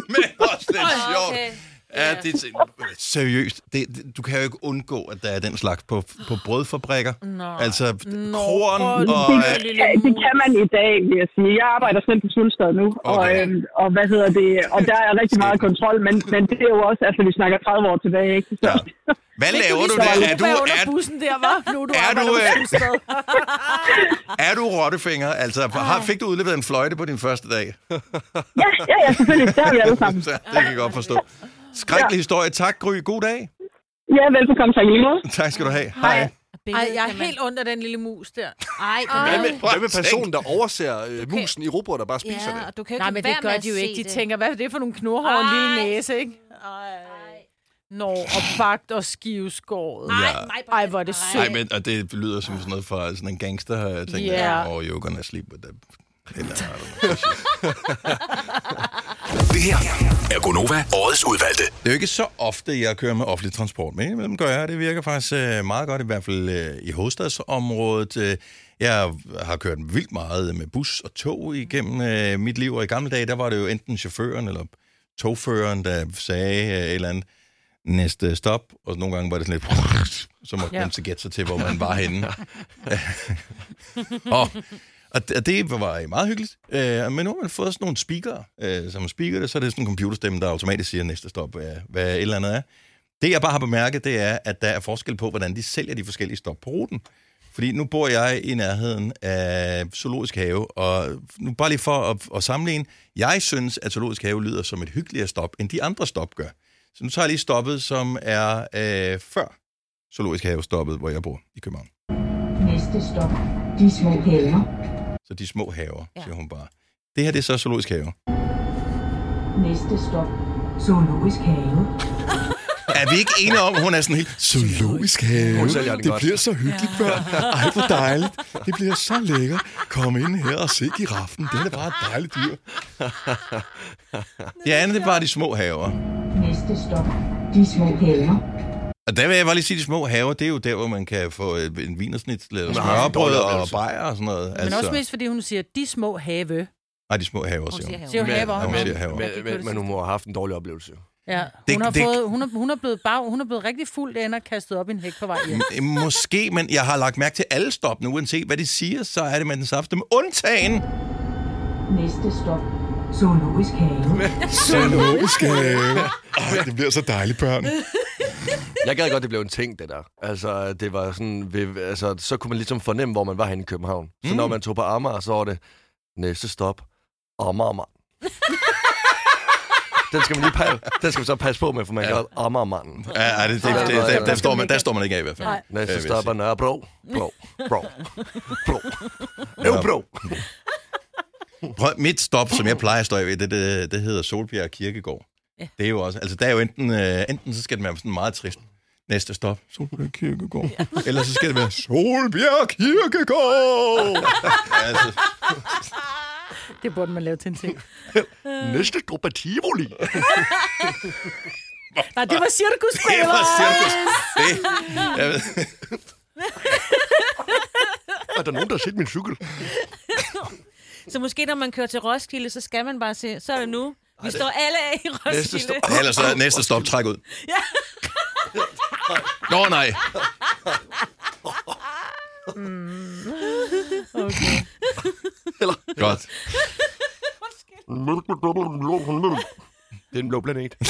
[SPEAKER 1] Det er sjovt. Ja, det er sind- Øh, seriøst. Det, det, du kan jo ikke undgå, at der er den slags på, på brødfabrikker.
[SPEAKER 15] Nå.
[SPEAKER 1] Altså,
[SPEAKER 15] Nå,
[SPEAKER 1] korn
[SPEAKER 15] det,
[SPEAKER 1] og... øh,
[SPEAKER 15] det, kan- det kan man i dag, vil jeg sige. Jeg arbejder selv på Sulstad nu, okay. og, øhm, og hvad hedder det, og der er rigtig meget kontrol, men, men det er jo også, altså vi snakker 30 år tilbage, ikke? Så,
[SPEAKER 1] Hvad
[SPEAKER 15] Fik du
[SPEAKER 1] laver
[SPEAKER 15] lige
[SPEAKER 1] du
[SPEAKER 15] så meget
[SPEAKER 1] der? Er
[SPEAKER 15] rugbrød
[SPEAKER 1] du,
[SPEAKER 15] under
[SPEAKER 1] er,
[SPEAKER 4] Bussen der, var Nu er du
[SPEAKER 1] Er
[SPEAKER 4] arbejder
[SPEAKER 1] du,
[SPEAKER 4] på
[SPEAKER 1] øh,
[SPEAKER 4] Sundstad.
[SPEAKER 1] er du rottefinger? Altså, har, fik du udleveret en fløjte på din første dag?
[SPEAKER 15] Ah. ja, ja, ja, selvfølgelig, der er vi alle sammen.
[SPEAKER 1] Så, det kan jeg godt forstå. Skrækkelig historie. Tak, Gry. God dag.
[SPEAKER 15] Ja, velbekomme, tak i lige måde.
[SPEAKER 1] Tak skal du have. Hej.
[SPEAKER 4] Ej, jeg er helt under den lille mus der.
[SPEAKER 2] Ej,
[SPEAKER 3] Hvad med, hvad med personen, der overser øh, musen i robotter, der bare spiser
[SPEAKER 2] Ja,
[SPEAKER 3] det?
[SPEAKER 2] og du kan jo
[SPEAKER 4] Nej,
[SPEAKER 2] ikke
[SPEAKER 4] men det
[SPEAKER 2] lade være
[SPEAKER 4] gør
[SPEAKER 2] med at
[SPEAKER 4] de jo
[SPEAKER 2] se
[SPEAKER 4] ikke. De
[SPEAKER 2] det.
[SPEAKER 4] tænker, hvad er det for nogle knurhår og en lille næse, ikke? Nå, og bagt og skiveskåret.
[SPEAKER 1] Ja.
[SPEAKER 4] Ej, hvor er det sødt.
[SPEAKER 1] Nej, men og det lyder som sådan noget fra sådan en gangster ting.
[SPEAKER 4] Ja.
[SPEAKER 1] Yeah. Oh, you're gonna sleep with them. Eller, I don't know.
[SPEAKER 8] Det her er Gonova, årets udvalgte.
[SPEAKER 1] Det er jo ikke så ofte, jeg kører med offentlig transport, men indimellem gør jeg. Det virker faktisk øh, meget godt, i hvert fald øh, i hovedstadsområdet. Øh, Jeg har kørt vildt meget med bus og tog igennem øh, mit liv, og i gamle dage, der var det jo enten chaufføren eller togføreren, der sagde øh, et eller andet næste stop, og nogle gange var det sådan lidt, så måtte
[SPEAKER 12] Ja.
[SPEAKER 1] man så gætte sig til, hvor man var henne. og, og det- og det var meget hyggeligt. Øh, men nu har man fået sådan nogle speaker, øh, som speaker det, så er det sådan en computerstemme, der automatisk siger næste stop, øh, hvad et eller andet er. Det, jeg bare har bemærket, det er, at der er forskel på, hvordan de sælger de forskellige stop på ruten. Fordi nu bor jeg i nærheden af Zoologisk Have, og nu bare lige for at, at sammenligne, jeg synes, at Zoologisk Have lyder som et hyggeligere stop, end de andre stop gør. Så nu tager jeg lige stoppet, som er øh, før Zoologisk Have stoppet, hvor jeg bor i København.
[SPEAKER 25] Næste stop. De små haver.
[SPEAKER 1] Så de små haver, ja. siger hun bare. Det her det er så Zoologisk Have.
[SPEAKER 25] Næste stop. Zoologisk have.
[SPEAKER 1] Er vi ikke enige om, at hun er sådan helt zoologisk have?
[SPEAKER 31] Hun sælger den
[SPEAKER 1] det
[SPEAKER 31] godt."
[SPEAKER 1] bliver så hyggeligt, børn. Ej, hvor dejligt. Det bliver så lækkert. Kom ind her og se giraffen. Den er bare et dejligt dyr. Det andet det er bare de små haver.
[SPEAKER 25] Næste stop. De små haver.
[SPEAKER 1] Og der vil jeg bare lige sige, at de små haver, det er jo der, hvor man kan få øh, en vinersnit, eller
[SPEAKER 4] Nej,
[SPEAKER 1] smørbrød
[SPEAKER 4] dårlig
[SPEAKER 1] og
[SPEAKER 4] oplevelse.
[SPEAKER 1] bajer og sådan noget.
[SPEAKER 4] Men altså. også mest, fordi hun siger, de små have.
[SPEAKER 1] Nej, de små haver, siger hun.
[SPEAKER 4] Siger hun haver,
[SPEAKER 1] Ja, hun
[SPEAKER 4] men-
[SPEAKER 1] siger haver.
[SPEAKER 4] men- men- men
[SPEAKER 3] hun må have haft en dårlig oplevelse.
[SPEAKER 4] Ja, hun,
[SPEAKER 1] Det-
[SPEAKER 4] det, har
[SPEAKER 1] det-
[SPEAKER 4] det, fået, hun, er, hun er blevet bag, hun er blevet rigtig fuld af og kastet op i en hæk på vej hjem.
[SPEAKER 1] M- Måske, men jeg har lagt mærke til alle stoppene, uanset hvad de siger, så er det med den saft. Med undtagen
[SPEAKER 25] Næste stop. Zoologisk have.
[SPEAKER 1] zoologisk have. Ej, det bliver så dejligt, børn.
[SPEAKER 3] Jeg gad godt, det blev en ting, det der. Altså, det var sådan, ved, altså, så kunne man ligesom fornemme, hvor man var henne i København. Så
[SPEAKER 1] Mm.
[SPEAKER 3] når man tog på Amager, så var det næste stop, Amagermand. Den skal man lige passe, den skal man så passe på med, for man kan ja. Amagermanden.
[SPEAKER 1] Ja, ja, det- det- det- der- der står man- der står man ikke af i hvert fald. Nej. Øh, vil
[SPEAKER 3] Næste
[SPEAKER 1] jeg
[SPEAKER 3] stop er
[SPEAKER 1] sige.
[SPEAKER 3] Nørrebro. Bro. Bro. Bro.
[SPEAKER 1] Nørrebro. Prøv, mit stop, som jeg plejer at stå ved, det, det, det hedder Solbjerg Kirkegård.
[SPEAKER 4] Ja.
[SPEAKER 1] Det er jo også, altså der er jo enten, øh, enten så skal det være sådan meget trist, næste stop, Solbjerg Kirkegård. Ja. Eller så skal det være Solbjerg Kirkegård. altså,
[SPEAKER 4] Det burde man lave til en ting.
[SPEAKER 3] Næste stop er Tivoli.
[SPEAKER 4] Nej, det var cirkus,
[SPEAKER 31] Det var cirkus.
[SPEAKER 1] Det, jeg ved,
[SPEAKER 3] er der nogen, der har set min cykel?
[SPEAKER 2] Så måske, når man kører til Roskilde, så skal man bare se, så er det nu. Vi står alle af i Roskilde.
[SPEAKER 1] næste stop. Eller så næste stop, træk ud.
[SPEAKER 2] Ja.
[SPEAKER 1] Nå nej.
[SPEAKER 2] Mm.
[SPEAKER 4] Okay.
[SPEAKER 1] Godt.
[SPEAKER 3] Det er en blå planet.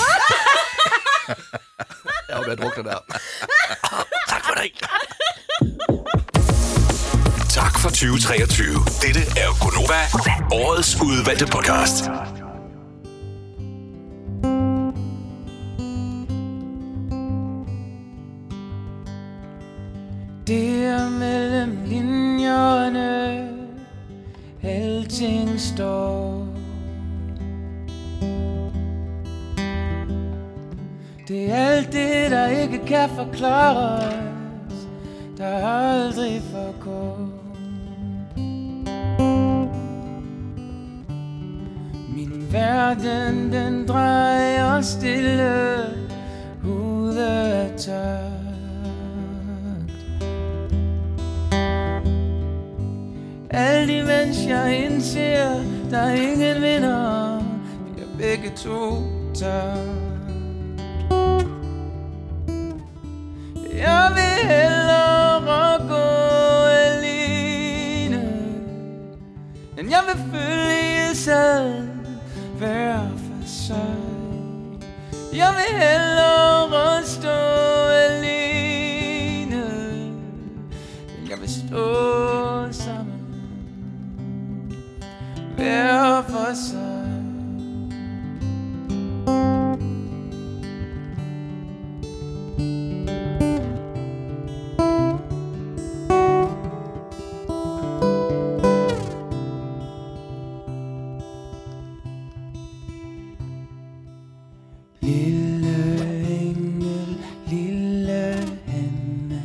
[SPEAKER 3] jeg har været drukner der.
[SPEAKER 31] Tak for det.
[SPEAKER 8] Tak for 2023. Dette er Gonova, årets udvalgte podcast.
[SPEAKER 12] Det er mellem linjerne Alting står Det er alt det, der ikke kan forklares Der aldrig forgår Min verden, den drejer stille Ude af takt Alt imens jeg indser, der er ingen vinder Vi er begge to tabt Jeg vil hellere gå alene End jeg vil følges ad hver for sig Jeg vil hellere stå alene End jeg vil stå sammen hver for sig Lille engel, lille Hanne,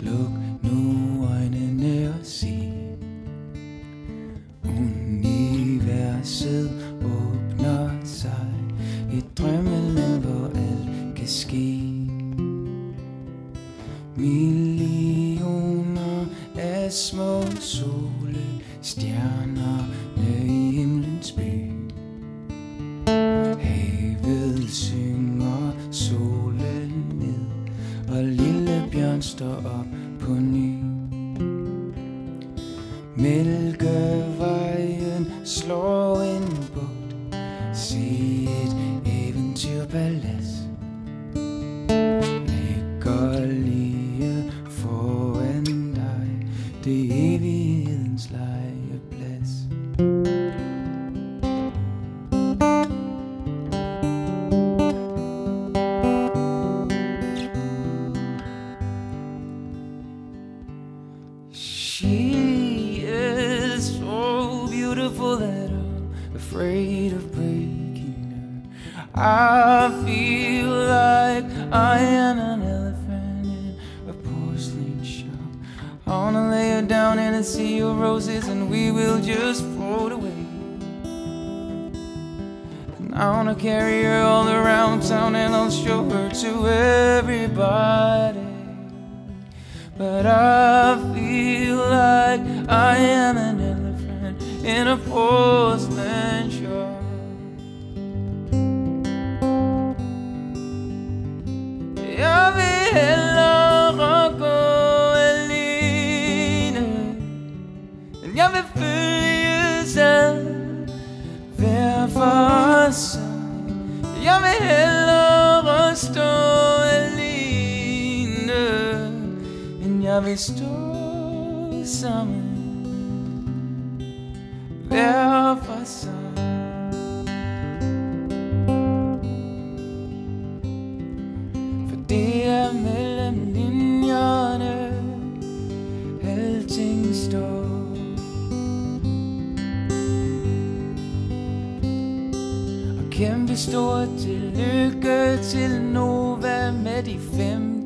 [SPEAKER 12] luk nu øjnene og se. Universet åbner sig, et drømmeland, hvor alt kan ske. Millioner af små sole, stjernerne i himlens by. Havet synger solen ned Og lille bjørn står op på ny Mælkevejen slår en bugt Se et eventyrpalads Ligger lige foran dig feel like I am an elephant in a porcelain shop. I wanna lay you down in a sea of roses and we will just float away. And I wanna carry her all around town and I'll show her to everybody. But I feel like I am an elephant in a porcelain shop. Jeg vil hellere gå alene Men jeg vil følges ad Hver for sig Jeg vil hellere stå alene End jeg vil stå sammen Hver for sig Det er mellem linjerne Alting står Og kæmpe stort tillykke til Nova med de fem